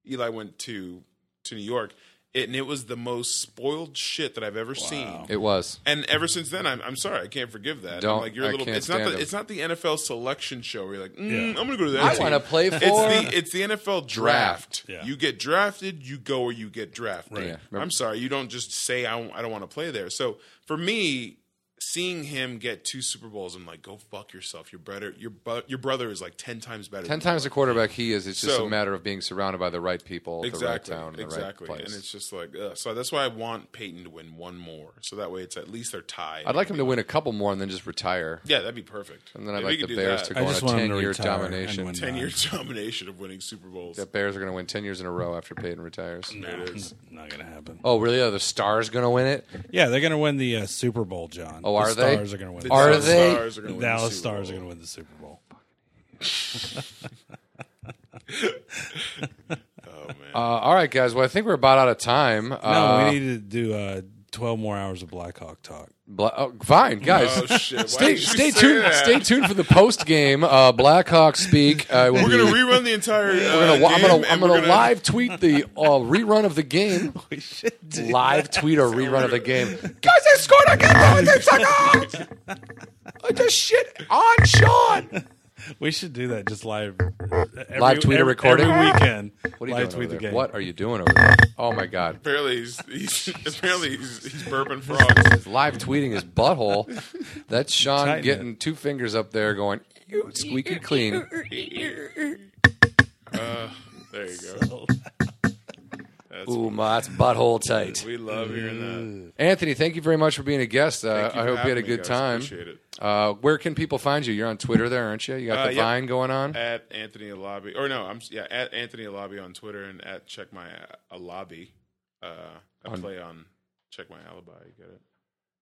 E: Eli went to to New York, it, and it was the most spoiled shit that I've ever seen.
D: it was.
E: And ever since then, I'm, I'm sorry, I can't forgive that.
D: Don't-
E: I'm like you're a
D: I
E: little.
D: can't
E: It's not
D: stand
E: the
D: him.
E: it's not the NFL selection show where you're like, mm, I'm gonna go to that.
D: I
E: team.
D: wanna play for-
E: It's the it's the NFL draft.
C: Yeah.
E: You get drafted, you go where you get drafted.
D: Right. Yeah.
E: I'm sorry, you don't just say I don't, I don't want to play there. So for me. Seeing him get two Super Bowls, I'm like, go fuck yourself. Your brother, your bu- your brother is like ten times better.
D: Ten
E: than you
D: times the quarterback he is. It's just
E: So-
D: a matter of being surrounded by the right people, the right town, and the
E: exactly.
D: right place.
E: And it's just like ugh. so. That's why I want Peyton to win one more, so that way it's at least they're tied.
D: I'd like him to win a couple more and then just retire.
E: yeah, that'd be perfect.
D: And then I'd
E: If
D: like
E: he
D: the
E: could do
D: Bears
E: that,
D: to
C: I
D: go on a
C: just want him to
D: ten-year
C: retire and
D: domination.
C: win
D: The
E: ten year domination of winning Super Bowls.
D: Bears are going to win ten years in a row after Peyton retires.
E: There it is.
C: Not gonna happen.
D: Oh, really? Are the Stars going to win it?
C: Yeah, they're gonna win the uh, Super Bowl, John.
D: Oh, are
C: the
D: they?
C: Stars are gonna win.
E: The
C: The
D: Are
E: Dallas
D: they?
E: Stars are gonna win the
C: Dallas
E: Super
C: Stars are
E: Bowl.
C: gonna win the Super Bowl.
D: Uh, all right, guys. Well, I think we're about out of time. uh,
C: no, we need to do uh, twelve more hours of Blackhawk talk.
D: Bla- oh, fine, guys.
E: Oh shit! Why
D: Stay,
E: did you
D: stay
E: say
D: tuned.
E: that?
D: Stay tuned for the post game uh, Blackhawks speak. Uh,
E: We're gonna rerun the entire.
D: we're gonna,
E: uh,
D: I'm gonna,
E: game,
D: I'm
E: and
D: gonna,
E: we're
D: live tweet the uh, rerun of the game. live tweet a rerun of the game. Guys, they scored again! It's a goal! I just shit on Sean.
C: We should do that just live. uh, Every,
D: Live tweet a
C: every-
D: recording?
C: every weekend.
D: What are you
C: live
D: doing
C: tweet
D: over
C: the
D: there?
C: game.
D: What are you doing over there? Oh my god!
E: Apparently he's, he's apparently he's, he's burping frogs.
D: Live tweeting his butthole. That's Sean
C: Tighten it.
D: getting two fingers up there, going squeaky clean.
E: Uh, There you go.
D: Ooh, my, that's butthole tight.
E: We love hearing that.
D: Anthony, thank you very much for being a guest. Uh,
E: Thank
D: I
E: for
D: hope you had
E: having
D: a
E: me,
D: good
E: guys.
D: time.
E: Appreciate it.
D: Uh, where can people find you? You're on Twitter there, aren't you? You got
E: Uh,
D: the
E: yep.
D: Vine going on.
E: at Anthony Alabi, or no, I'm yeah at Anthony Alabi on Twitter and at Check My Alabi. Uh, I play on Check My Alibi. You get it?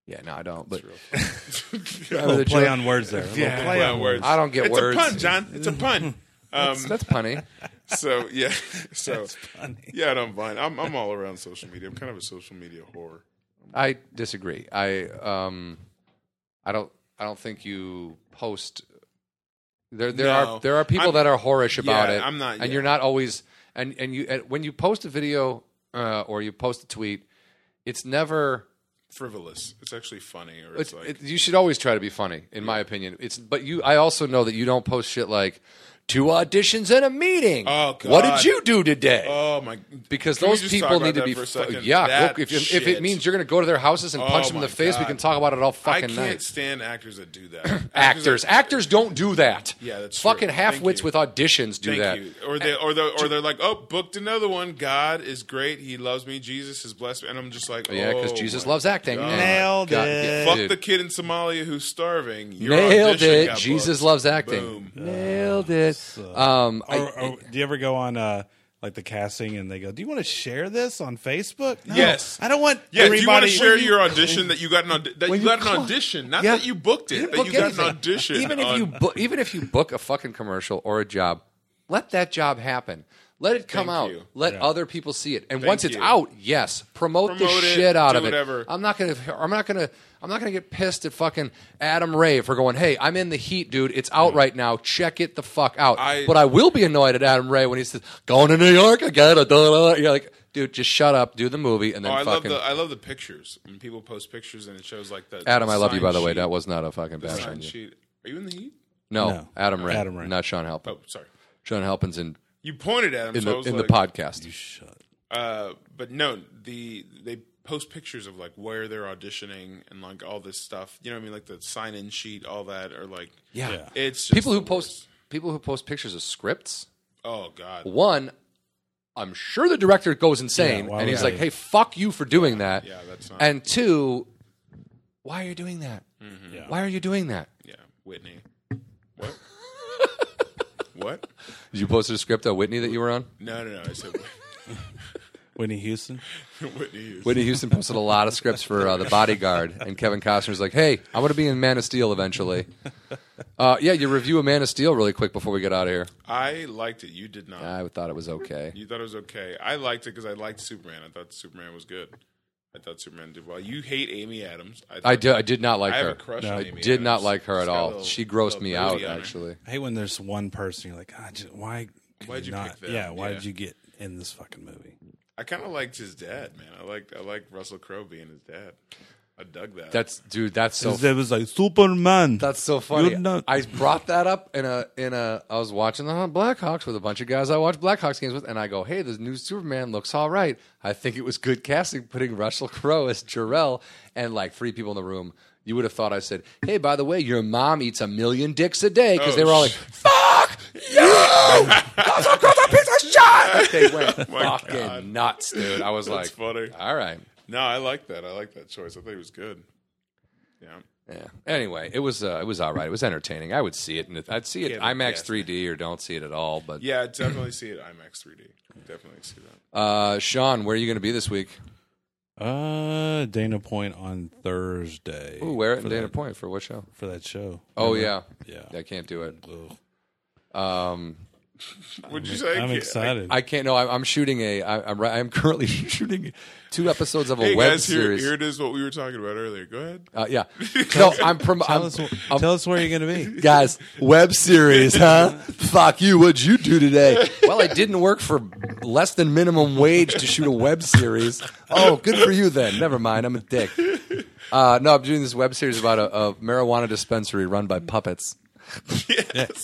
D: Yeah, no, I don't. But
E: It's real. Fun.
D: Remember the
C: Play
D: joke?
C: on words there.
E: yeah, play on words.
D: I don't get
E: it's
D: words.
E: It's a pun, John. It's a pun. Um,
D: That's punny.
E: so yeah, so
C: funny.
E: yeah, I don't mind. I'm I'm all around social media. I'm kind of a social media whore.
D: I disagree. I um, I don't. I don't think you post. There, there
E: No.
D: are there are people
E: I'm-
D: that are whorish about
E: Yeah,
D: it.
E: I'm not-
D: and
E: yeah.
D: you're not always. And and you and when you post a video uh, or you post a tweet, it's never.
E: Frivolous. It's actually funny, or
D: It's,
E: it's, like
D: it, you should always try to be funny, in my opinion. It's but you. I also know that you don't post shit like two auditions and a meeting.
E: Oh,
D: What
E: God.
D: did you do today?
E: oh my.
D: because
E: Can we
D: those
E: just
D: people
E: talk about
D: need to
E: that
D: be
E: for a
D: fu-
E: second?
D: yeah.
E: That
D: look, if, if, if it
E: shit.
D: means you're going to go to their houses and
E: Oh,
D: punch them in
E: my
D: the face, we
E: God.
D: can talk about it all
E: I
D: fucking
E: can't
D: night.
E: stand actors that do that. Actors
D: Actors,
E: that-
D: actors don't do that.
E: Yeah, that's true.
D: fucking
E: Thank
D: half-wits
E: you.
D: with auditions do
E: Thank
D: that.
E: you. Or they or they or they're like, oh, booked another one. God is great. He loves me. Jesus is blessed. me." And I'm just like,
D: Yeah, because
E: oh,
D: Jesus
E: my
D: loves acting.
E: God.
B: Nailed
D: God,
B: it.
D: yeah,
E: Fuck
D: dude.
E: the kid in Somalia who's starving. Your
D: Nailed
E: audition
D: it.
E: got
D: Jesus
E: booked.
D: loves acting.
E: Boom.
D: Nailed it. Um, I-
C: Or, or do you ever go on uh, like the casting and they go, "Do you want to share this on Facebook?" No,
E: Yes.
C: I don't want
E: Yeah, do
C: everybody.
E: you want to share
C: When you-
E: your audition that you got an audi- that you,
D: when you
E: got an
D: call-
E: audition, not
D: Yeah.
E: that you booked it,
D: You didn't
E: that you
D: book
E: got
D: anything.
E: an audition.
D: Even if
E: on-
D: you bu- even if you book a fucking commercial or a job, let that job happen. Let it come
E: Thank
D: out.
E: you.
D: Let other people see it. And once it's
E: you.
D: out, yes, promote, the
E: Promote it,
D: shit out
E: do
D: of it.
E: whatever.
D: I'm not gonna. I'm not gonna. I'm not gonna get pissed at fucking Adam Ray for going. Hey, I'm in the heat, dude. It's out right now. Check it the fuck out.
E: I-
D: but I will be annoyed at Adam Ray when he says, "Going to New York, I got it." da, da, da." You're like, dude, just shut up, do the movie, and
E: oh,
D: then
E: I love
D: fucking
E: the I love the pictures when people post pictures and it shows like the
D: Adam.
E: the
D: I love you,
E: sign
D: by the way.
E: sheet-
D: That was not a fucking
E: the
D: bash
E: sign
D: on you.
E: sheet. Are you in the heat?
D: No,
C: No.
D: Adam Ray.
C: Adam Ray.
D: Not Sean Halpin.
E: Oh, sorry.
D: Sean Halpin's in
E: You pointed at him.
D: in
E: so I
D: the
E: was
D: in
E: like,
D: the podcast.
E: Uh, but no, the they post pictures of like where they're auditioning and like all this stuff. You know what I mean? Like the sign in sheet, all that, or like
D: Yeah.
E: it's just
D: People who
E: the
D: post people who post pictures of scripts.
E: worst. Oh god,
D: One, I'm sure the director goes insane
C: Yeah, why
D: and he's
C: would
D: like,
C: I?
D: "Hey, fuck you for doing that."
E: yeah, that's not
D: And two, why are you doing that?
C: Mm-hmm.
D: Why are you doing that?
E: yeah, Whitney. What? what?
D: Did you post a script on Whitney that you were on?
E: No, no, no. I said
C: Whitney Houston.
E: Whitney Houston.
D: Whitney Houston posted a lot of scripts for uh, The Bodyguard, and Kevin Costner's like, "Hey, I want to be in Man of Steel eventually." Uh, yeah, you review a Man of Steel really quick before we get out of here.
E: I liked it. You did not.
D: I thought it was okay.
E: You thought it was okay. I liked it because I liked Superman. I thought Superman was good. I thought Superman did well. You hate Amy Adams. thought-
D: I did. I did not like
E: I have
D: her.
E: a crush
C: No,
E: on
C: I
E: Amy.
D: Did not
E: Adams.
D: like her
E: She's
D: at
E: got a
D: all.
E: little-
D: she grossed
E: little
D: me
E: booty
D: out
E: on her.
D: actually.
C: I hate when there's one person you're like, "Ah, j- why? could
E: Why'd you
C: not-
E: pick them?
C: Yeah, why
E: Yeah.
C: did you get in this fucking movie?
E: I kind of liked his dad, man. I liked I liked Russell Crowe being his dad. I dug that.
D: That's dude. That's so.
C: it was like Superman.
D: That's so funny.
C: You're not-
D: I brought that up in a in a. I was watching the Blackhawks with a bunch of guys I watch Blackhawks games with, and I go, "Hey, this new Superman looks all right." I think it was good casting putting Russell Crowe as Jarrell, and like three people in the room. You would have thought I said, "Hey, by the way, your mom eats a million dicks a day," because
E: Oh,
D: they were all like,
E: sh-
C: Oh,
D: "Fuck you, Russell Crowe's a piece of shit." They went fucking
E: God.
D: nuts, dude. I was
E: That's
D: like,
E: funny.
D: "All right."
E: No, I like that. I like that choice. I thought it was good. Yeah.
D: Yeah. Anyway, it was uh, it was all right. It was entertaining. I would see it, and if- I'd see it
E: Yeah, but
D: IMAX
E: yes.
D: 3D or don't see it at all. But
E: Yeah, I'd definitely see it IMAX 3D. Definitely see that.
D: uh, Sean, where are you going to be this week?
C: uh, Dana Point on Thursday.
D: Ooh, where at
C: for
D: Dana
C: that,
D: Point for what show?
C: for that show?
D: Oh
C: Remember?
D: yeah.
C: Yeah.
D: I can't do it.
C: Ugh.
D: Um,
E: Would you say?
C: I'm
E: I-
C: excited.
D: I can't. No, I'm, I'm shooting a. I, I'm right. I'm currently shooting two episodes of a
E: I- hey
D: web
E: guys, here,
D: series.
E: here it is. What we were talking about earlier. Go ahead.
D: Uh, yeah. No, I'm from.
C: tell
D: I'm,
C: us, wh-
D: I'm-
C: tell us where you're gonna be.
D: guys, web series, huh? Fuck you. What'd you do today? Well, I didn't work for less than minimum wage to shoot a web series. Oh, good for you then. Never mind. I'm a dick. Uh, no, I'm doing this web series about a, a marijuana dispensary run by puppets.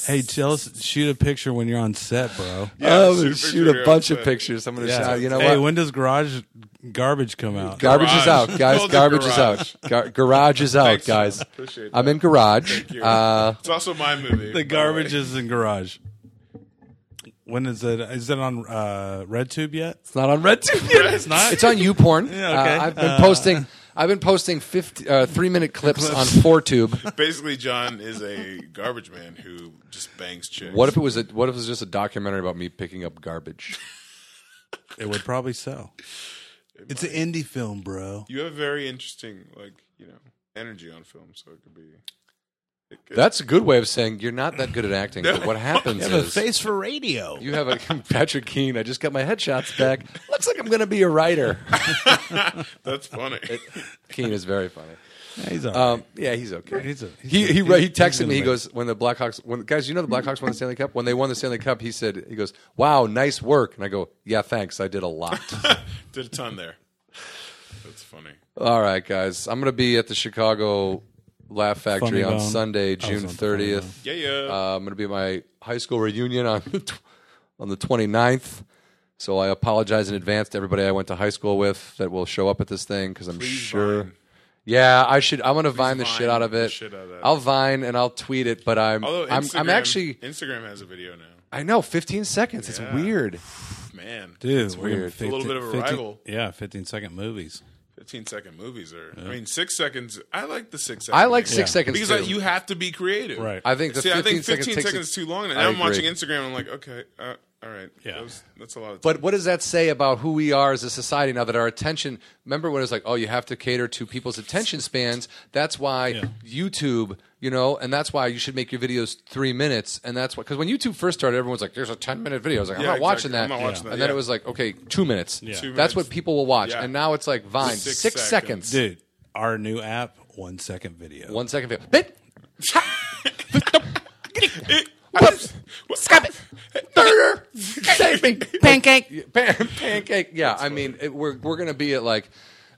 C: Hey, tell us. Shoot a picture when you're on set, bro.
E: Yeah,
D: I'm
E: shoot
D: gonna
E: a
D: Oh, shoot
E: picture
D: a bunch of
E: outside.
D: pictures. I'm going to shout. You know
C: hey,
D: what?
C: when does Garage Garbage come out?
D: Garbage
E: Garage.
D: is out, guys.
E: Called it
D: Garbage is
E: Garage.
D: out. Gar- garage is out,
E: Thanks,
D: guys.
E: man. Appreciate
D: I'm in garage.
E: you.
D: Uh,
E: It's also my movie.
C: the
E: by
C: garbage
E: way.
C: is in Garage. When is it? Is it on uh, RedTube yet?
D: it's not on RedTube yet.
C: It's not.
D: It's on YouPorn.
C: Yeah, okay.
D: uh, I've been
C: Uh,
D: posting. I've been posting 50, uh, three minute clips, on FourTube.
E: Basically, John is a garbage man who just bangs chicks.
D: What if it was a, What if it was just a documentary about me picking up garbage?
C: It would probably sell. It's an indie film, bro.
E: you have very interesting, like you know, energy on film? So it could be. It could,
D: That's a good way of saying you're not that good at acting. But what happens
B: have a
D: is
B: face for radio.
D: you have a Patrick Keane. I just got my headshots back. Looks like I'm going to be a writer.
E: that's funny.
D: Keane is very funny.
C: Yeah, he's all right.
D: Um, yeah, he's okay.
C: He's a- he's
D: he,
C: a-
D: he,
C: he's-
D: he texted
C: he's
D: me. He
C: gonna
D: goes when the Blackhawks when guys, you know the Blackhawks won the Stanley Cup. When they won the Stanley Cup, he said he goes, "Wow, nice work." And I go, "Yeah, thanks. I did a lot."
E: Did a ton there. That's funny.
D: All right, guys, I'm gonna be at the Chicago Laugh Factory
C: Funny
D: on
C: Bone.
D: Sunday,
C: was
D: June
C: on Funny
D: 30th.
E: Yeah, yeah.
D: Uh, I'm gonna be at my high school reunion on the tw- on the 29th. So I apologize in advance to everybody I went to high school with that will show up at this thing because I'm sure.
E: Vine.
D: Yeah, I should. I'm gonna vine the
E: Vine
D: shit out of
E: the
D: it.
E: shit out of that.
D: I'll vine and I'll tweet it, but I'm
E: Although
D: I'm,
E: Instagram,
D: I'm actually
E: Instagram has a video now.
D: I know 15 seconds. It's
E: Yeah.
D: weird.
E: Man,
C: Dude, we're gonna
D: weird.
E: a little
C: 50
E: bit of a
C: 50
E: rival.
C: Yeah, 15 second movies.
E: 15 second movies are. I mean, six seconds. I like the six seconds.
D: I like six
C: Yeah.
D: seconds
E: Because
D: too.
E: like, you have to be creative.
C: Right.
D: I think the
E: See,
D: 15
E: I think 15
D: seconds
E: seconds,
D: takes it-
E: is too long. And
D: I
E: I'm watching
D: agree.
E: Instagram. I'm like, okay, uh, all right.
C: Yeah.
E: That was- that's a lot of time.
D: But what does that say about who we are as a society now that our attention? Remember when it was like, oh, you have to cater to people's attention spans. That's why YouTube, you know, and that's why you should make your videos three minutes. And that's why, because when YouTube first started, everyone's like, there's a 10 minute video. I was like, I'm
E: Yeah,
D: not
E: exactly.
D: watching that.
E: I'm not watching that,
D: And then
E: yeah.
D: it was like, okay, two minutes.
E: Two
D: That's
E: minutes.
D: what people will watch.
E: Yeah.
D: And now it's like Vine, six,
E: Six
D: seconds.
E: seconds.
C: Dude, our new app, one second video.
D: One second video. Bit.
E: Whoops. Stop it.
D: Burger. Save me.
B: Pancake.
D: Yeah, pan- pancake. Yeah, I mean, it, we're we're gonna be at like.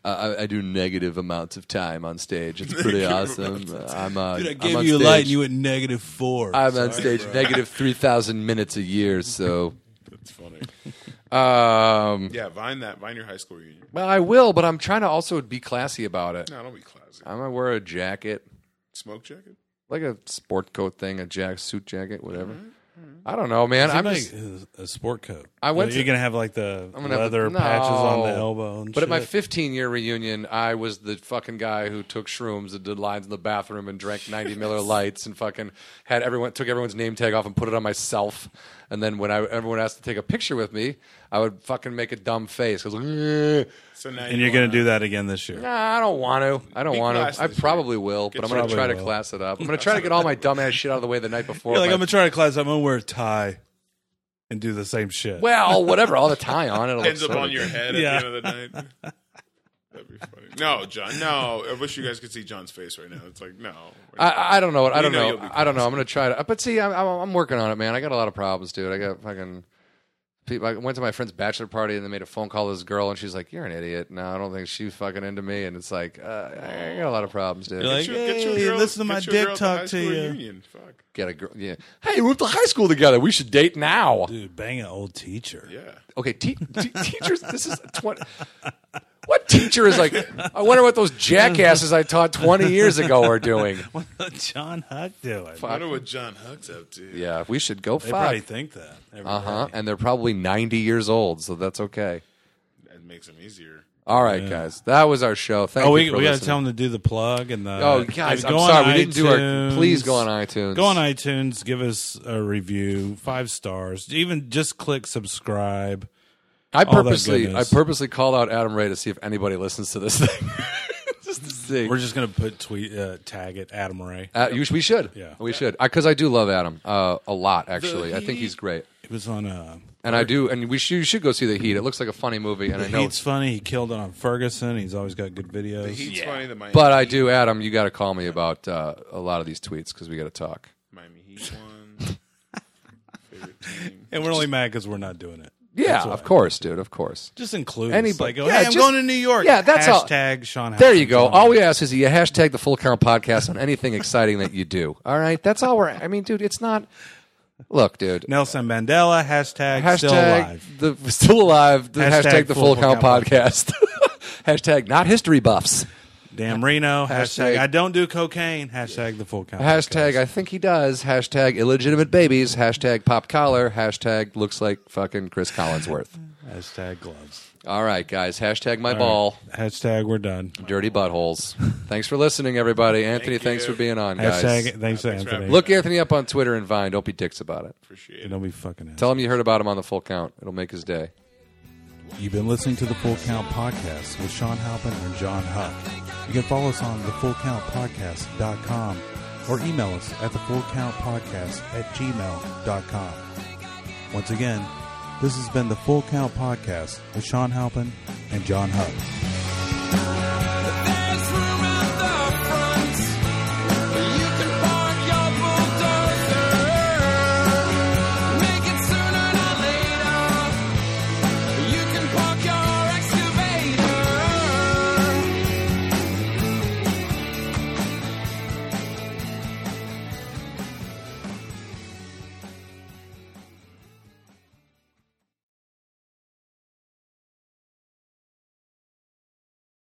D: Uh, I, I do negative amounts of time on stage. It's pretty awesome. I'm uh,
C: Dude, I
D: I'm
C: gave
D: on
C: you a
D: stage.
C: light and you went negative four.
D: I'm on stage negative three thousand minutes a year. So,
E: That's funny.
D: um,
E: Yeah, Vine that. Vine your high school reunion.
D: well, I will, but I'm trying to also be classy about it.
E: No, don't be classy.
D: I'm gonna wear a jacket,
E: Smoke jacket?
D: like a sport coat thing, a jack suit jacket, whatever. I don't know, man. I'm
C: I'm
D: just,
C: like Mm-hmm. a sport coat.
D: I went
C: You're
D: to-
C: gonna have like the
D: gonna have
C: leather
D: the-
C: patches on the
D: No.
C: elbow. And
D: But at my
C: shit.
D: 15 year reunion, I was the fucking guy who took shrooms and did lines in the bathroom and drank 90 Miller Lights and fucking had everyone took everyone's name tag off and put it on myself. And then when I, everyone asked to take a picture with me, I would fucking make a dumb face because
E: So now
C: and you're
E: wanna-
C: gonna do that again this year.
D: nah, I don't want to. I don't
E: Be
D: want
E: classy
D: to. I
E: this year.
D: probably will, but I'm gonna
C: Probably
D: try to
C: will.
D: class it up. I'm gonna try to get all my dumbass shit out of the way the night before.
C: You're like
D: by-
C: I'm gonna try to class. I'm gonna wear a tie and do the same shit.
D: well, whatever. I'll have a tie on. It'll
E: ends
D: look
E: up on
D: silly.
E: your head
C: Yeah.
E: at the end of the night. That'd be funny. No, John. No, I wish you guys could see John's face right now. It's like no.
D: I, I don't know. what I
E: You
D: don't
E: know
D: know.
E: you'll be
D: I don't know. I'm gonna try to. But see, I'm, I'm, I'm working on it, man. I got a lot of problems, dude. I got fucking. People, I went to my friend's bachelor party and they made a phone call to this girl and she's like, "You're an idiot." No, I don't think she's fucking into me. And it's like, uh, I got a lot of problems, dude.
C: You're like,
E: Get your- get your
C: "Hey,
E: girl-
C: listen to
E: get
C: my dick
E: your girl at the
C: talk
E: high
C: to
E: school
C: you."
E: reunion. Fuck
D: Get a girl. Yeah. Hey, we went to high school together. We should date now.
C: dude, bang an old teacher.
E: yeah.
D: Okay, te- te- teachers. This is twenty. What teacher is like? I wonder what those jackasses I taught twenty years ago are doing.
C: What's John Huck doing?
E: I wonder what John Huck's up to.
D: Yeah, we should go
C: They probably
D: fuck.
C: think that. every
D: Uh huh.
C: day.
D: And they're probably ninety years old, so that's okay.
E: That makes him easier.
D: All right, guys, that was our show. Thank
C: Oh,
D: you.
C: we,
D: for
C: we got to
D: listening.
C: tell them to do the plug and the.
D: Oh, guys,
C: Go
D: I'm
C: on
D: sorry, we didn't do our.
C: iTunes.
D: Please go on iTunes.
C: Go on iTunes, give us a review, five stars. Even just click subscribe.
D: I
C: that
D: purposely, I
C: Oh, goodness.
D: purposely called out Adam Ray to see if anybody listens to this thing. Just to see.
C: We're just gonna put tweet uh, tag it Adam Ray.
D: Uh, you, we should.
C: Yeah.
D: we should. Because I do love Adam uh, a lot. Actually, I think he's great,
C: It was on uh,
D: and I do. And we should, you should go see the Heat. It looks like a funny movie, and I know.
C: Heat's funny. He killed it on Ferguson. He's always got good videos.
E: He's funny. The Miami,
D: But I do, Adam. You got to call me about uh, a lot of these tweets because we got to talk.
E: Miami Heat won. Favorite team.
C: and we're only mad because we're not doing it.
D: Yeah, of course, dude. Of course.
C: Just include
D: Anybody-
C: us. Like, go,
D: Yeah,
C: hey, I'm
D: just-
C: going to New York.
D: Yeah, that's all-
C: Hashtag Sean.
D: There
C: Howard.
D: you go. All we ask is that you hashtag the Full Count Podcast on anything exciting that you do. All right, that's all we're. I mean, dude, it's not. Look, dude.
C: Nelson Mandela. Hashtag,
D: Hashtag
C: still alive.
D: the still alive. The hashtag,
C: Hashtag
D: the Full, Count, Podcast. hashtag not history buffs.
C: Damn Reno. Hashtag,
D: Hashtag-
C: I don't do cocaine. Hashtag the full count.
D: Hashtag
C: podcast.
D: I think he does. Hashtag illegitimate babies. Hashtag pop collar. Hashtag looks like fucking Chris Collinsworth.
C: hashtag gloves.
D: All right, guys. Hashtag my ball.
C: Hashtag we're done.
D: Dirty buttholes. thanks for listening, everybody. Anthony, thanks for being on, guys. uh,
C: Hashtag thanks to Anthony.
D: Look Anthony up on Twitter and Vine. Don't be dicks about it.
E: Appreciate
C: You
E: it.
C: know we fucking ass.
D: Tell him you heard about him on the full count. It'll make his day.
C: You've been listening to the Full Count Podcast with Sean Halpin and John Huck. You can follow us on thefullcountpodcast.com or email us at thefullcountpodcast at gmail.com. Once again, this has been the Full Count Podcast with Sean Halpin and John Huck.